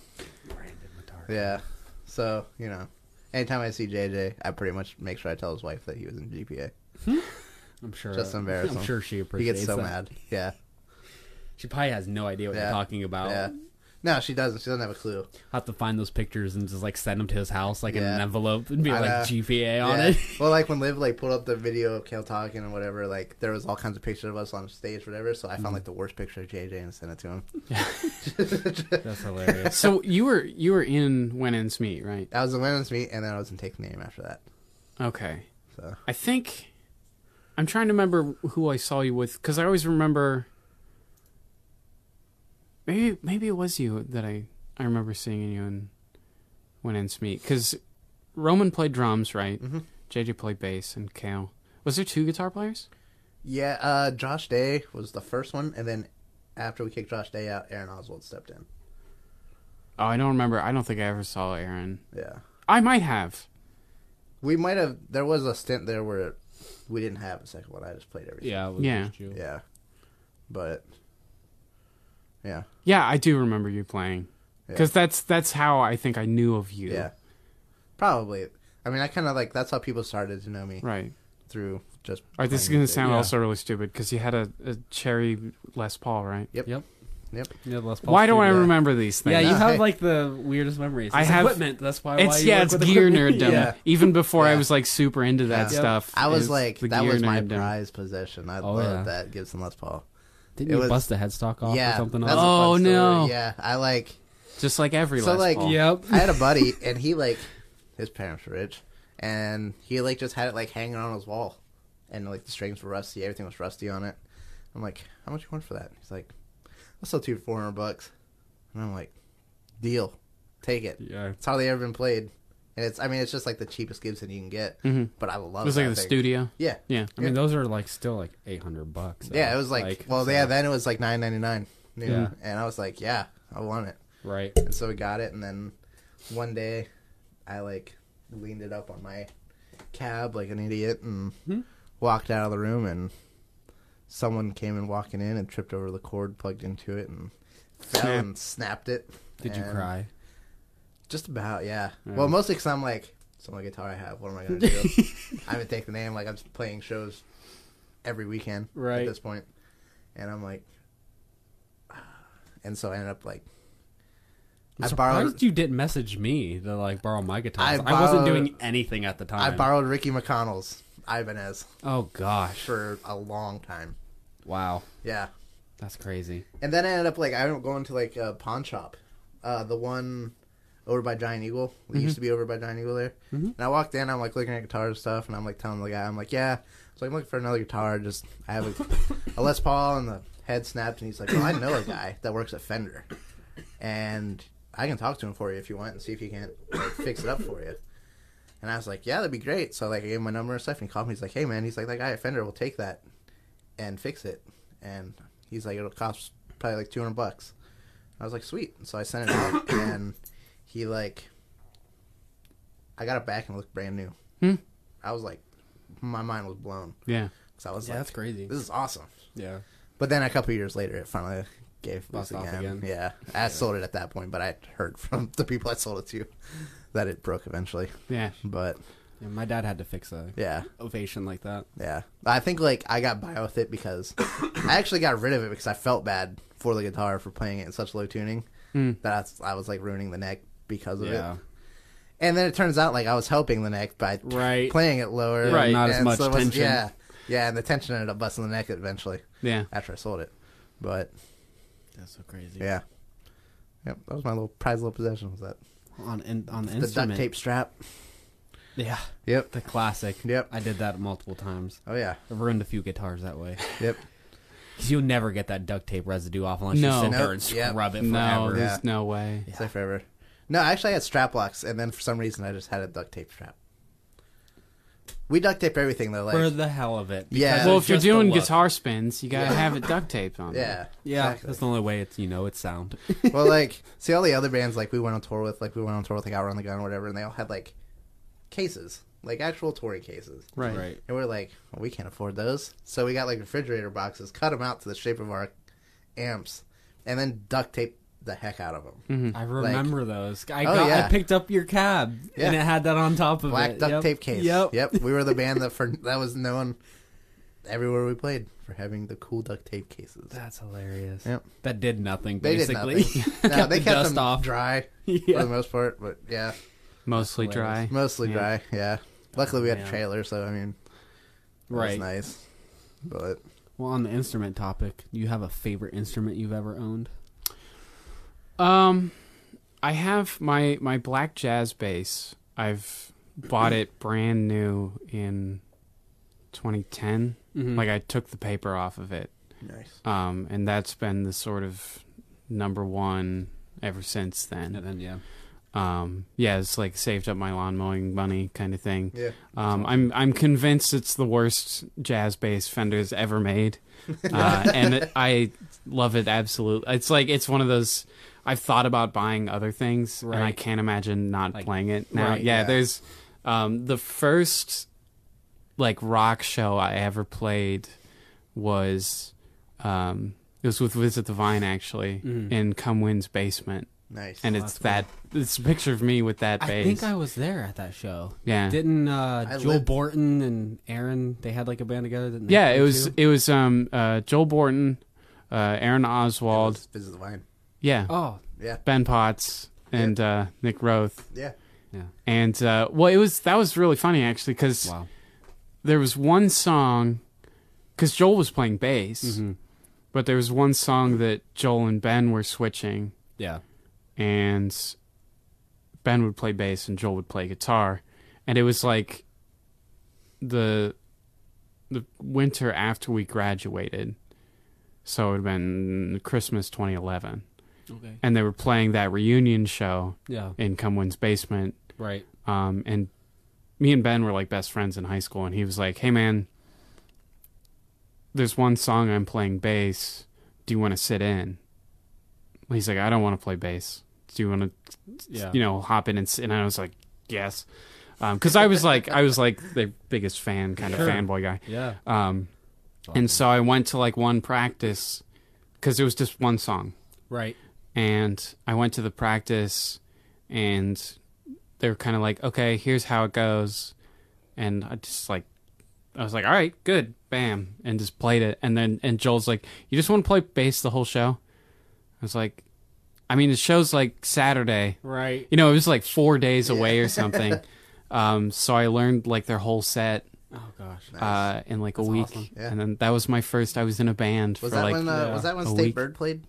C: Brandon Matar.
A: yeah. So you know, anytime I see JJ, I pretty much make sure I tell his wife that he was in GPA.
C: I'm sure.
A: Just embarrassing.
C: I'm sure she
A: He
C: appreciates
A: gets so
C: that.
A: mad. Yeah,
C: She probably has no idea what
A: Yeah.
C: you're talking about.
A: yeah. No, she doesn't. She doesn't have a clue.
C: I'll have to find those pictures and just like send them to his house, like in
A: Yeah.
C: an envelope, and be
A: I
C: like
A: know.
C: GPA on
A: Yeah.
C: it.
A: well, like when Liv like pulled up the video of Kale talking and whatever, like there was all kinds of pictures of us on stage, whatever. So I
C: Mm-hmm.
A: found like the worst picture of JJ and sent it to him.
C: That's hilarious.
B: So you were you were in When Ends Meet, right?
A: I was in women's meet, and then I was in Take the Name after that.
B: Okay.
A: So
B: I think I'm trying to remember who I saw you with because I always remember. Maybe maybe it was you that I I remember seeing you in When Ends Meet because Roman played drums, right? Mm-hmm. JJ played bass and Kale. Was there two guitar players?
A: yeah, uh, Josh Day was the first one, and then after we kicked Josh Day out, Aaron Oswald stepped in.
B: Oh, I don't remember. I don't think I ever saw Aaron.
A: Yeah,
B: I might have.
A: we might have. There was a stint there where we didn't have a second one. I just played everything.
C: yeah. It was
B: Yeah.
C: just you.
A: yeah, but yeah,
B: Yeah, I do remember you playing because that's that's how I think I knew of you.
A: yeah, probably. I mean, I kind of like that's how people started to know me
B: Right.
A: through just.
B: All right, this is
A: playing
B: going to
A: music.
B: sound
C: Yeah.
B: also really stupid because you had a, a cherry Les Paul, right?
A: Yep.
C: Yep.
A: Yep.
C: Yeah, Les Paul
B: Why do I
C: Studio.
B: remember these
C: Yeah,
B: things?
C: you
A: No, hey.
C: have like the weirdest memories.
B: I
C: It's
B: have-
C: equipment. That's why. why
B: it's
C: you
B: yeah,
C: work
B: it's
C: with
B: gear
C: equipment.
B: nerddom.
A: Yeah.
B: Even before I
A: Yeah.
B: was like super into that
A: Yeah.
B: stuff,
A: I was
B: is
A: like,
B: the
A: that
B: gear
A: was my
B: nerddom.
A: prize possession. I
C: Oh,
A: loved
C: yeah.
A: that Gibson Les Paul.
C: Didn't
A: It
C: you
A: was-
C: bust a headstock off
A: yeah,
C: or something?
A: that's a
C: else?
A: fun
B: Oh,
A: story.
B: no.
A: Yeah, I like.
B: Just like every
A: So,
B: Les
A: like,
B: Paul.
C: Yep.
A: I had a buddy, and he like his parents were rich, and he like just had it like hanging on his wall, and like the strings were rusty, everything was rusty on it. I'm like, how much you want for that? He's like, I'll sell two for four hundred bucks, and I'm like, deal, take it.
C: Yeah.
A: It's hardly ever been played, and it's I mean it's just like the cheapest Gibson you can get, but I love
B: Mm-hmm. It was like
A: that
B: the
A: thing.
B: studio.
A: Yeah,
B: Yeah.
C: I mean, those are like still like eight hundred bucks. so,
A: yeah, it was like, well
C: so-
A: yeah then it was like nine ninety nine,
C: Yeah.
A: and I was like yeah I want it.
C: right.
A: And so we got it, and then one day I like leaned it up on my cab like an idiot and
C: Hmm?
A: walked out of the room, and someone came and walking in and tripped over the cord plugged into it and fell
B: Snap.
A: and snapped it.
C: Did you
A: And
C: cry?
A: Just about, yeah.
C: Yeah.
A: Well, mostly because I'm like, it's the only guitar I have. What am I gonna do? I'm gonna take the name. Like I'm just playing shows every weekend at
C: Right.
A: this point, and I'm like. And so I ended up like
C: I'm
A: I
C: surprised
A: borrowed-
C: you didn't message me to like borrow my guitar.
A: I
C: I, wasn't
A: borrowed-
C: doing anything at the time.
A: I borrowed Ricky McConnell's Ibanez
C: Oh gosh!
A: for a long time.
C: Wow,
A: Yeah,
C: that's crazy.
A: and then I ended up like I ended up going to like a pawn shop, uh, the one over by Giant Eagle. It used to be over by Giant Eagle there. And I walked in, I'm like looking at guitars and stuff, and I'm like telling the guy, I'm like, yeah, so I'm looking for another guitar. Just I have a, a Les Paul, and the head snaps, and he's like, well, I know a guy that works at Fender, and I can talk to him for you if you want, and see if he can't like, fix it up for you. And I was like, yeah, that'd be great. So like I gave him my number and stuff, and he called me. He's like, hey man, he's like that guy at Fender will take that and fix it. And he's like, it'll cost probably like two hundred bucks. I was like, sweet. And so I sent it out, and he like, I got it back and it looked brand new.
B: Hmm.
A: I was like, my mind was blown
B: Yeah.
A: because I was
C: Yeah,
A: like,
C: that's crazy.
A: this is awesome.
C: Yeah, but
A: But then a couple years later, it finally gave loose
C: Bust off
A: again.
C: again.
A: Yeah, I sold it at that point, but I heard from the people I sold it to that it broke eventually.
B: Yeah.
A: But
C: yeah, my dad had to fix a
A: yeah,
C: ovation like that.
A: Yeah, I think like I got by with it because I actually got rid of it because I felt bad for the guitar for playing it in such low tuning that I was, I was like ruining the neck because of
C: Hmm. Yeah.
A: it. And then it turns out like I was helping the neck by
C: Right.
A: playing it lower,
B: Yeah, Right.
C: not as
A: and
C: much
A: it was-
C: tension.
A: Yeah, yeah, and the tension ended up busting the neck eventually
B: Yeah.
A: after I sold it. But
C: That's so crazy.
A: yeah, yep, that was my little prize little possession was that
C: On in, on the
A: the
C: instrument.
A: duct tape strap.
C: Yeah.
A: Yep.
C: The classic.
A: Yep.
C: I did that multiple times.
A: Oh yeah.
C: I've ruined a few guitars that way.
A: Yep.
C: Because you'll never get that duct tape residue off unless
B: No.
C: you sit
A: Nope.
C: there and
A: Yep.
C: scrub it
B: No,
C: forever.
B: there's
A: Yeah.
B: no way.
A: It's like forever. No, actually, I had strap locks, and then for some reason, I just had a duct tape strap. We duct tape everything though, like
C: For the hell of it.
A: Yeah.
C: Because
B: Well,
C: it's
B: if you're
C: just the
B: doing
C: look.
B: guitar spins, you gotta have it duct taped on.
A: yeah,
C: Yeah,
A: exactly.
C: that's the only way it's you know it's sound.
A: well, like see all the other bands like we went on tour with, like we went on tour with like Out on the Gun or whatever, and they all had like cases, like actual Tory cases.
B: Right.
C: Right.
A: And we're like, well, we can't afford those. So we got like refrigerator boxes, cut them out to the shape of our amps, and then duct tape the heck out of them.
C: I remember those. I
A: Oh,
C: got,
A: yeah.
C: I picked up your cab
A: Yeah.
C: and it had that on top of
A: Black
C: it.
A: duct
C: Yep.
A: tape case.
C: Yep.
A: Yep. We were the band that for that was known everywhere we played for having the cool duct tape cases.
C: That's hilarious.
A: Yep.
C: That did nothing.
A: They
C: Basically,
A: did nothing. No,
C: Got
A: they
C: the
A: kept
C: dust
A: them
C: off.
A: dry for
C: yeah.
A: the most part, but yeah,
B: Mostly
C: That's hilarious.
B: dry.
A: mostly dry. Yeah. Luckily, we had a
C: man.
A: trailer, so I mean, it was
C: Right.
A: nice. But
C: Well, on the instrument topic, do you have a favorite instrument you've ever owned?
B: Um, I have my my black jazz bass. I've bought it brand new in 2010.
C: Mhm.
B: Like I took the paper off of it,
A: nice.
B: um, and that's been the sort of number one ever since
C: And
B: then.
C: then yeah,
B: Um, yeah, it's like saved up my lawn mowing money kind of thing.
A: Yeah.
B: Um, I'm I'm convinced it's the worst jazz bass Fender's ever made, uh, and it, I love it absolutely. It's like it's one of those I've thought about buying other things, and I
C: Right.
B: can't imagine not
C: Like-
B: playing it now.
C: right,
B: yeah,
A: yeah.
B: there's um, the first like rock show I ever played was um, it was with Visit the Vine actually in Cumwin's basement,
A: Nice.
B: and
A: And
B: it's that
C: Mm. Oh, that's
B: it's a picture of me with that
C: I
B: bass.
C: think I was there at that show.
B: yeah.
C: Didn't uh,
A: I
C: Joel
A: lived-
C: Borton and Aaron? They had like a band together. Didn't they
B: Yeah, it
C: play
B: was
C: too?
B: it was um uh Joel Borton, uh Aaron Oswald,
A: it's Visit the Vine.
B: yeah,
C: Oh,
A: Yeah.
B: Ben Potts and uh Nick Roth.
A: Yeah.
C: yeah.
B: And uh well it was that was really funny actually cuz
C: Wow.
B: there was one song cuz Joel was playing bass. But there was one song that Joel and Ben were switching
C: Yeah.
B: and Ben would play bass and Joel would play guitar, and it was like the the winter after we graduated, so it would have been Christmas 2011,
C: Okay.
B: and they were playing that reunion show
C: Yeah.
B: in Cumwin's basement,
C: Right.
B: um, and me and Ben were like best friends in high school, and he was like, "Hey man, there's one song I'm playing bass. Do you want to sit in?" He's like, "I don't want to play bass. Do you want to
C: Yeah.
B: you know, hop in and s and I was like, yes, because I was like, I was like the biggest fan, kind
C: Sure.
B: of fanboy guy.
C: Yeah.
B: Um, and so I went to like one practice because it was just one song,
C: Right.
B: and I went to the practice, and they were kind of like, okay, here's how it goes, and I just like, I was like, all right, good, bam, and just played it, and then and Joel's like, you just want to play bass the whole show? I was like, I mean, the show's like Saturday
C: Right.
B: you know, it was like four days away or something. um, so I learned like their whole set
C: Oh gosh.
B: uh, in like
C: That's
B: a week,
C: awesome.
A: Yeah.
B: and then that was my first. I was in a band
A: Was
B: for
A: that
B: like
A: when? Uh,
C: yeah,
A: was that when
B: a
A: State
B: week.
A: Bird played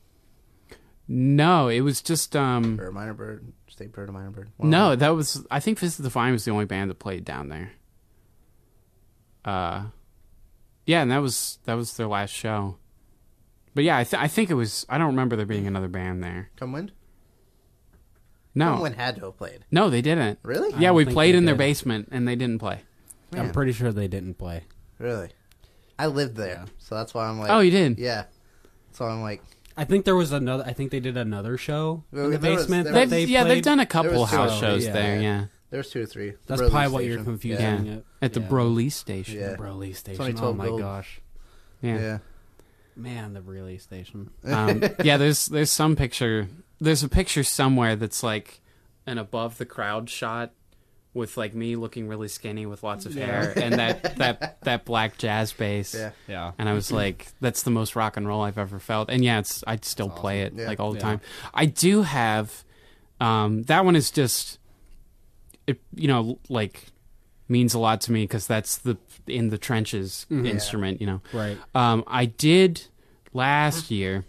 B: no, it was just um,
A: or a minor bird? State Bird or minor bird? One of
B: no,
A: them.
B: that was I think Visit the Vine was the only band that played down there. Uh, yeah, and that was that was their last show. But yeah, I, th- I think it was. I don't remember there being another band there.
A: Come Wind.
B: No,
A: Someone had to have played.
B: no, they didn't.
A: Really?
B: Yeah,
C: don't
B: we
C: think
B: played
C: they
B: in their
C: did.
B: basement, and they didn't play.
A: Man.
C: I'm pretty sure they didn't play.
A: Really? I lived there,
C: Yeah.
A: so that's why I'm like.
B: oh, you did.
A: Yeah. So I'm like,
C: I think there was another. I think they did another show
A: Well,
C: in the
A: there was-
C: basement.
A: there
C: that
B: They've,
A: was-
C: they
B: yeah,
C: played.
B: they've done a couple
A: was two
B: house
A: of
B: shows
C: them,
B: there.
A: yeah.
B: Yeah,
A: there's two or three. The
C: That's
A: Broly
C: probably what you're
A: Station.
C: confusing.
B: Yeah.
C: it.
B: at the
C: Yeah.
B: Broly station.
A: Yeah.
C: The Broly Station.
A: 2012
C: Oh my
A: build.
C: gosh,
A: Yeah.
B: Yeah,
A: yeah.
C: man, the Broly Station.
B: Um, yeah. There's there's some picture. There's a picture somewhere that's like an above the crowd shot with like me looking really skinny with lots of hair and that that that black jazz bass.
A: Yeah.
C: Yeah,
B: And I was like, that's the most rock and roll I've ever felt. And yeah, it's I'd still play it
A: Yeah.
B: like all the
C: Yeah.
B: time. I do have um, that one is just it, you know like means a lot to me because that's the in the trenches instrument. You know,
C: right.
B: um, I did last year.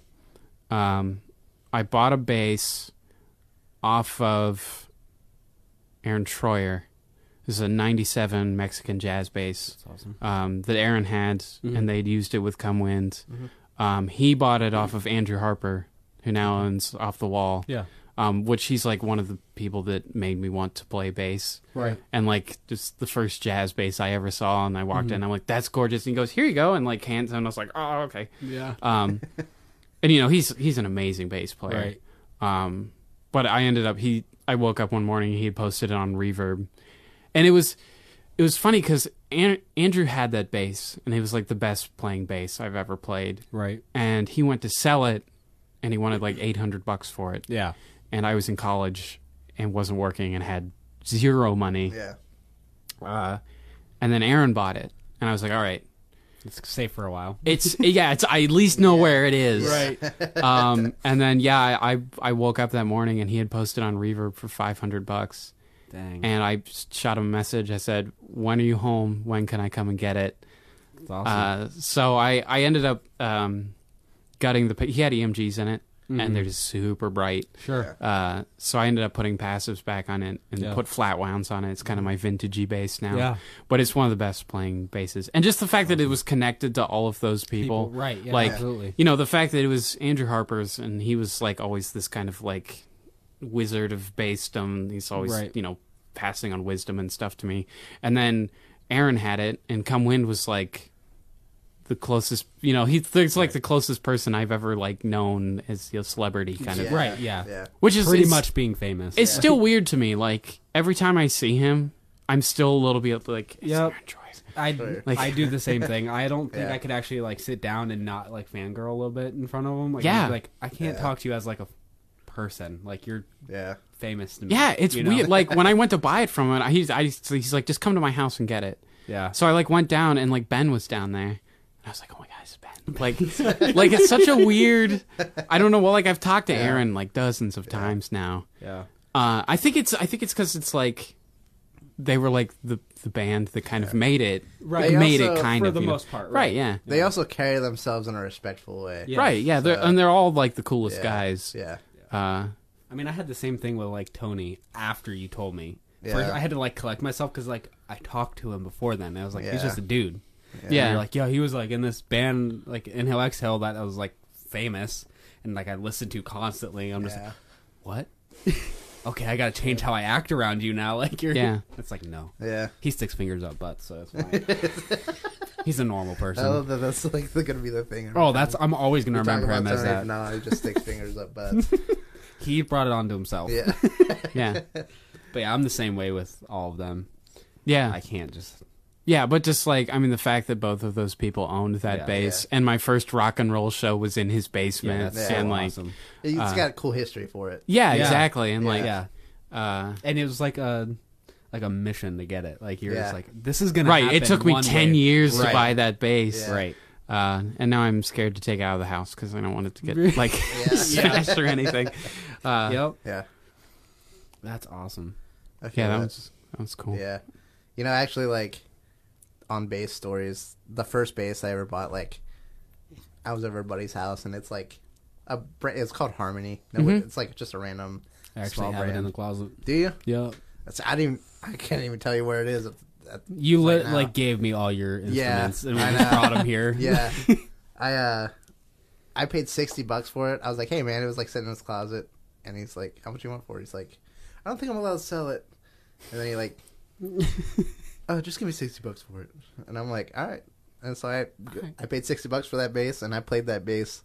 B: Um, I bought a bass off of Aaron Troyer. This is a '97 Mexican jazz bass
C: That's awesome.
B: um, that Aaron had,
C: Mm-hmm.
B: and they'd used it with Come Wind. Um, he bought it off of Andrew Harper, who now owns Off the Wall.
C: Mm-hmm. Yeah.
B: Um, which he's like one of the people that made me want to play bass.
C: Right.
B: And like just the first jazz bass I ever saw, and I walked in, I'm like, that's gorgeous. And he goes, here you go, and like hands, and I was like, oh, okay.
C: Yeah.
B: Um, and you know he's he's an amazing bass player. Um, but I ended up he I woke up one morning he had posted it on Reverb, and it was it was funny because An- Andrew had that bass, and it was like the best playing bass I've ever played.
C: Right.
B: And he went to sell it, and he wanted like eight hundred bucks for it.
C: Yeah.
B: And I was in college and wasn't working and had zero money.
A: Yeah.
B: Uh, and then Aaron bought it, and I was like, all right,
C: It's safe for a while.
B: it's yeah, it's I at least know where it is.
C: Right.
B: Um, and then yeah, I, I I woke up that morning and he had posted on Reverb for five hundred bucks.
C: Dang.
B: And I shot him a message. I said, "When are you home? When can I come and get it?"
C: That's awesome.
B: Uh, so I, I ended up um, gutting the. pa- He had EMGs in it, and they're just super bright.
C: sure.
B: Uh, so I ended up putting passives back on it and
C: Yeah.
B: put flat wounds on it. It's kind of my vintagey bass now.
C: Yeah.
B: But it's one of the best playing basses. And just the fact that it was connected to all of those people.
C: Right. Yeah,
B: like,
C: absolutely.
B: you know, the fact that it was Andrew Harper's and he was like always this kind of like wizard of bassdom. He's always,
C: Right.
B: you know, passing on wisdom and stuff to me. And then Aaron had it and Come Wind was like the closest, you know, he thinks like the closest person I've ever like known as a celebrity kind of,
A: Yeah.
C: Right. Yeah.
A: Yeah.
B: which is
C: Pretty
B: it's-
C: much being famous.
B: it's still weird to me. Like every time I see him, I'm still a little bit like, is
C: Yep.
B: there a choice?
C: I
A: Like-
C: I do the same thing. I don't think
A: Yeah.
C: I could actually like sit down and not like fangirl a little bit in front of them. Like,
B: Yeah.
C: I'd be like I can't talk to you as like a person. Like you're
A: Yeah.
C: famous to me.
B: Yeah, it's
C: you know?
B: weird. Like when I went to buy it from him, I- he's I, he's like, just come to my house and get it.
C: Yeah.
B: So I like went down and like Ben was down there, and I was like, oh my god, it's Ben. Like, like it's such a weird. I don't know. Well, like I've talked to Aaron like dozens of times now.
C: Yeah.
B: Uh, I think it's I think it's because it's like they were like the the band that kind of made it.
C: Right.
B: They
A: They
B: made
A: also-
B: it kind
C: for
B: of
C: the
B: you know.
C: most part, right.
B: Right. Yeah.
A: They also carry themselves in a respectful way.
C: Yeah.
B: Right, yeah, they're,
A: So-
B: and they're all like the coolest
A: Yeah.
B: guys.
A: Yeah.
B: Uh,
C: I mean, I had the same thing with like Tony after you told me. First,
A: Yeah.
C: I had to like collect myself because like I talked to him before then. And I was like, he's
A: Yeah.
C: just a dude. Yeah.
B: Yeah.
C: you're like, yo, he was like in this band, like Inhale Exhale, that I was like famous and like I listened to constantly. I'm just
A: Yeah.
C: like, what? okay, I gotta change how I act around you now. Like you're,
B: Yeah.
C: It's like no,
A: Yeah.
C: he sticks fingers up butts, so that's fine. he's a normal
A: I love
C: person.
A: that that's like gonna be the thing.
C: Oh, that's I'm always gonna
A: We talk
C: remember him
A: about
C: as
A: Tony
C: that.
A: Now he just sticks fingers up butts.
C: He brought it on to himself.
A: Yeah.
B: yeah,
C: But yeah, I'm the same way with all of them. I
B: yeah,
C: can't just
B: yeah. But just like I mean, the fact that both of those people owned that
C: Yeah.
B: bass, and my first rock and roll show was in his basement,
A: that's so
B: and like,
A: It's
C: Uh.
A: got a cool history for it.
B: yeah,
C: Yeah.
B: exactly, and like,
C: yeah,
B: uh,
C: and it was like a like a mission to get it. Like you're
A: Yeah.
C: just like, this is gonna
B: right.
C: happen
B: It took me
C: one
B: ten
C: way.
B: years
C: Right.
B: to buy that bass,
A: Yeah.
C: Right.
B: uh, and now I'm scared to take it out of the house because I don't want it to get like smashed or anything. Uh,
C: yep.
A: Yeah.
C: That's awesome.
A: I feel
B: Yeah, that
A: that.
B: was that was cool.
A: Yeah. You know, actually, like, on bass stories, the first bass I ever bought, like, I was at everybody's house, and it's like, a br- it's called Harmony. No, It's like just a random
C: Mm-hmm. I actually
A: small
C: have it in
A: brand.
C: the closet.
A: Do you?
C: Yep.
A: That's, I didn't. I can't even tell you where it is. At, at,
C: You
A: right
C: lit
A: now.
C: like gave me all your
A: Yeah,
C: instruments and we
A: I
C: just
A: know.
C: brought them here.
A: yeah. I uh, I paid sixty bucks for it. I was like, hey man, it was like sitting in his closet, and he's like, how much you want for it? He's like, I don't think I'm allowed to sell it. And then he like, oh, just give me sixty bucks for it. And I'm like, all right. And so I I paid sixty bucks for that bass, and I played that bass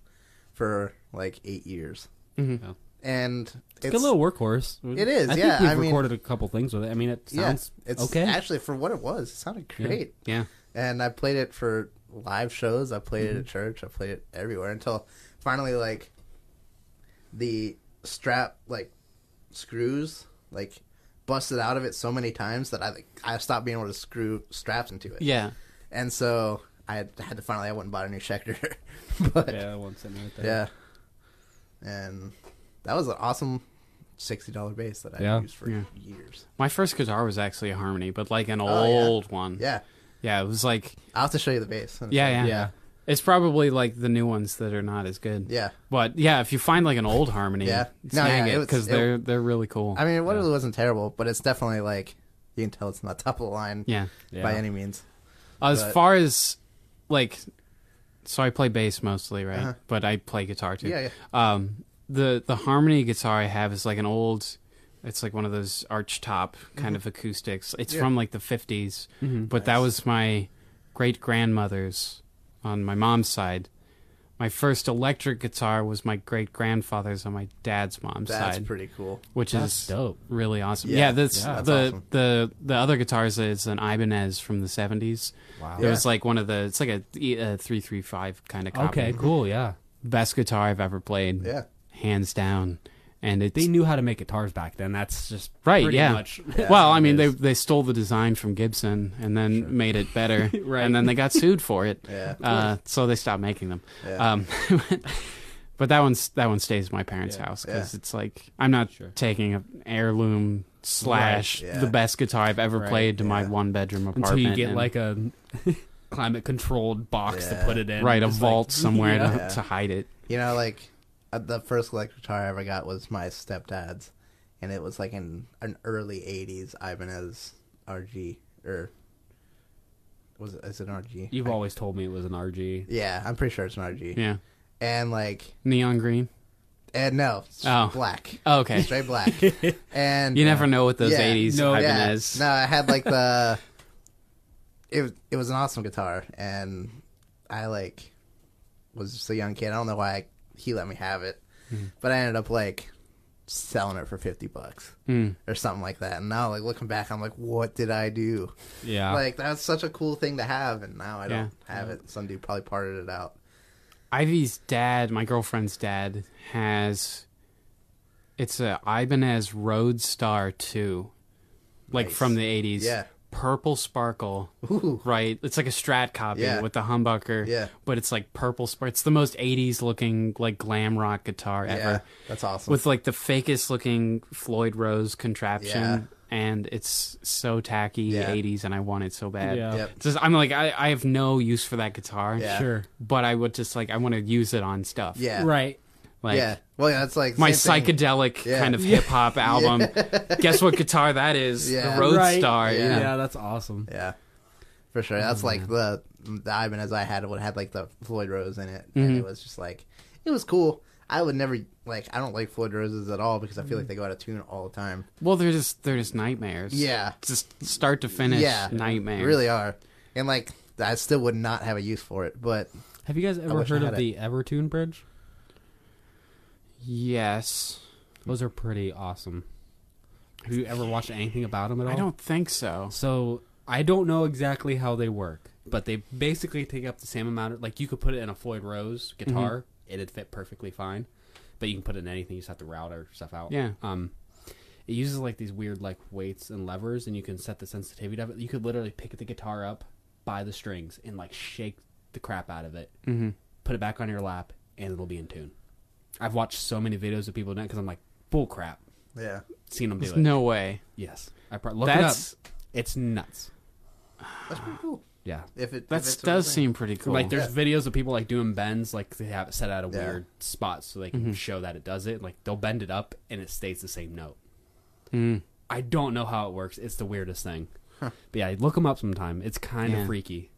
A: for like eight years.
B: Mhm.
C: Yeah.
A: And
C: Mm-hmm. It's a little workhorse.
A: It is,
C: I
A: yeah,
C: Think
A: I
C: we've
A: mean-
C: recorded a couple things with it. I mean, it
A: yeah,
C: sounds
A: it's
C: okay.
A: actually for what it was. It sounded great.
B: yeah.
A: and I played it for live shows. I played
B: Mm-hmm.
A: it at church. I played it everywhere until finally, like the strap, like screws, like busted out of it so many times that I like I stopped being able to screw straps into it.
B: Yeah.
A: and so I had, had to finally I went and bought a new Schecter, but yeah.
C: yeah, one sitting right there.
A: and that was an awesome. Sixty dollar bass that I
C: Yeah.
A: used for
B: Yeah.
A: years.
B: My first guitar was actually a harmony, but like an
A: Oh, yeah.
B: old one.
A: Yeah,
B: Yeah, it was like
A: I'll have to show you the bass.
B: yeah, yeah,
C: Yeah.
B: It's probably like the new ones that are not as good.
A: yeah.
B: But yeah, if you find like an old harmony,
A: Yeah. No,
B: snag
A: yeah, it
B: it
A: was-
B: because
A: it-
B: they're they're really cool.
A: I mean, it wasn't- it wasn't terrible, but it's definitely like you can tell it's not top of the line
B: yeah.
A: by
C: Yeah.
A: any means.
B: As
A: But-
B: far as like, so I play bass mostly, right?
A: Uh-huh.
B: But I play guitar too.
A: Yeah,
B: Um, the the harmony guitar I have is like an old. It's like one of those arch top kind of acoustics. It's
A: Mm-hmm. Yeah.
B: from like the 50s
C: Mm-hmm.
B: but that was my great grandmother's on my mom's side. My first electric guitar was my great grandfather's on my dad's mom's
A: That's
B: side,
A: pretty cool.
B: which
C: That's
B: is
C: dope.
B: really awesome.
A: Yeah,
B: Yeah, that's,
A: yeah, that's
B: the
A: awesome.
B: the the other guitar is, is an Ibanez from the seventies.
C: Wow.
B: It was like one of the it's like a, three three five kind of copy.
C: Okay, cool. Yeah.
B: best guitar I've ever played.
A: Yeah.
B: hands down. And it's
C: They knew how to make guitars back then. That's just
B: right,
C: pretty
B: yeah.
C: much.
B: well, I mean,
A: it
B: they
A: is.
B: they stole the design from Gibson and then made it better,
C: Right.
B: And then they got sued for it,
A: Yeah.
B: uh, so they stopped making them.
A: Yeah.
B: Um, but that one's that one stays at my parents'
C: Yeah.
B: house 'cause
A: Yeah.
B: house because it's like I'm not
C: Sure.
B: taking an heirloom slash
A: Right, yeah.
B: the best guitar I've ever
C: Right,
B: played to my
A: yeah.
B: one bedroom apartment
C: Until you get
B: and-
C: like a climate controlled box
A: Yeah.
C: to put it in.
B: right a
C: Just
B: vault
C: like-
B: somewhere
C: Yeah.
B: to,
A: Yeah.
B: to hide it.
A: You know, like uh, the first electric guitar I ever got was my stepdad's, and it was like an an early '80s Ibanez RG or was it, is it an RG?
C: You've always told me it was an RG.
A: yeah, I'm pretty sure it's an RG.
B: Yeah,
A: And like,
B: neon green.
A: and no, it's
B: Oh.
A: black,
B: Oh, okay,
A: straight black. and
B: you never know with those
A: Yeah.
B: '80s
C: No,
A: yeah.
B: Ibanez.
A: No, I had like the. It was- it was an awesome guitar, and I like was just a young kid. I don't know why I, he let me have it,
B: Mm-hmm.
A: but I ended up like selling it for fifty bucks
B: Mm.
A: or something like that. And now, like looking back, I'm like, what did I do?
C: Yeah.
A: Like that was such a cool thing to have, and now I don't have it. Some dude probably parted it out.
B: Ivy's dad, my girlfriend's dad, has it's a Ibanez Roadstar two, like
A: Nice.
B: from the eighties.
A: Yeah.
B: purple sparkle.
A: Ooh.
B: Right, it's like a Strat copy
A: Yeah.
B: with the humbucker.
A: Yeah.
B: but it's like purple spark. It's the most eighties looking like glam rock guitar ever,
A: Yeah, that's awesome.
B: with like the fakest looking Floyd Rose contraption.
A: Yeah.
B: And it's so tacky
A: Yeah.
B: 80s, and I want it so bad.
C: Yeah.
A: yep.
B: It's Just, I'm like, I, I have no use for that guitar
A: Yeah.
C: Sure.
B: but I would just like I want to use it on stuff.
A: Yeah.
C: Right.
B: like
A: yeah. Well, yeah, that's like
B: my
A: same thing.
B: psychedelic
A: Yeah.
B: kind of hip hop album. Guess what guitar that is?
A: Yeah.
B: The
C: Right.
B: Roadstar.
A: Yeah.
C: Yeah.
B: Yeah.
C: that's awesome.
A: Yeah, for sure. That's like the the Ibanez I had would had like the Floyd Rose in it, and it was just like it was cool. I would never like I don't like Floyd Roses at all because I feel like they go out of tune all the time.
B: Well, they're just they're just nightmares.
A: Yeah.
B: just start to finish.
A: Yeah.
B: nightmares.
A: Really are, and like I still would not have a use for it. But
C: Have you guys ever
A: wish I
C: heard
A: had
C: of
A: it.
C: the Evertune Bridge?
B: Yes.
C: Those are pretty awesome. Have you ever watched anything about them at all?
B: I don't think so.
C: So I don't know exactly how they work, but they basically take up the same amount. Of, like you could put it in a Floyd Rose
B: Mm-hmm.
C: guitar, it'd fit perfectly fine. But you can put it in anything. You just have to route our stuff out.
B: Yeah.
C: Um, it uses like these weird like weights and levers, and you can set the sensitivity of it. You could literally pick the guitar up by the strings and like shake the crap out of it, mm-hmm. put it back on your lap, and it'll be in tune. I've watched so many videos of people doing it because I'm like, bull crap.
A: yeah,
C: Seen them do it.
B: No way.
C: Yes. I pro- look
B: That's-
C: it up. It's nuts.
A: that's pretty cool.
C: Yeah.
A: If it if
B: That
A: it's a
B: does
A: thing.
B: seem pretty cool.
C: Like there's videos of people like doing bends, like they have it set at a
A: Yeah.
C: weird spot so they can
B: Mm-hmm.
C: show that it does it. Like they'll bend it up and it stays the same note.
B: Mm.
C: I don't know how it works. It's the weirdest thing. But yeah, look them up sometime. It's kind of
B: Yeah.
C: freaky.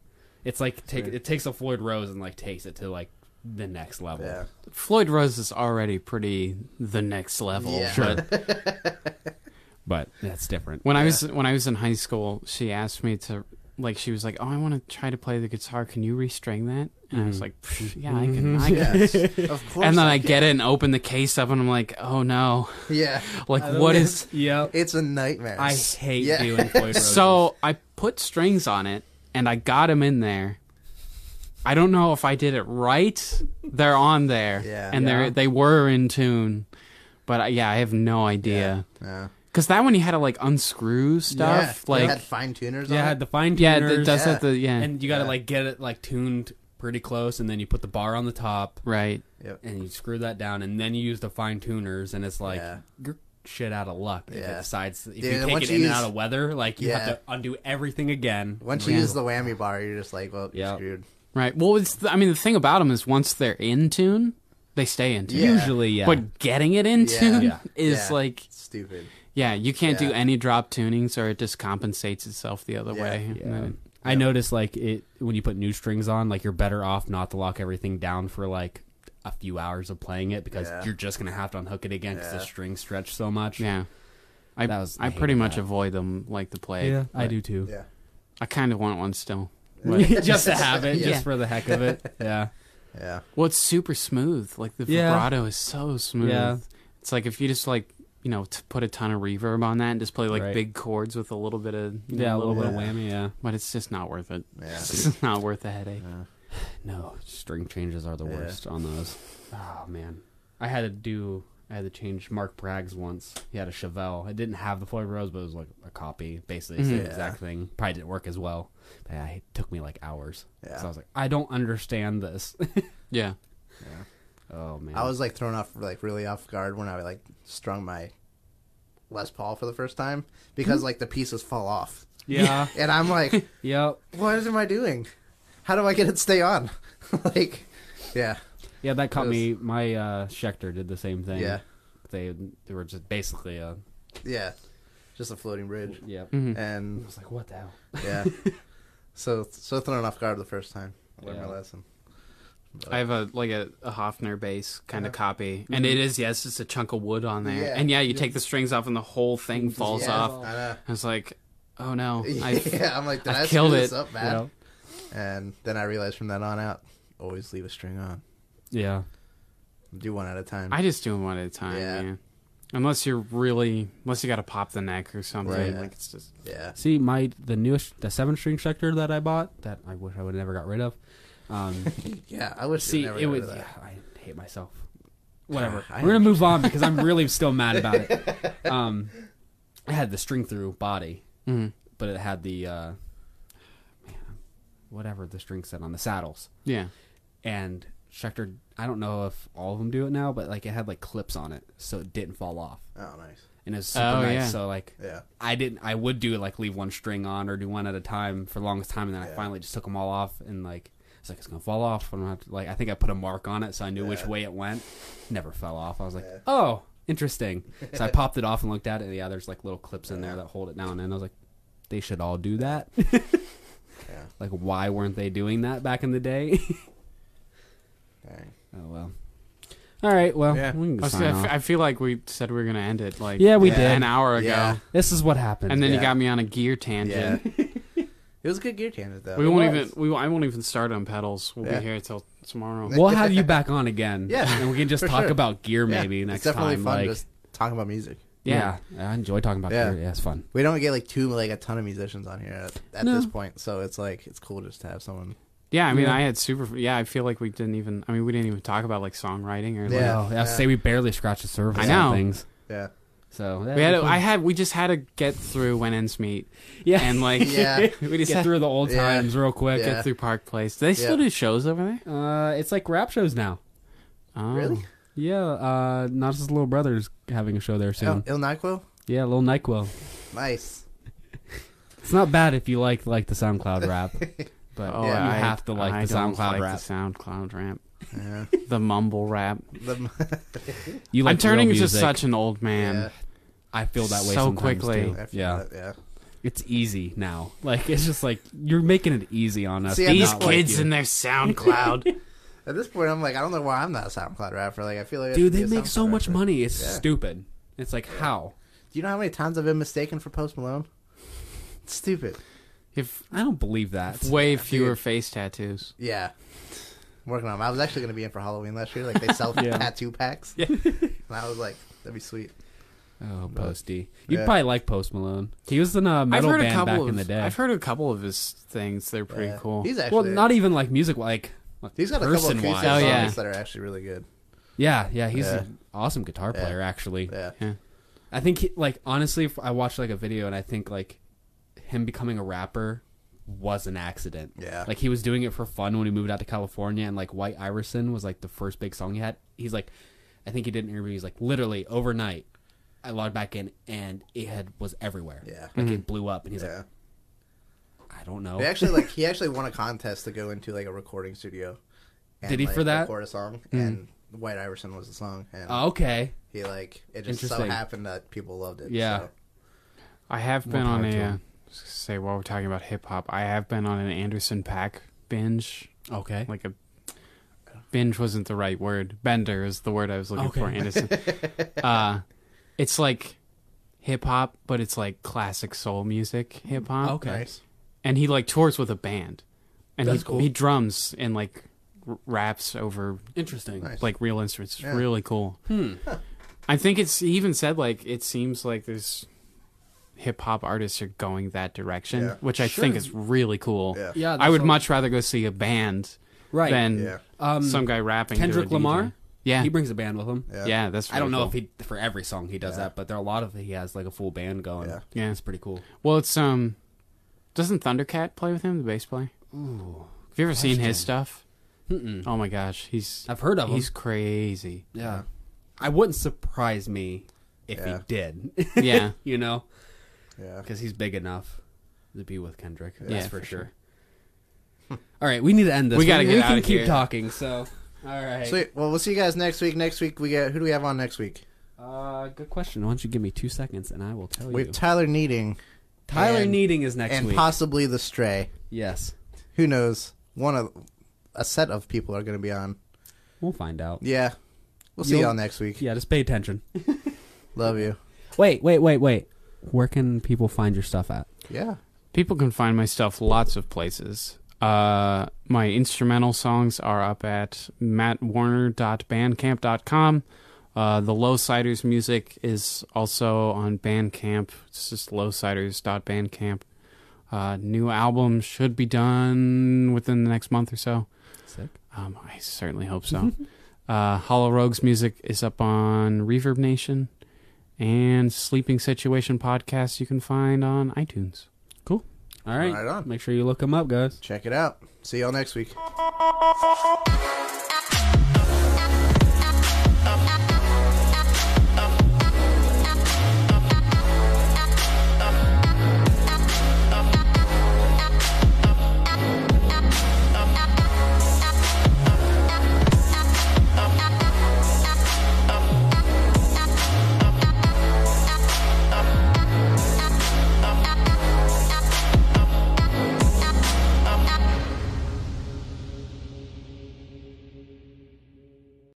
C: It's like take it takes a Floyd Rose and like takes it to like the next level.
A: Yeah,
B: Floyd Rose is already pretty the next level.
A: Yeah.
B: Sure.
C: But that's different.
B: When I was when I was in high school, she asked me to like she was like, "Oh, I want to try to play the guitar. Can you restring that?" And I was like, "Pff, "Yeah, I can." I
A: Mm.
B: can.
A: Mm-hmm. yes, of course.
B: And then I
A: can.
B: get it and open the case up, and I'm like, "Oh no!"
A: yeah,
B: Like, what is?
C: Yep.
A: it's a nightmare.
C: I hate
A: Yeah.
C: doing Floyd Roses.
B: So I put strings on it, and I got them in there. I don't know if I did it right. They're on there,
A: Yeah.
B: and
C: Yeah.
B: they they were in tune, but I, yeah, I have no idea
A: yeah.
B: because that one you had to like unscrew
A: yeah.
B: stuff,
A: it
B: like
A: had fine tuners.
C: yeah,
A: on
C: I had the fine
B: yeah,
C: tuners.
B: it does
A: Yeah.
B: have the yeah,
C: and you got to
A: Yeah.
C: like get it like tuned pretty close, and then you put the bar on the top,
B: right.
A: it. Yep.
C: and you screw that down, and then you use the fine tuners, and it's like
A: Yeah.
C: you're shit out of luck. If
A: Yeah.
C: it decides if
A: Dude,
C: you take
A: once
C: it
A: you
C: in
A: use-
C: and out of weather, like you
A: Yeah.
C: have to undo everything again.
A: Once you use the whammy bar, you're just like, well, you're
C: Yeah.
A: screwed.
B: Right. Well, it's the, I mean, the thing about them is once they're in tune, they stay in tune.
A: Yeah.
C: usually, yeah,
B: But getting it in
A: Yeah.
B: tune
C: Yeah.
B: is
A: Yeah.
B: like,
A: Stupid.
B: yeah, you can't
A: Yeah.
B: do any drop tunings or it just compensates itself the other
A: Yeah.
B: way.
C: Yeah.
B: And then-
C: I noticed like it when you put new strings on, like you're better off not to lock everything down for like a few hours of playing it because
A: Yeah.
C: you're just gonna have to unhook it again because
A: Yeah.
C: the strings stretch so much.
B: yeah. I,
C: That was- I
B: I, pretty
C: hated
B: much
C: that.
B: avoid them like the plague.
C: yeah, I
B: but
C: do too.
A: Yeah.
B: I kind of want one still.
C: just to have it,
A: Yeah.
C: just for the heck of it. Yeah.
A: Yeah.
B: Well, it's super smooth. Like the
C: Yeah.
B: vibrato is so smooth.
C: Yeah.
B: It's like if you just like you know t- put a ton of reverb on that and just play like
C: Right.
B: big chords with a little bit of you know,
C: Yeah, a little
A: little
C: bit of
A: bit.
C: whammy. Yeah.
B: But it's just not worth it.
A: Yeah.
B: It's just not worth the headache.
C: No, string changes are the
A: Yeah.
C: worst on those. Oh man, I had to do. I had to change Mark Bragg's once. He had a Chevelle. It didn't have the Floyd Rose, but it was like a copy, basically the same
A: Mhm.
C: exact thing. Probably didn't work as well. But yeah, it took me like hours.
A: Yeah.
C: So I was like, I don't understand this.
B: Yeah.
C: oh man,
A: I was like thrown off, like really off guard when I like strung my Les Paul for the first time because like the pieces fall off,
C: yeah,
A: and I'm like,
C: yep,
A: what am I doing? How do I get it to stay on? like, yeah,
C: yeah. That caught
A: It was-
C: me. My uh, Schecter did the same thing.
A: Yeah.
C: they they were just basically a
A: yeah, just a floating bridge,
C: yeah.
B: Mhm.
C: I
A: and
C: was like, what the hell?
A: yeah, so so thrown off guard the first time. I learned my
C: Yeah.
A: lesson.
B: I have a like a, a Hofner bass kind
A: Yeah. Mm-hmm.
B: of copy, and it is yes, it's a chunk of wood on there,
A: Yeah.
B: and yeah, you take the strings off, and the whole thing falls
A: yeah,
B: off.
A: I know.
B: I was like, oh no, I
A: yeah, I'm like, did
B: I've
A: I
B: killed
A: screw this
B: it,
A: up,
C: You
A: man?
C: know?
A: And then I realized from then on out, always leave a string on.
C: Yeah.
A: Do one at a time.
B: I just do them one at a time.
A: Yeah.
B: Yeah. Unless you're really, unless you got to pop the neck or something,
A: Right.
B: like it's just
A: yeah.
C: See, my the newest the seven string sector that I bought that I wish I would have never got rid of. Um,
A: Yeah, I wish
C: see,
A: see, never
C: it was
A: that.
C: yeah, I hate myself. Whatever.
A: I
C: We're gonna move on because I'm really still mad about it. Um, I had the string through body,
B: Mhm.
C: but it had the uh, man, whatever the string set on the saddles
B: yeah.
C: and Schecter. I don't know if all of them do it now, but like it had like clips on it, so it didn't fall off,
A: Oh, nice.
C: and it was super
B: Oh,
C: nice.
B: yeah.
C: So like
A: Yeah.
C: I didn't. I would do like leave one string on or do one at a time for the longest time, and then I
A: Yeah.
C: finally just took them all off and like it's like it's gonna fall off. I don't have to like. I think I put a mark on it so I knew which
A: Yeah.
C: way it went. Never fell off. I was like,
A: Yeah.
C: oh, interesting. So I popped it off and looked at it. And yeah, there's like little clips in there that hold it down, and I was like, they should all do that.
A: Yeah.
C: like, why weren't they doing that back in the day?
A: Dang.
C: oh well. All right. Well,
A: Yeah.
C: we can
B: I, was-
C: sign
B: I f-
C: off.
B: I feel like we said we were gonna end it like
C: Yeah, we
A: Yeah.
C: did.
B: an hour ago,
A: Yeah.
C: This is what happened.
B: and then you
A: Yeah.
B: got me on a gear
A: Yeah.
B: tangent.
A: it was a good gear tangent, though.
B: We won't
C: was.
B: even we won't- I won't even start on pedals. We'll
A: Yeah.
B: be here till tomorrow.
C: we'll have you back on again.
A: Yeah,
C: and we can just
A: for
C: talk
A: sure.
C: about gear
A: Yeah,
C: maybe next
A: It's definitely
C: time.
A: fun
C: like,
A: just talking about music.
C: yeah.
B: Yeah.
C: I enjoy talking about
A: Yeah.
C: gear. Yeah, it's fun.
A: We don't get like two, like a ton of musicians on here at, at
C: No.
A: this point, so it's like it's cool just to have someone.
B: Yeah, I mean,
C: Yeah.
B: I had super. Yeah, I feel like we didn't even. I mean, we didn't even talk about like songwriting or.
A: Yeah.
B: Like,
C: Wow, I would say we barely scratched the surface.
B: I know.
C: on things.
A: Yeah,
C: So
B: we had. To, I had. We just had to get through when ends meet,
C: yeah,
B: and like
A: Yeah.
B: we just
C: get
B: had
C: through the old
A: Yeah.
C: times real quick.
B: to
A: Yeah.
B: get through Park Place. Do they still
A: Yeah.
B: do shows over there?
C: Uh, it's like rap shows now.
B: Oh.
A: Really?
C: Yeah, uh, not just little brothers having a show there soon.
A: Oh,
B: Oh.
A: Il, Il Nyquil,
C: Yeah, little Nyquil.
A: nice.
C: It's not bad if you like like the SoundCloud rap, but
B: Oh,
C: you
A: Yeah.
B: I,
C: have to like
B: I
C: the
B: don't
C: SoundCloud
B: like
C: rap.
B: The SoundCloud rap.
A: Yeah.
B: The mumble rap.
A: The-
C: You like
B: I'm turning
C: real
B: into
C: music.
B: such an old man.
C: I feel that way
B: so
C: sometimes,
B: quickly.
C: too.
A: I feel
C: Yeah,
A: that, yeah.
C: it's easy now. Like it's just like you're making it easy on us.
A: See,
C: to
A: I'm
B: These
A: not
C: not like
B: kids
C: you.
B: and their SoundCloud.
A: At this point, I'm like, I don't know why I'm not a SoundCloud rapper. Like, I feel like I
C: Dude, they
A: should be a
C: make so
A: SoundCloud
C: much
A: rapper.
C: money. It's
A: Yeah.
C: stupid. It's like how?
A: Do you know how many times I've been mistaken for Post Malone? It's stupid.
B: if
C: I don't believe that.
B: way fewer face tattoos.
A: Yeah. I'm working on 'em. I was actually going to be in for Halloween last year. Like, they sell
C: Yeah.
A: tattoo packs. Yeah. And I was like, that'd be sweet.
C: Oh, Posty. You'd
A: Yeah.
C: probably like Post Malone. He was in a metal
B: I've heard a
C: band
B: couple
C: back
B: of,
C: in the day.
B: I've heard a couple of his things. They're pretty
A: Yeah.
B: cool.
A: He's actually.
C: well, not even like music, like
A: He's got a couple of
C: person-wise.
A: acoustic
B: Oh,
A: songs
B: yeah.
A: that are actually really good.
C: Yeah, yeah, he's
A: Yeah.
C: an awesome guitar
A: Yeah.
C: player. Actually,
A: Yeah.
B: yeah.
C: I think he, like honestly, if I watched like a video and I think like him becoming a rapper was an accident.
A: Yeah.
C: Like he was doing it for fun when he moved out to California, and like White Iverson was like the first big song he had. He's like, I think he did an interview. He's like, literally overnight, I logged back in and it had was everywhere.
A: Yeah.
C: like
B: Mm-hmm.
C: it blew up, and he's
A: Yeah.
C: like, I don't know.
A: They actually, like, uh, he actually won a contest to go into, like, a recording studio. And,
C: Did he
A: like,
C: for that? Hmm.
A: Record a song. And White Iverson was the song. And
C: Oh, okay,
A: he, like, it just so
C: Interesting.
A: happened that people loved it.
C: Yeah.
A: So.
B: I have
C: More
B: been on
C: power to
B: a. Uh,
C: him.
B: say while we're talking about hip hop, I have been on an Anderson Pack binge.
C: okay,
B: Like a binge wasn't the right word. Bender is the word I was looking
C: Okay.
B: for. Anderson. uh, it's like hip hop, but it's like classic soul music hip hop.
C: okay.
A: Nice.
B: and he like tours with a band, and
C: That's
B: he
C: cool.
B: he drums and like r- raps over
C: Interesting.
A: Nice.
B: like real instruments. It's
A: Yeah.
B: really cool.
C: Hmm.
B: I think it's he even said like it seems like there's hip hop artists are going that direction,
A: Yeah.
B: which I
C: Sure.
B: think is really cool.
A: Yeah.
C: Yeah,
B: I would
C: that's all-
B: much rather go see a band
C: Right.
B: than
A: Yeah.
C: um,
B: some guy rapping. to
C: Kendrick
B: a DJ.
C: Lamar?
B: Yeah,
C: he brings a band with him.
A: Yeah.
B: yeah, that's. Really
C: I don't know
B: cool.
C: if he for every song he does
A: Yeah.
C: that, but there are a lot of he has like a full band going.
A: Yeah.
B: Yeah.
C: it's pretty cool.
B: Well, it's um, doesn't Thundercat play with him, the bass player?
C: Ooh,
B: Have you ever seen
C: Question.
B: his stuff?
C: Mm-mm.
B: Oh my gosh, he's
C: I've heard of him.
B: he's crazy.
C: Yeah, I wouldn't surprise me if he
A: Yeah.
C: did.
B: Yeah.
C: you know,
A: Yeah.
C: because he's big enough to be with Kendrick.
A: Yeah,
C: that's
B: for
C: for, sure. All right, we need to end this.
B: We gotta get
C: we
B: out
C: can
B: of
C: keep
B: here.
C: talking. So, all right.
A: Sweet. Well, we'll see you guys next week. Next week we get who do we have on next week?
C: Uh, good question. Why don't you give me two seconds and I will tell
A: We
C: you.
A: have Tyler Needing
C: Tyler
A: and-
C: Needing is next
A: and
C: week.
A: possibly the Stray.
C: yes,
A: Who knows? One of a set of people are going to be on.
C: we'll find out.
A: Yeah. We'll see
C: You'll-
A: y'all next week.
C: Yeah, just pay attention.
A: Love you.
C: Wait, wait, wait, wait. Where can people find your stuff at?
A: Yeah.
B: People can find my stuff lots of places. Uh, my instrumental songs are up at mattwarner.bandcamp.com. Uh, the Lowsiders music is also on Bandcamp. It's just lowsiders.bandcamp. Uh, new album should be done within the next month or so.
C: Sick.
B: Um, I certainly hope so. uh, Hollow Rogues music is up on Reverb Nation, and Sleeping Situation podcast you can find on iTunes.
C: All right.
A: Right on.
C: Make sure you look them up, guys.
A: Check it out. See y'all next week.
D: Thank you.